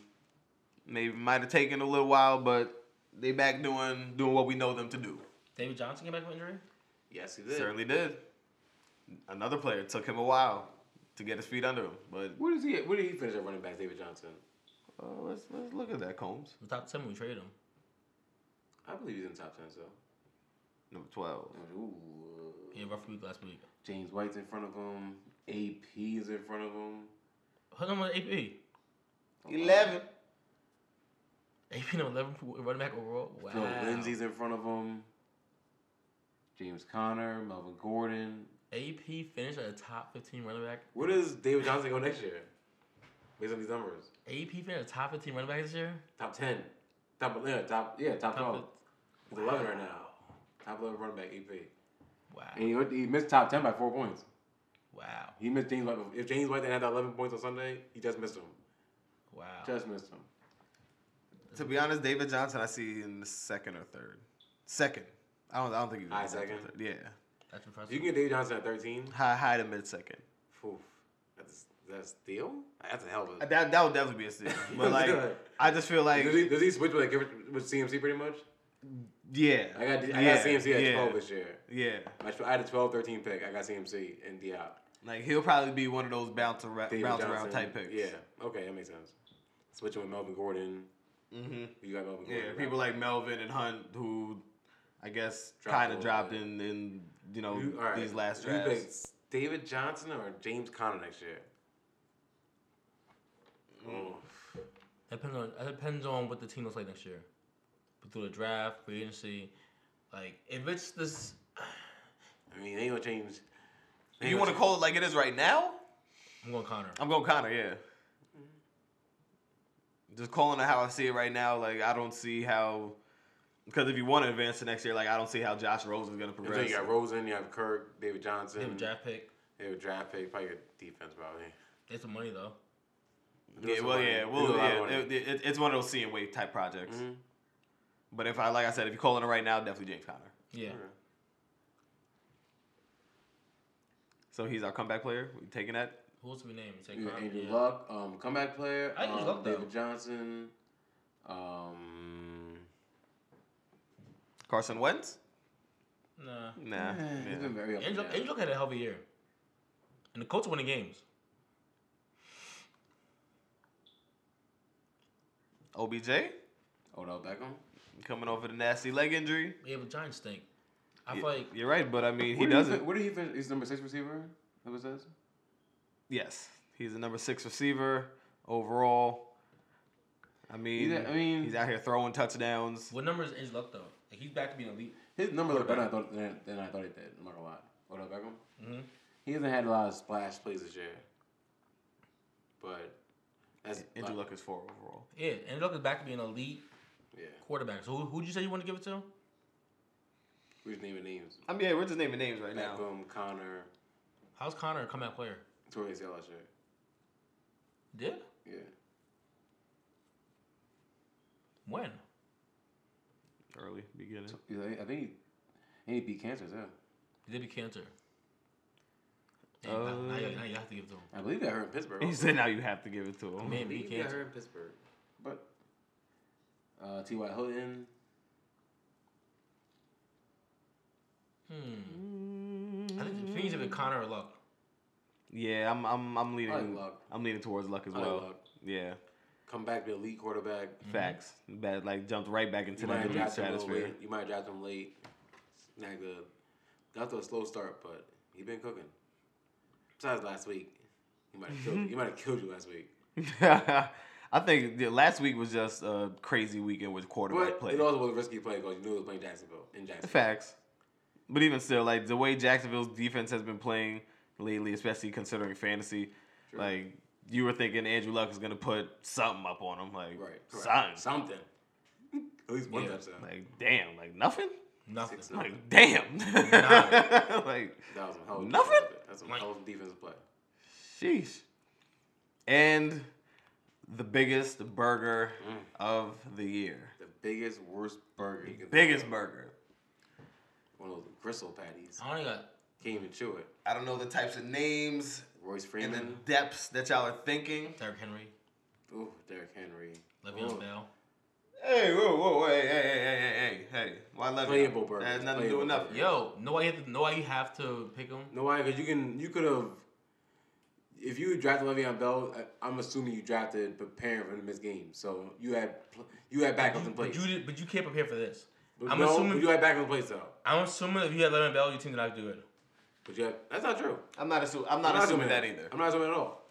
maybe might have taken a little while, but they back doing doing what we know them to do. David Johnson came back from injury. Yes, he did. Certainly did. Another player it took him a while to get his feet under him, but Where does he? Where did he finish at running back? David Johnson. uh, let's let's look at that Combs The top ten when we trade him. I believe he's in the top ten. So. number twelve. Ooh. He had a rough week last week. James White's in front of him. AP is in front of him. Who number AP? Eleven. AP number eleven running back overall. Wow. Phil Lindsay's in front of him. James Conner, Melvin Gordon. AP finished at a top fifteen running back. Where does David Johnson go next year? Based on these numbers, AP finished at a top fifteen running back this year. top ten, top yeah, top yeah, top twelve. fif- He's eleven right now. Top eleven running back AP. And Wow. he, went- he missed top ten by four points. Wow. He missed James White. If James White didn't have that eleven points on Sunday, he just missed him. Wow. Just missed him. To be honest, David Johnson I see in the second or third. Second. I don't I don't think he's High in the second or second? third. Yeah. That's If you impressive. can get David Johnson at thirteen, High high to mid second. poof, that's that's steal. That's a hell of a. Uh, That that would definitely be a [LAUGHS] steal. But like I just feel like Does he, does he switch with, like, with CMC pretty much? yeah. I got I Yeah, got CMC at yeah, twelve this year. Yeah. I tw- I had a 12, 13 pick. I got CMC and Diop. Like he'll probably be one of those bounce around, David bounce around Johnson. type picks. Yeah. Okay, that makes sense. Switching with Melvin Gordon. hmm You got Melvin Yeah. Gordon. People like Melvin and Hunt, who I guess Dropped a kind of little dropped bit. in in you know You- all right. these last You pick drafts. David Johnson or James Conner next year? Mm. Oh, Depends on it depends on what the team looks like next year. But through the draft, free agency, like if it's this, I mean, they ain't gonna change. you want to call it like it is right now? I'm going Connor. Oh. I'm going Connor. Yeah. Mm-hmm. Just calling it how I see it right now. Like I don't see how. Because if you want to advance to next year, like I don't see how Josh Rose is going to So progress. you got Rosen, you have Kirk, David Johnson. They have a draft pick. They have a draft pick. Probably good defense, probably. They have some money though. Yeah, well, yeah, There's well, a lot yeah. on it. It, it, it's one of those see and wait type projects. Mhm. But if I, like I said, if you're calling it right now, definitely James Conner. Yeah. Okay. So he's our comeback player. We taking that? Who else do we name? We Take Yeah, Connor. Andrew Yeah. Luck, um, comeback player. I think um, he's Luck, though. David Johnson. Um, Carson Wentz? Nah. Nah. he's Yeah. been very up and Angel, down. Angel had a hell of a year. And the Colts are winning games. OBJ Odell Beckham. coming off with a nasty leg injury. Yeah, but Giants stink. I Y- feel like You're right, but I mean he Where did doesn't. fin- Where did he finish? He's number six receiver. That was this. yes, he's the number six receiver overall. I mean, He's a- I mean- he's out here throwing touchdowns. what number is Angel Luck though? Like he's back to being elite. His number looked better than I thought than, than I thought it did. I'm not gonna lie. Odell Beckham. Mhm. He hasn't had a lot of splash plays this year, but that's Andrew like, Luck is four overall. Yeah, Angel Luck is back to being an elite Yeah, quarterback. So who who'd you say you want to give it to? we're just naming names. I mean, yeah, we're just naming names right now. Beckham, Connor, How's Connor a comeback player? Torrey ACL last year. Did? Yeah, When? Early beginning. He's like- I think he, and he beat cancer too. He did be cancer. Damn, Uh, now, now you, now you have to give it to him. I believe that hurt in Pittsburgh. He also. said now you have to give it to him. Man, I he believe he got cancer. hurt in Pittsburgh, but uh, T. Y. Hilton. Hmm. I think the Phoenix have been Connor or Luck. Yeah, I'm I'm I'm leaning Luck. I'm leaning towards luck as I like well. Mm-hmm. Luck. Yeah, uh, Come back to elite quarterback. facts. Bad, like jumped right back into You might that have elite drafted him a little stratosphere. late. You might have drafted him late. Not good. Got to a slow start, but he been cooking. Besides last week, he might have Mm-hmm. killed. you. He might have killed you last week. [LAUGHS] I think the last week was just a crazy weekend with quarterback But play. it also was a risky play because you knew it was playing Jacksonville in Jacksonville. Facts. But even still, like the way Jacksonville's defense has been playing lately, especially considering fantasy, like you were thinking Andrew Luck is gonna put something up on him, like Right. something, [LAUGHS] correct. Something. At least one Yeah. touchdown. like damn, like nothing. Nothing. Six Like, nothing. damn. [LAUGHS] like, That was some hell of a Nothing? defensive play. That's some hell of a defensive play. sheesh. And the biggest burger Mm. of the year. The biggest, worst burger. you could Biggest think burger. of. One of those gristle patties. I only got Can't even chew it. I don't know the types of names Royce and the Freeman. depths that y'all are thinking. Derrick Henry, Ooh, Derrick Henry. Le'Veon Ooh. Bell. Hey, whoa, whoa, hey, hey, hey, hey, hey, hey, hey. Why love Playable burgers, That has nothing to do playable with nothing. Yo, know why you have to, know why you have to pick him? Oh. No, why? Because you can, you could have. If you drafted Le'Veon Bell, I- I'm assuming you drafted preparing for him to miss games. So you had pl- you had backups in place. But you did- but you can't prepare for this. But I'm no, assuming- but you had backups in place though. I'm assuming if you had Le'Veon Bell, your team did not do it. But you had, that's not true. I'm not assuming. I'm not, assuming that either. I'm not assuming at all.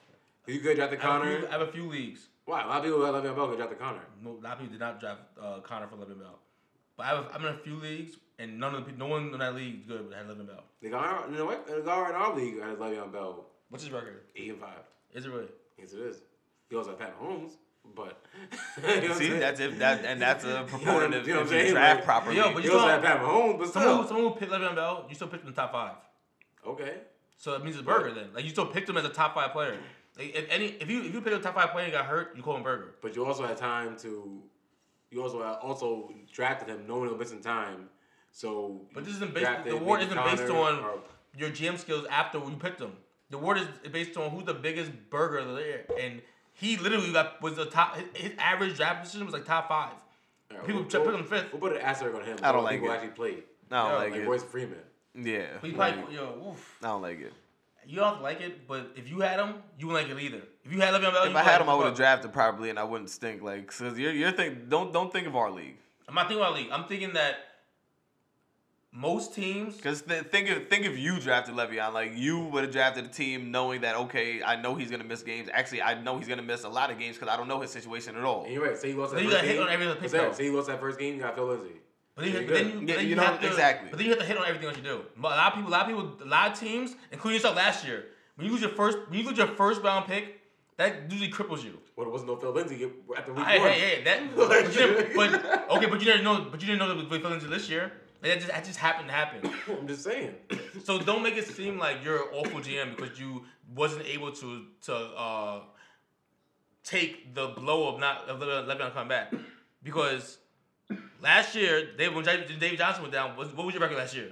You could draft the I have a Connor. few, I have a few leagues. Why? A lot of people had Le'Veon Bell could draft the Connor. No, a lot of people did not draft uh, Connor for Le'Veon Bell, but I have, I'm in a few leagues, and none of the, pe- no one in that league is good had Le'Veon Bell. The guy, you know what? The guy in our league had Le'Veon Bell What's his record? eight and five. Is it really? Yes, it is. He also had Pat Mahomes, but [LAUGHS] you know what I'm See, saying? that's if that and [LAUGHS] that's a proponent of you know what if I'm you saying? draft Like, properly. Yo, but He you also had don't. Pat Mahomes, but someone, who, still. someone who picked Le'Veon Bell, you still picked him in the top five. Okay. So that means it's Burger then. Like you still picked him as a top five player. Like, if any, if you if you picked a top five player and got hurt, you call him Burger. But you also had time to. You also had also drafted him, knowing he'll miss in time. So. But this you isn't based. drafted The award maybe isn't based Connor on or- your GM skills after you picked them. The award is based on who's the biggest burger of the year, and he literally got was the top. His, his average draft position was like top five. Alright, people we'll- check- pick we'll- him fifth. We'll put an asterisk on him. I don't What like people it. actually played. I don't Yo, like, Like it. Royce Freeman. yeah, But he like, probably yo, oof. I don't like it. You don't like it, but if you had him, you wouldn't like it either. If you had Le'Veon Bell, If I had him, I would have drafted properly, and I wouldn't stink. Like, so you're you're think don't don't think of our league. I'm not thinking about league. I'm thinking that most teams Cause th- think of think if you drafted Le'Veon, like you would have drafted a team knowing that okay, I know he's gonna miss games. Actually, I know he's gonna miss a lot of games because I don't know his situation at all. And you're right. Say he lost that Then you first got hit game. on every other pick, Say, though. say he lost that first game. You got Phil Lindsay. But then, you- Yeah, but then you Yeah, you, but then you you know, have to, exactly. But then you have to hit on everything that you do. But A lot of people, a lot of people, a lot of teams, including yourself last year, when you lose your first, when you lose your first round pick, that usually cripples you. Well, it wasn't no Phil Lindsay after week Hey, one. hey, hey, [LAUGHS] that. But, you didn't- but- okay, but you didn't know, but you didn't know that with Phillies this year. That just that just happened to happen. [LAUGHS] I'm just saying. So don't make it seem like you're an awful GM because you wasn't able to to uh, take the blow of not of Le- Le'Veon coming back because last year Dave when Ja- Dave Johnson went down, what, what was your record last year?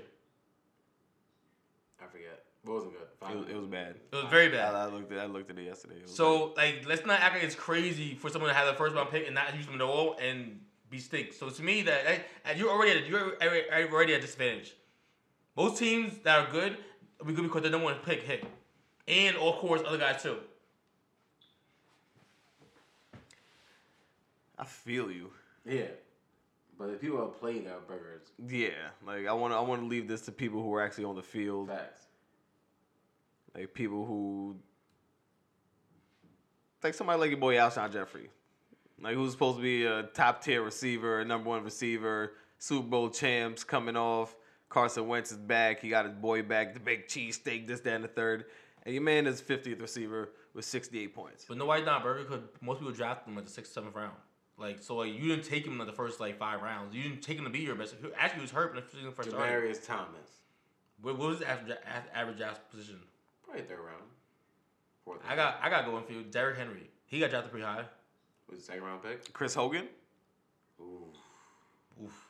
I forget. It wasn't good. It, Fine. was, it was bad. It was very I, bad. I looked at I looked at it yesterday. It was So like, let's not act like it's crazy for someone to have the first round pick and not use them at all and be stink. So to me, that that- you're already at, you're already- already at disadvantage. Most teams that are good, we good because their number one pick hit, and of course other guys too. bad. I feel you. Yeah. But the people that played our burgers, Yeah, like I want to I want to leave this to people who are actually on the field, facts. like people who, like somebody like your boy Alshon Jeffrey, like who's supposed to be a top tier receiver, a number one receiver, Super Bowl champs coming off. Carson Wentz is back. He got his boy back. The big cheesesteak, this, that, and the third. And your man is 50th receiver with 68 points. But nobody not Burger could most people draft him like the sixth, seventh round. Like so, like you didn't take him in the first like five rounds. You didn't take him to be your best. Actually, he was hurt in the season first. started. Demarius Thomas. What what was his average, average draft position? Probably third round. Fourth I got I got going for you, Derrick Henry. He got drafted pretty high. was the second round pick. Chris Hogan? Ooh, Oof,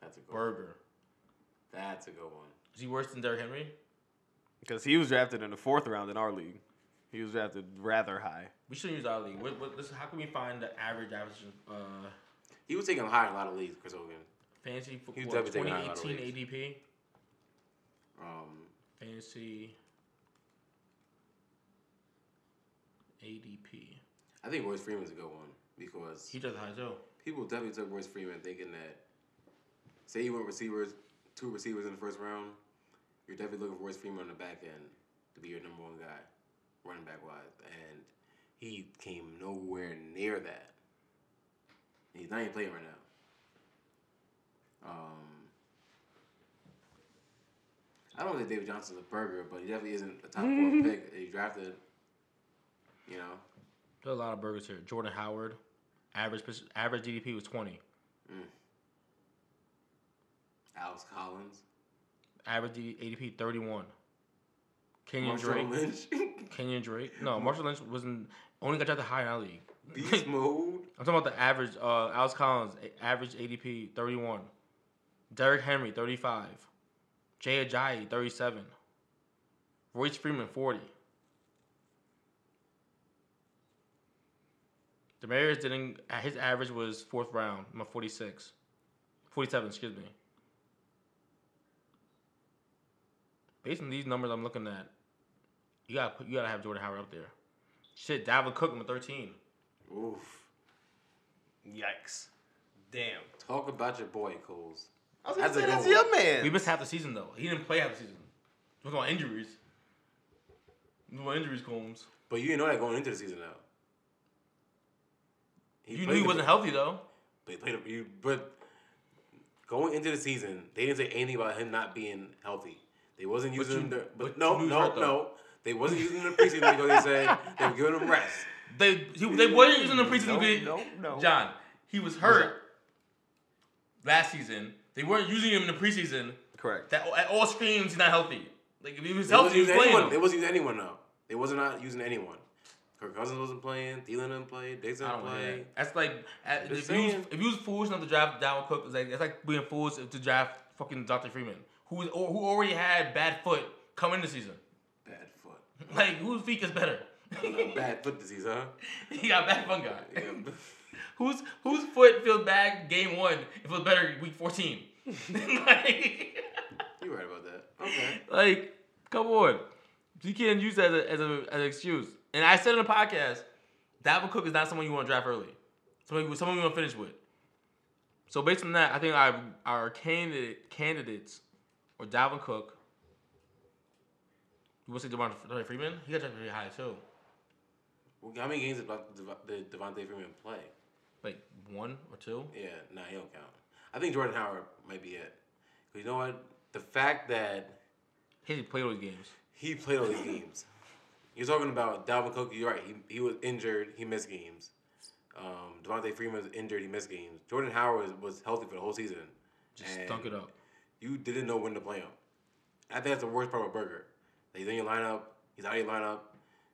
that's a good one. Burger. That's a good one. Is he worse than Derrick Henry? Because he was drafted in the fourth round in our league. He was drafted rather high. We should use our league. What, what, this, how can we find the average average uh, He was taking high in a lot of leagues, Chris Hogan. fantasy He's football definitely taking out a lot of 2018 leagues. ADP? Um, Fantasy ADP. I think Royce Freeman's a good one because He does high too. people definitely took Royce Freeman thinking that, say you went receivers, two receivers in the first round, you're definitely looking for Royce Freeman on the back end to be your number one guy, running back wise, and he came nowhere near that. He's not even playing right now. Um, I don't think David Johnson's a burger, but he definitely isn't a top four pick. that He drafted, you know. There's a lot of burgers here. Jordan Howard, average pos- average GDP was 20. Alex Collins, Average ADP 31. Kenyon Marshall Drake. Lynch, [LAUGHS] Kenyon Drake. No, Marshall Lynch wasn't only got drafted high in our league. Beast Mode. I'm talking about the average. Uh, Alex Collins, a- average ADP 31. Derrick Henry 35. Jay Ajayi 37. Royce Freeman 40. Demarius didn't. uh, His average was fourth round, my 46, 47. Excuse me. Based on these numbers I'm looking at, you gotta put, you gotta have Jordan Howard up there. Shit, Dalvin Cook number 13. Oof. Yikes. Damn. Talk about your boy, Coles. I was gonna That's a say that's good your one. man. We missed half the season though. He didn't play half the season. Look on injuries. Look on injuries, Combs. But you didn't know that going into the season, though. You knew played he the- wasn't healthy though. But he played. a- You, but going into the season, they didn't say anything about him not being healthy. They wasn't using you- him. Their, but, but no, you knew he no, was hurt, though. no. They wasn't using him in the preseason because they said they were giving him rest. They he, they weren't using the preseason. No, game. no, no. John, he was hurt last season. They weren't using him in the preseason. Correct. That at all screams he's not healthy. Like if he was They wasn't healthy, he was using playing. anyone. him. They wasn't using anyone though. They wasn't not using anyone. Kirk Cousins wasn't playing. Thielen didn't play. Diggs I didn't don't want play. that. That's like at- if Just you, was, saying. if you was foolish enough to draft Dalvin Cook, it's like that's like being foolish to draft fucking Dr. Freeman, who is or who already had bad foot coming this season. Bad foot. Like whose feet is better? [LAUGHS] Bad foot disease, huh? he got bad fungi. Yeah. [LAUGHS] Whose whose foot feels bad game one? It feels better week fourteen. [LAUGHS] like, You're right about that. Okay. like, come on, you can't use that as, a, as, a, as an excuse. And I said in the podcast, Dalvin Cook is not someone you want to draft early. Someone someone you want to finish with. So based on that, I think our our candidate candidates were Dalvin Cook. You want to say Devontae Freeman? He got drafted really high too. Well, how many games did Dev- did Devontae Freeman play? Like one or two. Yeah, nah, he don't count. I think Jordan Howard might be it. 'Cause you know what? The fact that He didn't play all these games. he played all these games. You're talking about Dalvin Cook. You're right. He, he was injured. He missed games. Um, Devontae Freeman was injured. He missed games. Jordan Howard was, was healthy for the whole season. Just And stunk it up. You didn't know when to play him. I think that's the worst part of Burger. He's in your lineup. He's out of your lineup.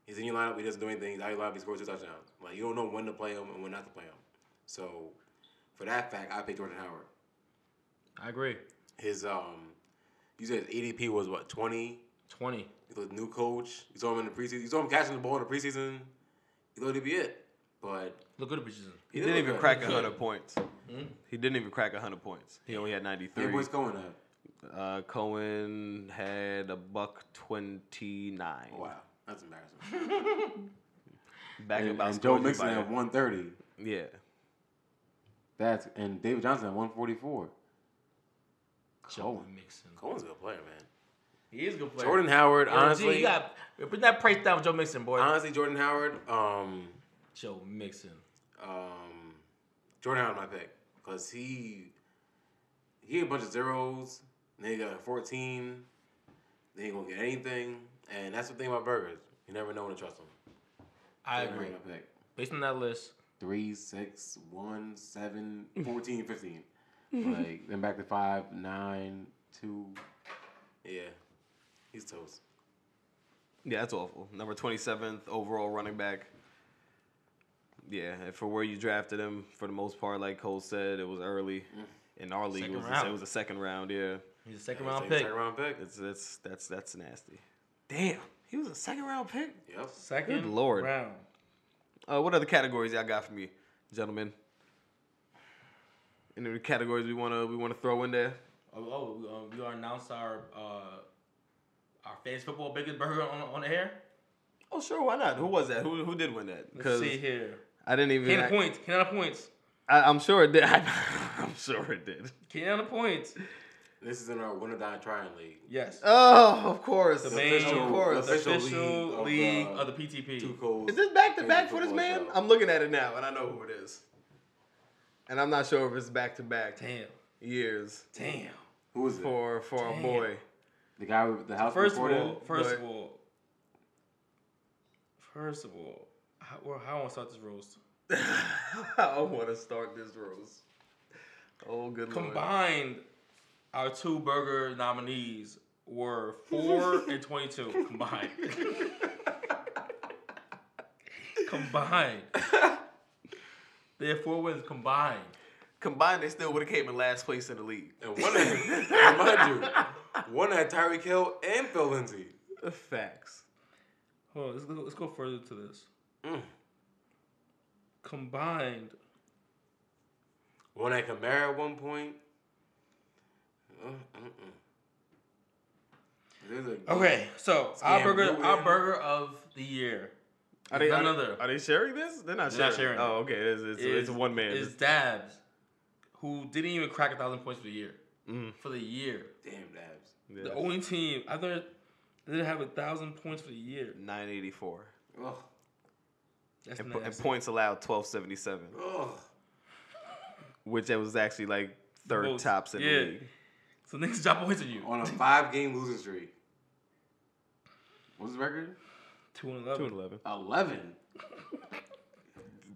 He's in your lineup. He doesn't do anything. He's out of your lineup. He scores two touchdowns. Like you don't know when to play him and when not to play him. So, for that fact, I picked Jordan Howard. I agree. his um you said his ADP was what, twenty? Twenty. He's a new coach. You saw him in the preseason. You saw him catching the ball in the preseason. He thought he'd be it. But Look good at preseason. He Hmm? didn't even crack a 100 points. He didn't even crack 100 points. He only had 93. Where's going up? Uh, Cohen had a buck 29. Wow. That's embarrassing. Back and, about and Joe scoring Mixon by- at one thirty. Yeah. That's and David Johnson at one forty four. Joe Cohen. Mixon. Cohen's a good player, man. He is a good player. Jordan Howard, Yo, G, honestly. you got put that price down with Joe Mixon, boy. honestly, Jordan Howard, um, Joe Mixon. um, Jordan Howard my pick because he he had a bunch of zeros. Then he got a fourteen. They ain't gonna get anything, and that's the thing about burgers. You never know when to trust them. I agree. My pick. Based on that list, Three, six, one, seven, 14, 15. like then back to five, nine, two. Yeah, he's toast. Yeah, that's awful. Number 27th overall running back. Yeah, and for where you drafted him, for the most part, like Cole said, it was early. Mm. In our league, it Second was, round. it was a second round. Yeah, he's a second Yeah, round second- pick. Second round pick. it's it's that's that's nasty. Damn, he was a second round pick. Yep. Second Good lord. round. Uh, what other categories y'all got for me, gentlemen? Any other categories we wanna we wanna throw in there? Oh, oh we, um, we gonna announce our uh, our fantasy football biggest burger on, on the air. Oh sure, why not? Who was that? Who who did win that? Let's Because see here. I didn't even. Canada I, points. Canada points. I, am sure it did. [LAUGHS] I, am sure it did. Canada points. This is in our winner die trying league. Yes. Oh, of course, The main- of course. the official official league league of, of, uh, the PTP. Two codes. Is this back to back Fantasy for this football man? show. I'm looking at it now, and I know who it is. And I'm not sure if it's back to back Damn. years Damn. Who is it? for for Damn. a boy. [LAUGHS] The guy with the house First of recorded? all, first but- of all, first of all, how, well, how I want to start this roast? I want to start this roast. Oh, good lord. Combined our two burger nominees were [LAUGHS] four and twenty-two combined. [LAUGHS] combined. They had four wins combined. Combined, they still would have came in last place in the league. And one had, [LAUGHS] remind you, one had Tyreek Hill and Phil Lindsay. Facts. Hold on, let's go, let's go further to this. Mm. Combined. One had Kamara at one point. Uh, uh-uh. There's a- Okay, so Scam our burger, our Ruin. burger of the year. Are they, Another. Are, are they sharing this? They're not They're sharing. not sharing Oh, okay. It's, it's, it's is- one man. Is Dabs, who didn't even crack a thousand points for the year. For the year, Damn dabs. Yeah. the only team I thought they didn't have a thousand points for the year. 984. Ugh. That's And, po- and nasty. points allowed 1277, Ugh. which it was actually like third Most- tops in yeah. the league. So niggas drop points on you. On a five game losing streak. What's the record? Two and Two eleven. and [LAUGHS] eleven. 11.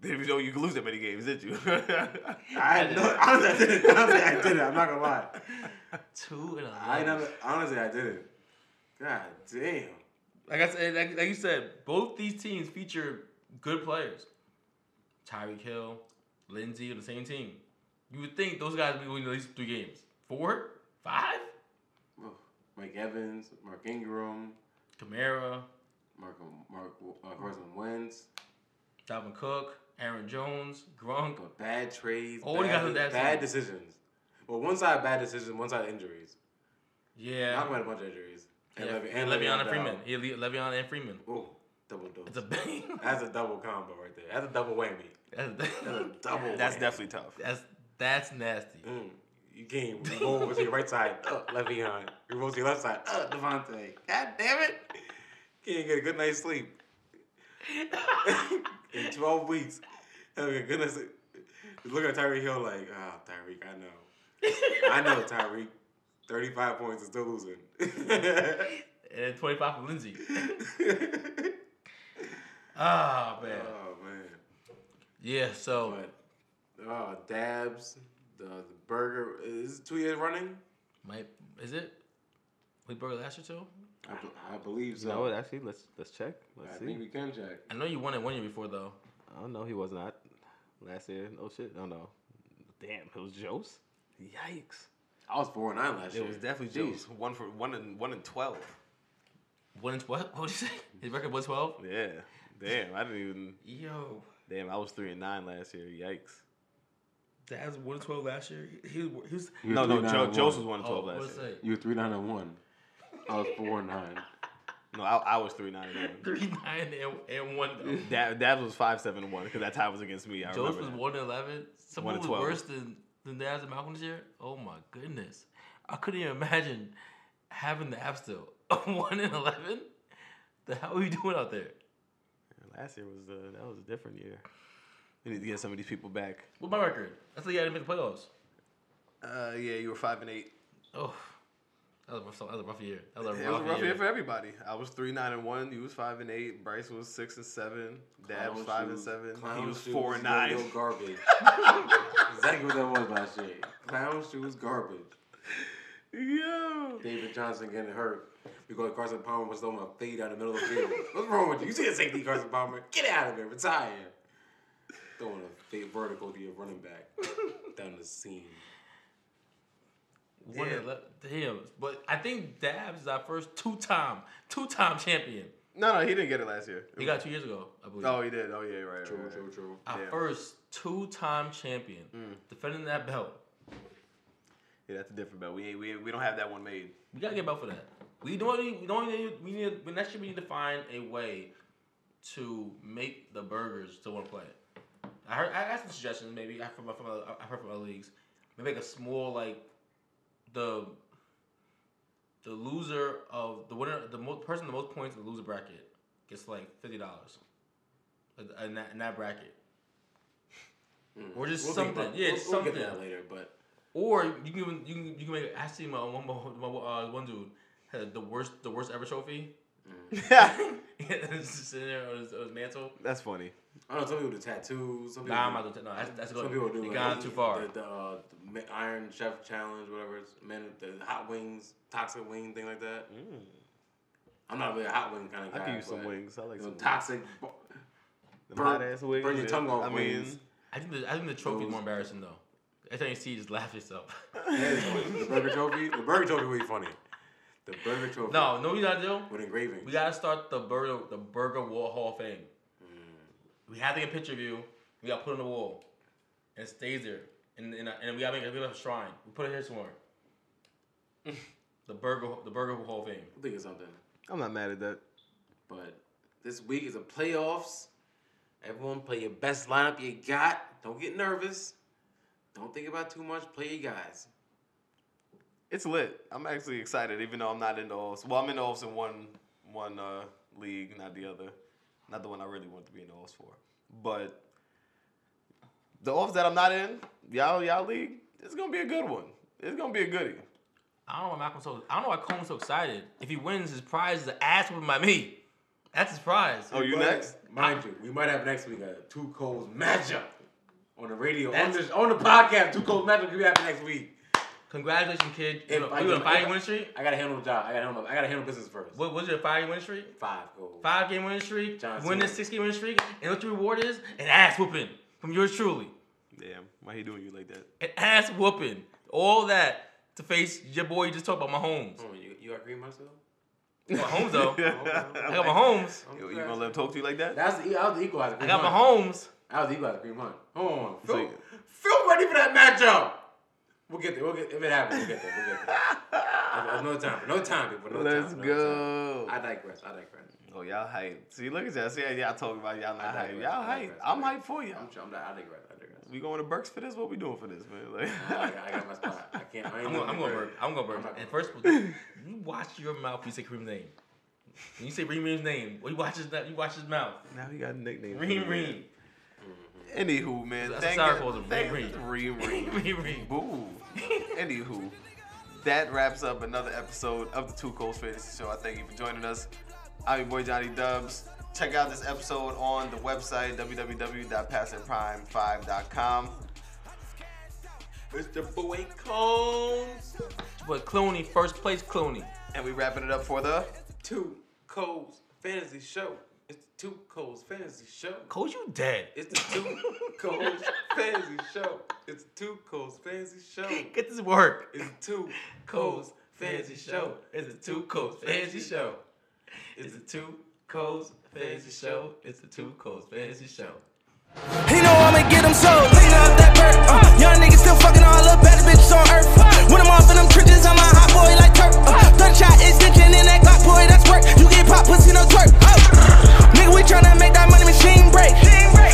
Didn't know you could lose that many games, did you? [LAUGHS] I know, honestly, I did it. Honestly, I did it. I'm not gonna lie. Two and I eleven. never, honestly, I did it. God damn. Like I said, like, like you said, both these teams feature good players. Tyreek Hill, Lindsey on the same team. You would think those guys would be winning at least three games. Four? Five? Ugh. Mike Evans, Mark Ingram, Kamara, Mark, Mark, uh, Carson Wentz. Dalvin Cook, Aaron Jones, Gronk. But bad trades, All Oh, you got on bad, that bad team. decisions. Well, one side bad decisions, one side injuries. Yeah. Malcolm had a bunch of injuries. yeah. And Le'Veon, and Le'Veon and died. Freeman. Yeah, Le- Le'Veon and Freeman. Ooh, double dose. [LAUGHS] It's a bang. That's a double combo right there. That's a double whammy. [LAUGHS] that's, That's a double. That's whammy. definitely tough. that's, that's nasty. Mm. You can't even roll over to your right side, uh, Le'Veon. You roll to your left side, uh, Devontae. God damn it. Can't get a good night's sleep. [LAUGHS] In 12 weeks. Having a good night's sleep. You look at Tyreek Hill like, ah, Tyreek, I know. I know, Tyreek. 35 points and still losing. [LAUGHS] And then 25 from Lindsey. oh, Ah, man. man. Yeah, so. But, oh, Dabs, the, the burger, is it two years running? Might is it? We burger last year too. I, be- I believe so. No, actually, let's let's check. I Let's see. think we can check. I know you won it one year before though. I don't know. He was not last year. Oh shit. Oh no. Damn. It was Joe's. Yikes. I was four and nine last year. It was definitely Joe's. One for one and one and twelve. One in [LAUGHS] what? What would you say? His record was twelve. Yeah. Damn. I didn't even. Yo, Damn. I was three and nine last year. Yikes. Dad's one in twelve last year. He was he was. You were No, no. three, nine, Joe, and Joe's was one. one and twelve what last was year. Oh, it? You were three nine and one. I was four and nine. No, I, I was three nine and [LAUGHS] one. Three nine and, and one. [LAUGHS] Though. Dab, Dabs was five seven and one because that tie was against me. I Joe's remember was that. one in eleven. One Someone in was 12. worse than than Dad's and Malcolm this year. Oh my goodness, I couldn't even imagine having the app still [LAUGHS] one in eleven. The hell are you doing out there? Last year was uh, that was a different year. We need to get some of these people back. What's my record? That's the guy that made the playoffs. Uh, yeah, you were five and eight. Oh, that was a rough, that was a rough year. That was a It was rough, a rough year. year for everybody. I was three nine and one. You was five and eight. Bryce was six and seven. [LAUGHS] Dad was five and seven. he was four and nine. Real garbage. exactly what that was last year. Clown shoes, garbage. Yo, David Johnson getting hurt because Carson Palmer was throwing a fade out the middle of the field. What's wrong with you? You see a safety, Carson Palmer? Get out of there. Retire. Throwing a fade vertical to your running back down the seam. One Yeah. yeah. damn. But I think Dabs is our first two time, two time champion. no, no, he didn't get it last year. He got two years ago, I believe. Oh, he did. Oh, yeah, right, right, True, right. true, true. our yeah. first two time champion, defending that belt. Yeah, that's a different belt. We ain't, we, ain't- we don't have that one [LAUGHS] made. We gotta get a belt for that. We don't. Need, we don't. Need, we need. But next year we need to find a way to make the burgers still want to play it. I heard. I asked some suggestions. Maybe I from from other- I heard from other leagues. Maybe make a small like the the loser of the winner, the most person with the most points in the loser bracket gets like fifty dollars in that, in that bracket. Or just Hmm. We'll think something, about- yeah, we'll, we'll something. get to that later, but Or you can even you can you can make. I see my one my, uh, one dude had the worst the worst ever trophy. [LAUGHS] Just sitting there on his, on his mantle. That's funny. I don't know. Some people do tattoos. Some people. Nah, I'm do- not gonna. No, that's, that's Some good. people do. You like, gone too far. The, the, uh, the Mi- Iron Chef Challenge, whatever. It's men, the hot wings, toxic wing, thing like that. Mm. I'm not really a hot wing kind of guy. I could use some but, wings. I like You know, some toxic. bu- Them burn- hot-ass wings. burn your yeah. tongue off I mean, wings. I think the I think the trophy's more embarrassing though. Every time you see, you just laugh yourself. [LAUGHS] the burger trophy. The burger trophy would be funny. The burger trophy. no, no, we gotta do. With engravings. We gotta start the burger the burger wall hall of fame. We have to get a picture of you. We gotta put it on the wall, and it stays there. And and, and we gotta make we gotta have a shrine. We put it here somewhere. [LAUGHS] the burger the burger hall of fame. I'm thinking something. I'm not mad at that. But this week is the playoffs. Everyone play your best lineup you got. Don't get nervous. Don't think about too much. Play your guys. It's lit. I'm actually excited, even though I'm not in the offs. Well, I'm in the offs in one one uh, league, not the other, not the one I really want to be in the offs for. But the offs that I'm not in, y'all y'all league, it's gonna be a good one. It's gonna be a goodie. I don't know why Malcolm's so. I don't know why Coleman's so excited. If he wins, his prize is an ass whooping by me. That's his prize. Oh, you But, next? Mind you, we might have next week a two Coles matchup on the radio. On That's- the, on the podcast, two Coles matchup could be happening next week. Congratulations, kid. You If know, I you on a can- five if game I- win streak? I gotta handle the job. I gotta handle. I gotta handle business first. What was it? A five game win streak? Five goals. Five game win streak. John win this Cena. six game win streak. And what your reward is? An ass whooping from yours truly. Damn, why he doing you like [LAUGHS] that? An ass whooping. All that to face your boy you just talked [LAUGHS] about, Mahomes. Oh, you you agree, Marcel? Mahomes though. [LAUGHS] I got [LAUGHS] Mahomes. Yo, you gonna let him talk to you like [LAUGHS] that? That's the, that was the equalizer. I got Mahomes. I was equalizer. Green Hunt. Hold on. Phil, So- Phil ready for that matchup. We'll get there. We'll get if it happens. We'll get there. We'll get there. There's no time. No time, people. No Let's time. No go. Time. I digress. I digress. Oh, y'all hype. See, look at y'all. See, how y'all talking about y'all not I hype. digress, Y'all I hype. digress, I I'm hype digress. for I'm y'all. sure. I'm not. I digress. I digress. We going to Burks for this? What we doing for this, man? Like, I got, I got my spot. I can't. I ain't I'm gonna, doing I'm gonna great. burp. I'm gonna burp. I'm not and gonna first, [LAUGHS] you watch your mouth when you say Kareem's name. When you say Reem's name, or you watch his you watch his mouth. [LAUGHS] now he got a nickname. for Reem him. Reem. Anywho, man. That's thank what Sarah you- calls him, thank Reem you- Reem Reem. Reem Reem. Boo. Anywho, that wraps up another episode of the Two Coast Fantasy Show. I thank you for joining us. I'm your boy Johnny Dubs. Check out this episode on the website www.passingprime5.com. It's the boy cones. But Clooney, first place Clooney. And we wrapping it up for the Two Coles fantasy show. It's the two Coles fantasy show. Coach, you dead. It's the [LAUGHS] two Coles fantasy show. It's the two Coles fantasy show. Get this work. It's a two Coles fancy show. It's a two Coles fancy show. It's a two Coles fancy show. It's a two Coles fancy show. He know I'ma get them so clean up that perk. Uh, young niggas still fucking all the bad bitches on earth. Uh, When I'm off in them trenches, I'm a hot boy like Turk. Uh, third shot is stinking in that Glock boy, that's work. You get pop pussy, no twerk. Uh, nigga, we tryna make that money machine break.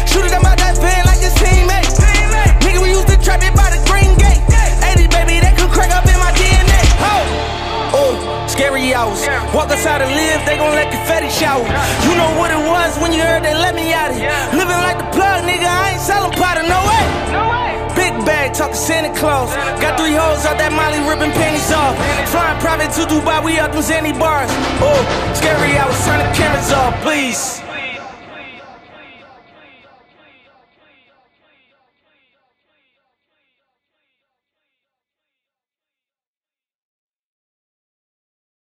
Shoot it up my that van like his teammates. Nigga, we used to trap it by the green gate. 80 baby, that could crack up in my DNA. Ho! Ooh, scary hours. Walk us out and live, they gon' let confetti shower. You know what it was when you heard they let me out of here. Living like the plug, nigga, I ain't selling powder, no way. Big bag, talking Santa Claus. Got three hoes out that Molly ripping panties off. Flying Oh, private to Dubai, we up them Zanny bars. Ooh, scary hours, turn the cameras off, please.